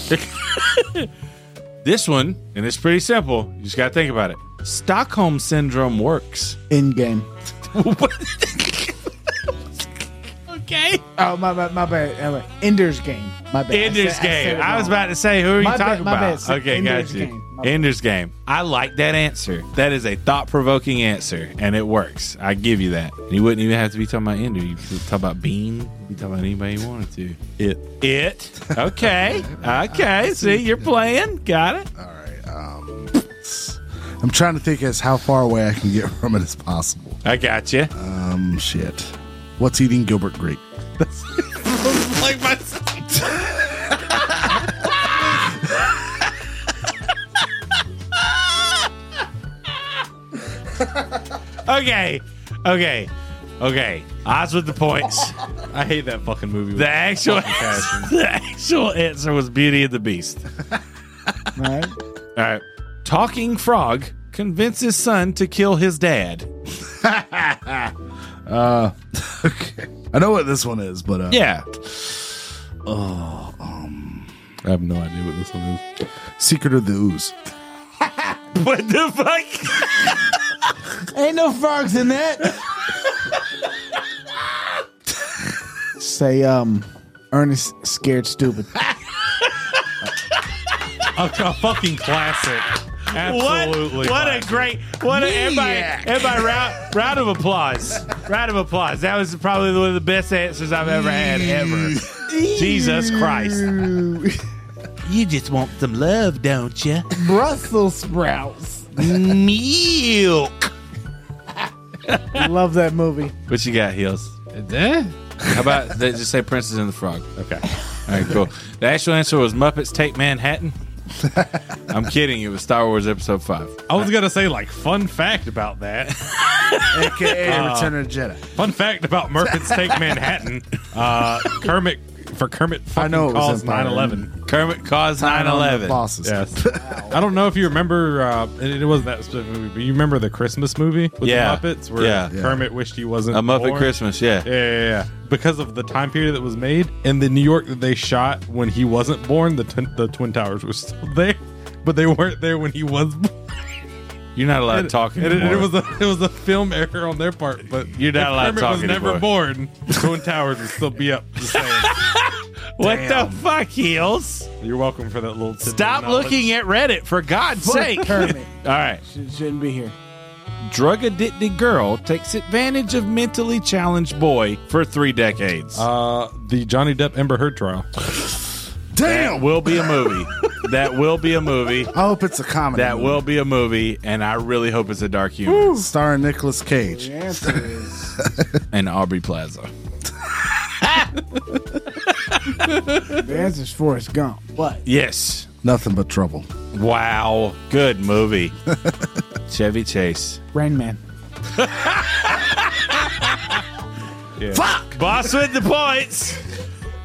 C: [laughs] this one, and it's pretty simple. You just got to think about it. Stockholm syndrome works.
A: In
C: [laughs]
A: game.
C: Okay.
A: Oh my bad, my bad. Anyway, Ender's game. My bad. I
C: Ender's
A: said- said
C: Game.
A: it
C: I, was
A: wrong.
C: about to say, who are you
A: My bad,
C: talking
A: my
C: about?
A: bad. Say
C: Okay,
A: Ender's
C: got you.
A: Game. My bad.
C: Ender's Game. I like that answer. That is a thought provoking answer, and it works. I give you that. And you wouldn't even have to be talking about Ender. You could talk about Bean. You could talk about anybody you wanted to. It. It.
A: [laughs]
C: Okay. okay. See, you're playing. Got it.
B: I'm trying to think as how far away I can get [laughs] from it as possible.
C: I got you.
B: Um,
F: Mm,
B: shit. What's eating Gilbert Grape?
C: like my. [laughs] okay, okay, okay. Odds with the points.
F: I hate that fucking movie.
C: The actual, [laughs] the actual answer was Beauty and the Beast.
A: Right?
C: All right. Talking frog convinces son to kill his dad.
B: Okay. I know what this one is, but uh, Oh, um.
C: Yeah.
F: I have no idea what this one is.
B: Secret of the Ooze.
C: What the fuck?
A: Ain't no frogs in
C: [laughs]
A: that. Say, um, Ernest scared
C: [laughs]
A: stupid.
F: A, a fucking classic. Absolutely.
C: What, what a great, what a, everybody, everybody round, round of applause. round of applause. That was probably one of the best answers I've ever had, ever. Jesus Christ. You just want some love, don't you?
A: Brussels sprouts.
C: Milk.
A: [laughs] Love that movie.
C: What you got, Heels? How about they just say Princess and the Frog? Eh? Okay. All right, cool. The actual answer was Muppets Take [laughs] Manhattan. I'm kidding. It was Star Wars Episode 5.
F: I was gonna say like fun fact about that. [laughs]
B: AKA
F: Oh.
B: Return of the Jedi.
F: Fun fact about Murphy's Take Manhattan. Uh, Kermit for Kermit fucking
B: I know it was
F: calls
B: Empire.
F: 9/11.
C: Kermit caused 9
B: The
C: 11.
B: bosses.
F: Yes. I don't know if you remember. Uh, it, it wasn't that specific movie, but you remember the Christmas movie with
C: Yeah.
F: the Muppets, where
C: Yeah.
F: Kermit wished he wasn't
C: A Muppet
F: born?
C: Christmas, yeah.
F: Yeah, yeah, yeah. Because of the time period that was made and the New York that they shot when he wasn't born, the twin the Twin Towers were still [laughs] there, but they weren't there when he was born.
C: You're not allowed to talk
F: And
C: anymore.
F: it, it was a it was a film error on their part, but
C: You're not
F: if
C: allowed to
F: Kermit
C: talk
F: was never born. The Twin Towers would still be up. [laughs] Just saying.
C: what the fuck, Heels?
F: You're welcome for that little. tidbit
C: Stop
F: of knowledge.
C: looking at Reddit, for God's sake. All [laughs]
A: Kermit.
C: right.
A: Should, shouldn't be here.
C: Drug addicted girl takes advantage of mentally challenged boy for three decades.
F: Uh, the Johnny Depp Amber Heard trial.
C: that
B: Damn.
C: will be a movie. that will be a movie.
B: I hope it's a comedy.
C: That will be a movie, and I really hope it's a dark humor.
B: Starring Nicolas Cage.
A: The answer is
C: And Aubrey Plaza.
A: the answer is Forrest Gump. But
C: Yes.
B: Nothing but trouble.
C: Wow. Good [laughs] movie. Chevy Chase.
A: Rain Man.
C: Boss with the points.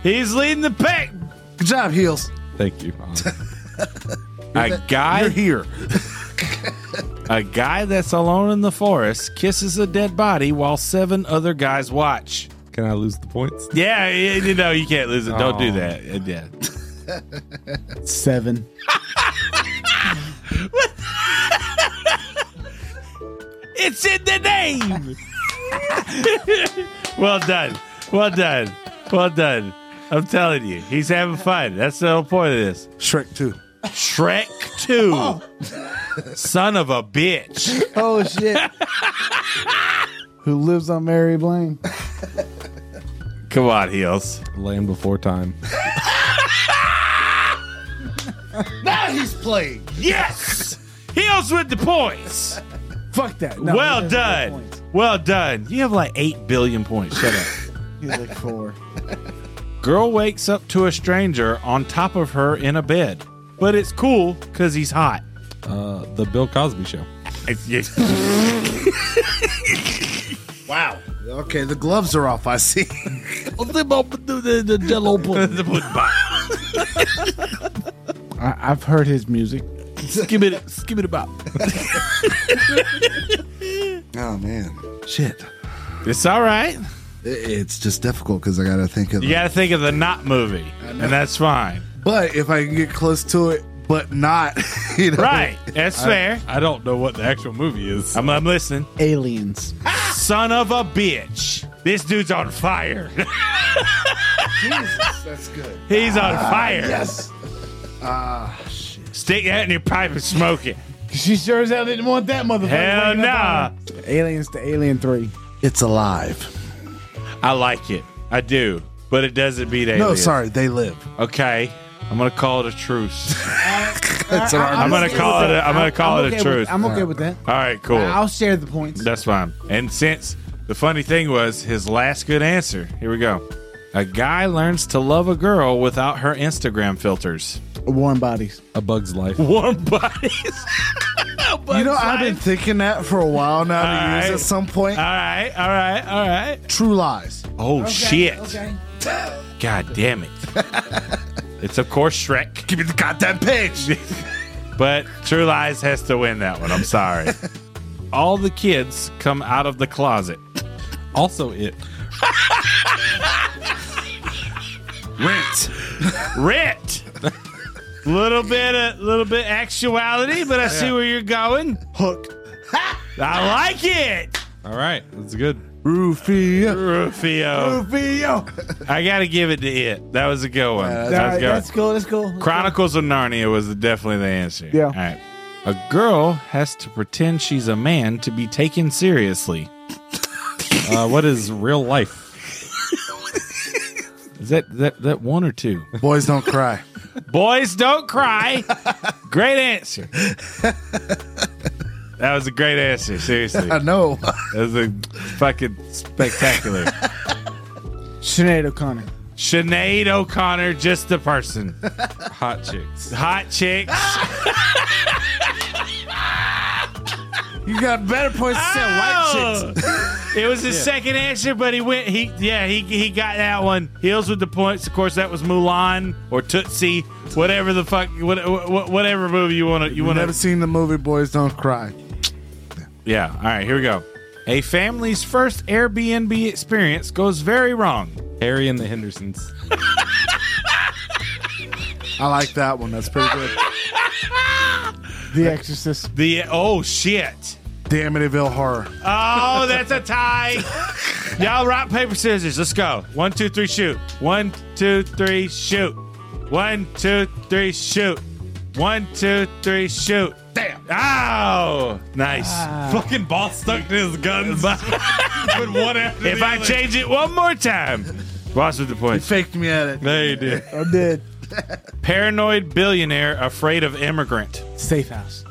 C: He's leading the pack.
B: Good job, Heels.
F: Thank
A: [laughs]
F: you. Uh,
C: A guy
B: You're here.
C: [laughs] A guy that's alone in the forest kisses a dead body while seven other guys watch.
F: Can I lose the points?
C: Yeah, you you know, you can't lose it. Don't do
F: Oh.
C: that. Uh, Yeah.
A: Seven.
C: It's in the name. [laughs] well done. Well done. Well done. I'm telling you, he's having fun. That's the whole point of this.
B: Shrek 2.
C: Shrek 2. [laughs] Son of a bitch.
A: Oh [laughs] shit. Who lives on Mary Blaine?
C: Come on, heels.
F: Land before time.
B: Now he's playing.
C: Yes! Heels with the points.
A: Fuck that. No, he
C: well
A: doesn't have
C: done.
A: points.
C: Well done. You have like 8 billion points. Shut up. [laughs]
A: He's like four.
C: Girl wakes up to a stranger on top of her in a bed, but it's cool because he's hot.
F: Uh, the Bill Cosby Show.
C: [laughs]
B: Wow. Okay, the gloves are off, I [laughs] see.
A: I, I've heard his music.
C: Give it, give it about.
B: Oh man. Shit.
C: It's all right.
B: It- It's just difficult because I got to think of.
C: You got to think of the not movie, and that's fine.
B: But if I can get close to it, but not, [laughs] you know,
F: [laughs]
C: Right. That's fair.
F: I don't know what the actual movie is.
C: I'm, I'm listening.
A: Aliens.
C: Son of a bitch. This dude's on fire. [laughs]
B: Jesus, that's good.
C: He's on
F: Ah,
C: fire.
B: Yes.
C: Stick that in your pipe and smoke it.
A: She sure as hell didn't want that motherfucker.
C: Hell
A: waking up
C: nah.
A: on her. Aliens to Alien 3.
B: It's alive.
C: I like it. I do. But it doesn't beat aliens.
B: No, sorry, they live.
C: Okay. I'm gonna call it a truce.
F: [laughs]
B: That's what
C: I'm gonna
A: okay
C: call
A: with
C: it a-
A: that.
C: I'm gonna call it a
A: okay with-
C: truth.
A: I'm okay with that.
C: All right, cool.
A: I'll share the points.
C: That's fine. And since the funny thing was his last good answer, here we go. A guy learns to love a girl without her Instagram filters.
A: Warm bodies.
F: A Bug's Life.
C: Warm bodies.
B: You know, I've been thinking that for a while now to
C: All
B: use
C: right. Uh,
B: at some point.
C: all right, all right, all right.
B: True lies.
C: Oh shit! God damn it! [laughs] it's of course Shrek,
B: Give me the goddamn page.
C: [laughs] but True Lies has to win that one. I'm sorry. [laughs] All the kids come out of the closet.
F: Also, it.
B: Rent.
C: [laughs] Rent. little bit, a little bit actuality, but I see where you're going.
B: Hook.
C: I like it,
F: All right, that's good.
B: Rufio.
C: Rufio.
B: Rufio.
C: I gotta give it to it. That was a good one.
B: Yeah,
C: that was
A: All right,
C: good.
A: let's go. Let's go. Let's go.
C: Chronicles of Narnia was definitely the answer.
A: Yeah.
C: All right. A girl has to pretend she's a man to be taken seriously.
F: Uh, what is real life?
C: Is that that that one or two?
B: Boys don't cry.
C: Boys don't cry. great answer. that was a great answer. Seriously,
B: I
C: that
B: know. [laughs]
C: was a fucking spectacular.
A: Sinead O'Connor.
C: Sinead O'Connor, just the person.
F: Hot chicks.
C: Hot chicks.
B: You got better points than white chicks.
C: Oh! [laughs] It was his second answer, but he went. He yeah, he he got that one. Heels with the points. Of course, that was Mulan or Tootsie, whatever the fuck, what, what, whatever movie you want to you
B: You
C: want
B: never
C: to.
B: seen the movie Boys Don't Cry.
C: Yeah. All right, here we go. A family's first Airbnb experience goes very wrong.
F: Harry and the Hendersons.
B: I like that one. That's pretty good.
A: The Exorcist.
C: The oh shit.
B: The Amityville Horror.
C: Oh, that's a tie. Y'all rock paper scissors. Let's go. One two three shoot. One two three shoot. One two three shoot. One two three shoot. Damn. Ow. Nice.
F: Fucking ball stuck to his
C: [laughs]
F: guns. Put one after
C: if
F: the
C: I
F: other.
C: change it one more time, boss with the points.
B: Faked me at it.
F: There you did.
A: I did.
C: Paranoid billionaire afraid of immigrant.
A: Safe House.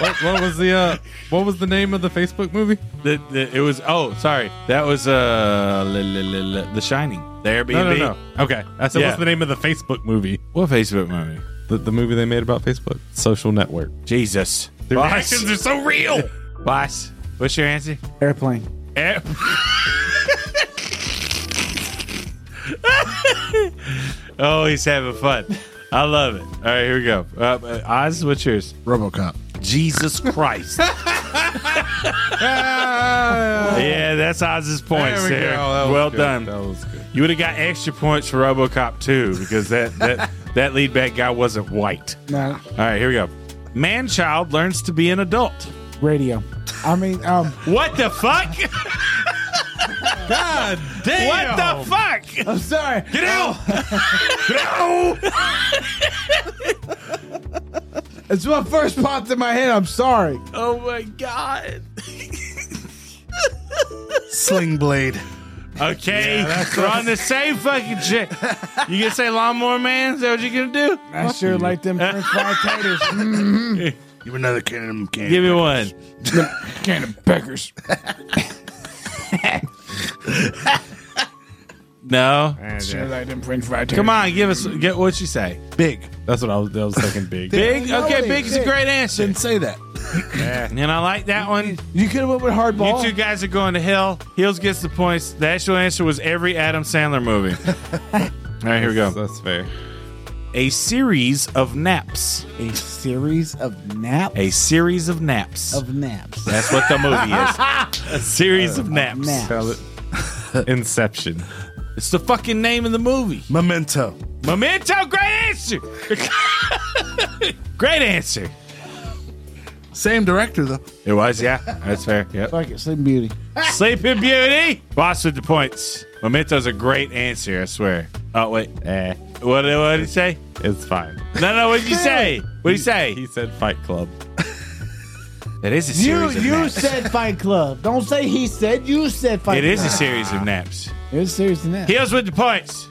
F: What, what was the uh, what was the name of the Facebook movie?
C: The, the, it was oh sorry that was uh li- li- li- li- the Shining. The Airbnb.
F: No, no, no. Okay, I said
C: Yeah.
F: what's the name of the Facebook movie?
C: What Facebook movie?
F: The, the movie they made about Facebook, Social Network.
C: Jesus.
F: Their
C: Boss.
F: actions are so real.
C: Boss. What's your answer?
A: Airplane.
C: Air- oh, he's having fun. I love it. All right, here we go. Uh, Uh, Oz, what's yours?
B: Robocop.
C: Jesus Christ. yeah, that's Oz's points there. well done.
F: That was good.
C: You would have got extra points for RoboCop 2 because that
F: [laughs]
C: that that lead back guy wasn't white.
A: No.
C: All right, here we go. Man child learns to be an adult.
A: Radio. I mean, um,
C: What the fuck?
F: God damn.
C: What the fuck?
A: I'm sorry.
C: Get out!
A: It's what first popped in my head. I'm sorry.
C: Oh my god.
B: Sling Blade.
C: Okay, we're on the same fucking shit. You gonna say lawnmower man? Is that what you gonna do?
A: I sure like them French fried taters. [laughs] Mm.
B: You another cannon. cannon.
C: Give me one.
A: Can of peckers.
C: No.
A: Sure like them French fried taters.
C: Come on, give us get what you say.
B: Big.
F: That's what I was. I was thinking big.
C: [laughs] Big?
A: No,
C: Okay,
A: wait,
C: big is a
A: big.
C: great answer.
B: Didn't say that.
C: And I like that one.
A: You Oh. could have went with
C: You
A: hardball.
C: two guys are going to hell. Heels gets the points. The actual answer was every Adam Sandler movie. All right, here we go.
F: That's fair.
E: a series of naps.
A: A series of naps.
E: A series of naps.
A: of naps.
E: That's what the movie is. A series of naps.
A: Naps.
F: Spell it. Inception.
E: It's the fucking name of the movie.
B: Memento.
E: Memento, great
C: [laughs]
E: answer. great answer.
B: Same director though.
C: It was, yeah. That's fair. Yep.
A: Fuck it, Sleeping Beauty.
C: Sleeping Beauty. Boss with the points. Memento's a great answer, I swear. Oh wait.
F: Eh,
C: What, what did he say?
F: it's fine.
C: No, no. What did you say? What did you say?
F: He said Fight Club.
E: That is a
A: You
E: series of
A: you
E: naps.
A: said Fight Club. Don't say he said. You said Fight
C: It
A: Club.
C: is a series of naps.
A: It is serious than that.
C: Heels with the points.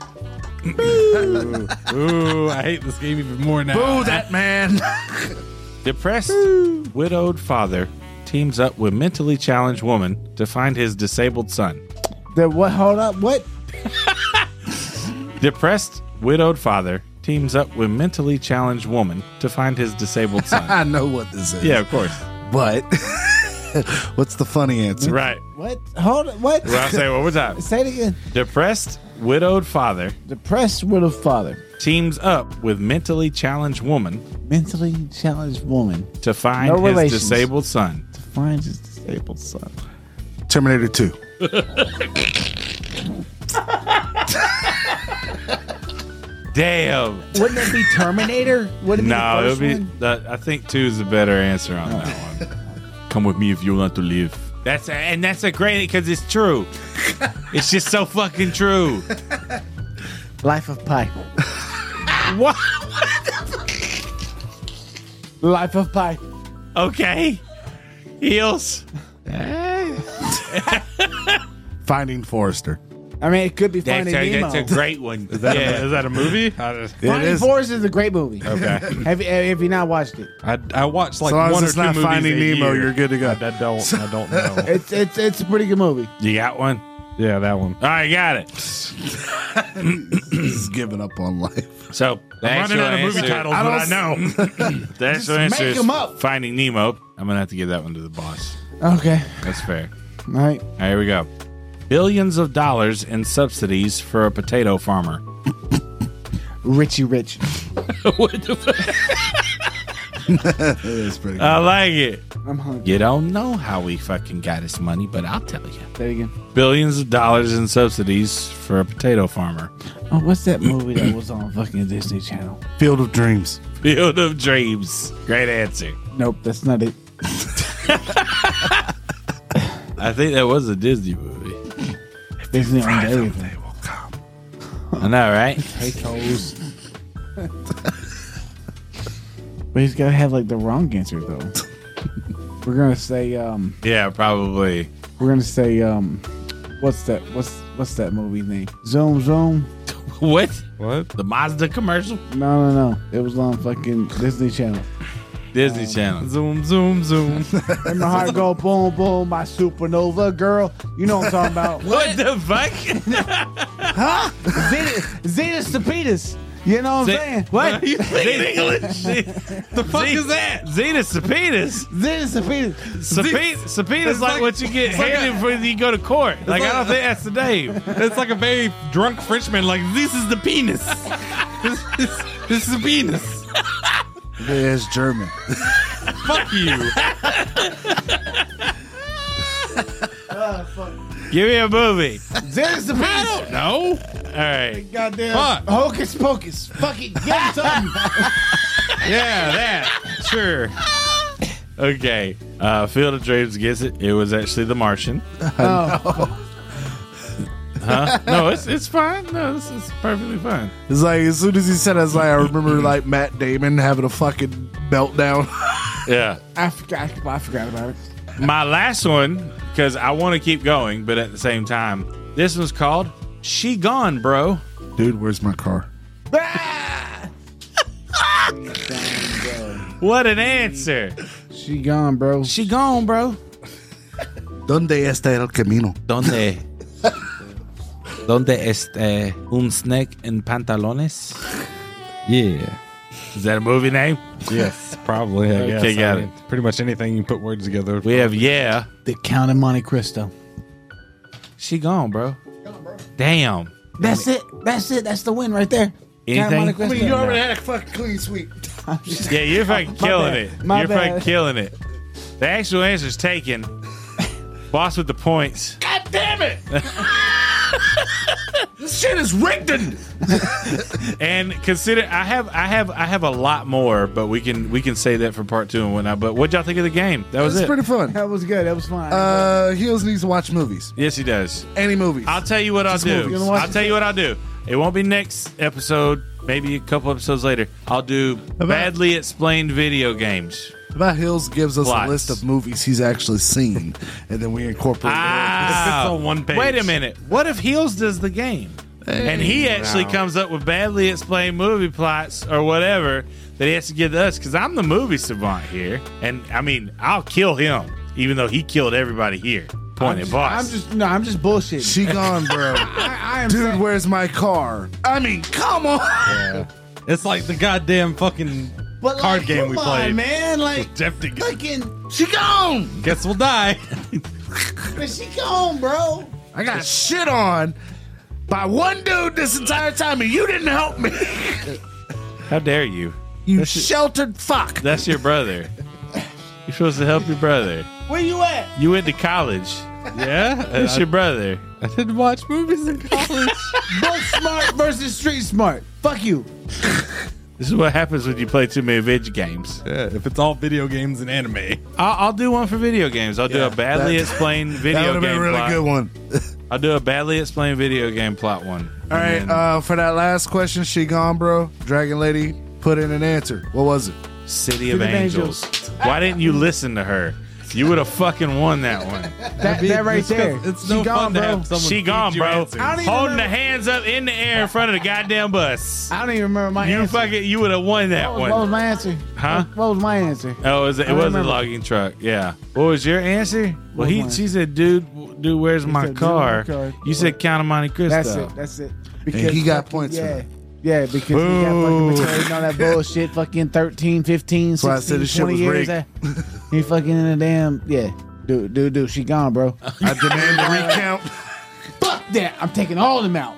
F: Ooh, I hate this game even more now.
B: Boo that
F: [laughs]
B: man.
C: Depressed, widowed father teams up with mentally challenged woman to find his disabled son.
A: The what? Hold up. What?
C: Depressed, widowed father teams up with mentally challenged woman to find his disabled [laughs] son.
B: I know what this is.
C: yeah, of course.
B: But [laughs] what's the funny answer?
C: Right.
A: What? Hold up. What?
C: Well, I'll say it one more time.
A: [laughs] Say it again.
C: Depressed, widowed father
A: Depressed with a father,
C: teams up with mentally challenged woman
A: mentally challenged woman
C: to
F: [laughs]
C: find
A: No
C: his
A: relations.
C: disabled son.
A: finds his disabled son.
B: Terminator 2.
C: Damn.
A: Wouldn't it be Terminator? Wouldn't it be
C: No,
A: the
C: it'll
A: first
C: be.
A: one?
C: That, I think two is a better answer on that one. [laughs] Come with me if you want to live. That's a, and that's a great because it's true. it's just so fucking true.
A: Life of Pi.
C: [laughs] What?
A: Life of Pi.
C: Okay. Heels.
B: Finding Forrester.
A: I mean, it could be
C: That's
A: Finding Nemo.
C: a, that's a great one. yeah.
F: Is that a
C: [laughs]
F: movie? I,
A: Finding
B: it is.
A: Forrest is a great movie.
F: okay.
A: [laughs] Have you have you not watched it?
F: I, I watched
B: As
F: like
B: long as
F: one or
B: it's
F: two
B: not
F: movies
B: Finding
F: a
B: Nemo,
F: year.
B: you're good to go.
F: I, I don't. I
B: [laughs]
F: don't know.
A: It's it's it's a pretty good movie.
C: You got one?
F: yeah, that one.
C: All right, got it.
B: He's giving up on life. [laughs]
C: So the actual answer,
B: I don't know.
C: [laughs] the actual answer
A: make
C: is
A: 'em up.
C: Finding Nemo. I'm gonna have to give that one to the boss.
A: Okay.
C: That's fair.
A: All right.
C: All right, here we go. Billions of dollars in subsidies for a potato farmer.
A: Richie Rich.
B: It's pretty
C: I like it.
A: I'm hungry.
C: You don't know how we fucking got his money, but I'll tell you.
A: Say it again.
C: Billions of dollars in subsidies for a potato farmer.
A: Oh, what's that movie that was on fucking Disney Channel?
B: good. Field of Dreams.
C: Field of dreams. Great answer.
A: Nope, that's not it.
C: I think that was a Disney movie.
A: Disney owned everything.
B: They will come.
C: I know,
F: [laughs]
C: right?
A: [laughs] But he's gotta have like the wrong answer
C: [laughs]
A: though. we're gonna say um
C: Yeah, probably.
A: we're gonna say um what's that what's what's that movie name? Zoom Zoom.
C: What?
F: What?
C: The Mazda commercial?
A: No no no. It was on fucking Disney Channel.
C: Disney Channel.
F: Zoom, zoom, zoom.
A: And my heart go boom boom, my supernova girl. You know what I'm talking
C: What the fuck?
A: about. Zeta Zeta Stapetus. You know what I'm saying?
C: [laughs] What? You speak English? the fuck is that? Zeta Sapitas.
A: Zeta Stapetus.
C: Sapitas like,
F: like-
C: what you get
F: it's like
C: handed when you go to court. Like, I don't
F: like-
C: think that's the name.
F: It's like a very drunk Frenchman. Like this is the penis. this, this, this is the penis.
B: It is German.
F: Fuck you.
C: Give me a movie.
A: Zeta Stapetus.
C: No. All right.
A: Goddamn.
F: Fuck.
A: Hocus pocus. Fucking get something.
C: Yeah, that. Sure. Okay. Uh, Field of Dreams gets it. It was actually The Martian.
A: oh,
C: Huh? no, it's it's fine. No, this is perfectly fine.
B: It's like as soon as he said, it, I was like, I remember like Matt Damon having a fucking meltdown. [laughs]
C: Yeah.
A: I forgot. I forgot about it.
C: My last one, because I want to keep going, but at the same time, this one's called She Gone, Bro.
B: Dude, where's my car?
C: What an answer.
A: She gone, bro.
C: She Gone, Bro.
B: Donde está el camino?
E: Donde? Donde este un snack en pantalones?
F: Yeah.
C: Is that a movie name?
F: Yes, probably. I guess.
C: Okay, got
F: I mean, Pretty much anything you put words together.
C: We have Yeah.
A: The Count of Monte Cristo.
E: She gone, bro.
C: Damn.
A: That's it. That's it. That's the win right there. Anything?
B: I mean, you already had a fucking clean sweep.
C: Yeah, you're fucking
A: My
C: killing
A: bad.
C: it.
A: My
C: you're
A: bad.
C: fucking killing it. The actual answer's taken. Boss with the points.
B: God damn it! this shit is rigged.
C: And consider I have I have I have a lot more, but we can we can say that for part two and whatnot. But what y'all think of the game? That was
B: It's
C: it.
B: pretty fun.
A: That was good. That was fun.
B: Uh, Heels needs to watch movies.
C: yes, he does.
B: Any movies.
C: I'll tell you what I'll do.
A: movies.
C: I'll tell you what I'll do. It won't be next episode. Maybe a couple episodes later. I'll do badly explained video games.
B: About Hills gives us
C: Lots.
B: a list of movies he's actually seen, and then we incorporate.
C: Ah,
D: on one page.
C: Wait a minute. What if Heels does the game? and he actually comes up with badly explained movie plots or whatever that he has to give to us because I'm the movie savant here. And I mean, I'll kill him, even though he killed everybody here. Point at boss.
A: I'm just no. I'm just bullshitting.
B: She gone, [laughs] bro.
A: I, I am.
B: Dude,
A: saying-
B: where's my car? I mean, come on. [laughs]
F: It's like the goddamn fucking
A: but
F: card
A: like,
F: game
A: come
F: we
A: on,
F: played.
A: man. Like
F: Jeff
A: fucking,
F: Guess we'll die.
A: but she gone, bro.
B: I got shit on by one dude this entire time, and you didn't help
F: [laughs]
B: me.
C: How dare you?
B: You sheltered fuck.
C: That's your brother. You're supposed to help your brother.
A: Where you at?
C: You went to college.
F: yeah, and
C: That's
F: I,
C: your brother.
F: [laughs] I didn't watch movies in college.
A: Book smart versus street smart. Fuck you.
C: This is what happens when you play too many video games.
F: yeah, if it's all video games and anime,
C: I'll, I'll do one for video games. I'll do a badly
B: that-
C: [laughs] explained
B: That would
C: video
B: have been
C: game
B: a really
C: plot.
B: good one.
C: I'll do a badly explained video game plot one.
B: All right,
F: [laughs]
C: And then
B: uh, for that last question, she gone, bro. Dragon Lady put in an answer. What was it?
C: City of Angels. Why didn't you listen to her? You would have fucking won [laughs] that one.
A: That, that right there.
F: it's
A: She
F: no
A: gone,
F: fun to
A: bro.
F: have someone.
C: she
F: feed
C: gone,
F: you
C: bro.
F: answers.
A: I don't even
C: Holding the
A: remember-
C: hands up in the air in front of the goddamn bus.
A: I don't even remember my
C: You
A: answer.
C: fucking, you would have won that
A: what, was, what was
C: one.
A: my answer?
C: Huh?
A: What was my answer?
C: Oh, it was, it
A: I
C: was a
A: remember.
C: logging truck. Yeah. What was your answer? Well, he,
A: mine?
C: she said, "Dude, w- dude, where's my
A: said, "Dude,
C: car?"
A: my car.
C: You said, "Count of Monte Cristo."
A: That's it. That's it. Because
B: he got
A: fucking-
B: points for
A: Yeah.
B: that.
A: Yeah, because he got fucking betrayed and all that bullshit. Fucking 13, 15,
B: why I
A: 16,
B: said this shit
A: 20
B: was
A: years.
B: rigged.
A: that- he fucking in a damn. Yeah. Dude, dude, dude. She gone,
C: [laughs]
A: bro.
B: I demand a
F: [laughs]
B: recount.
A: Fuck that. I'm taking all of them out.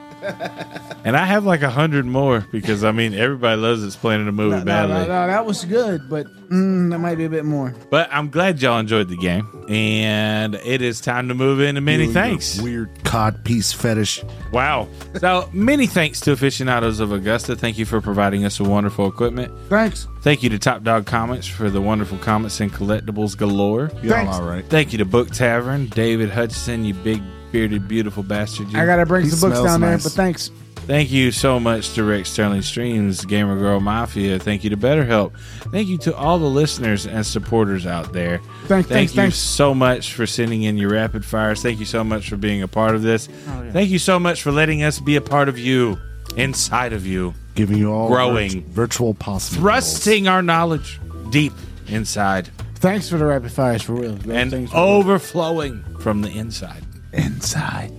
C: And I have like a hundred more because I mean, everybody loves explaining a movie
A: No, no,
C: badly.
A: no, no, that was good, but mm, that might be a bit more.
C: But I'm glad y'all enjoyed the game, and it is time to move into many thanks.
B: Weird codpiece fetish.
C: Wow. So many thanks to aficionados of Augusta. Thank you for providing us with wonderful equipment.
A: Thanks.
C: Thank you to Top Dog Comics for the wonderful comics and collectibles galore.
A: Thanks.
F: All right.
C: Thank you to Book Tavern, David Hutchinson, you big bearded beautiful bastard. You.
A: I gotta bring
B: He
A: some books
B: smells
A: down
B: nice.
A: there, but thanks.
C: Thank you so much to Rick Sterling Streams, Gamer Girl Mafia. Thank you to BetterHelp. Thank you to all the listeners and supporters out there.
A: Thanks,
C: Thank
A: thanks,
C: you
A: thanks.
C: so much for sending in your rapid fires. Thank you so much for being a part of this.
A: Oh,
C: Thank you so much for letting us be a part of you, inside of you,
B: Giving you all
C: Growing.
B: virt- virtual possible.
C: thrusting our knowledge deep inside
A: Thanks for the rapid fires for real.
C: and oh,
A: Thanks for real.
C: overflowing from the inside.
B: inside.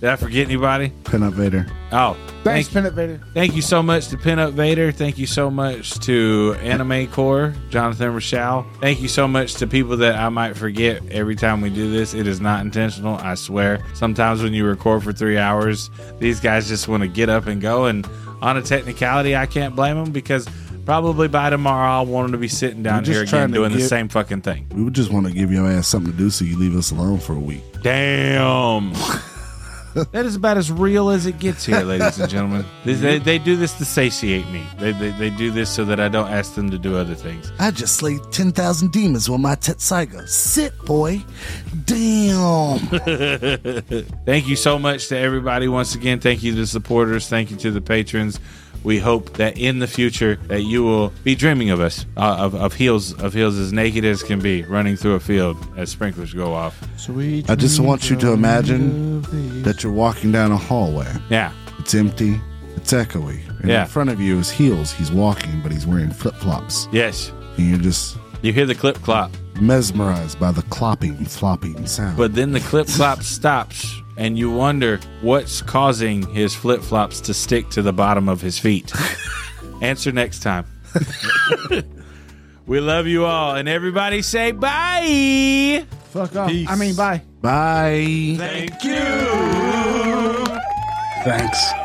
C: Did I forget anybody?
B: Pin up Vader.
C: Oh, thank
A: thanks, Peanut Vader.
C: Thank you so much to Pinup Vader. Thank you so much to Anime Core, Jonathan Rochelle. Thank you so much to people that I might forget every time we do this. It is not intentional, I swear. Sometimes when you record for three hours, these guys just want to get up and go. And on a technicality, I can't blame them because probably by tomorrow I'll want them to be sitting down
B: just
C: here
B: trying
C: again
B: to
C: doing the
B: get-
C: same fucking thing.
B: We would just want to give your ass something to do so you leave us alone for a week.
C: Damn. that is about as real as it gets here, ladies and gentlemen. They, they, they do this to satiate me. They, they, they do this so that I don't ask them to do other things.
B: I just slayed 10,000 demons with my Tetsaiga. Sit, boy. Damn.
C: Thank you so much to everybody once again. Thank you to the supporters. Thank you to the patrons. We hope that in the future that you will be dreaming of us, uh, of, of heels, of heels as naked as can be, running through a field as sprinklers go off.
B: I just want you to imagine that you're walking down a hallway.
C: Yeah,
B: It's empty, it's echoey. And
C: Yeah.
B: in front of you is heels. He's walking, but he's wearing flip flops.
C: yes,
B: And you're just
C: you hear the clip clop,
B: mesmerized by the clopping, flopping sound.
C: But then the clip flop stops, and you wonder what's causing his flip flops to stick to the bottom of his feet. Answer next time. [laughs] we love you all, and everybody say bye.
A: Fuck off. I mean, bye.
B: Bye.
L: Thanks.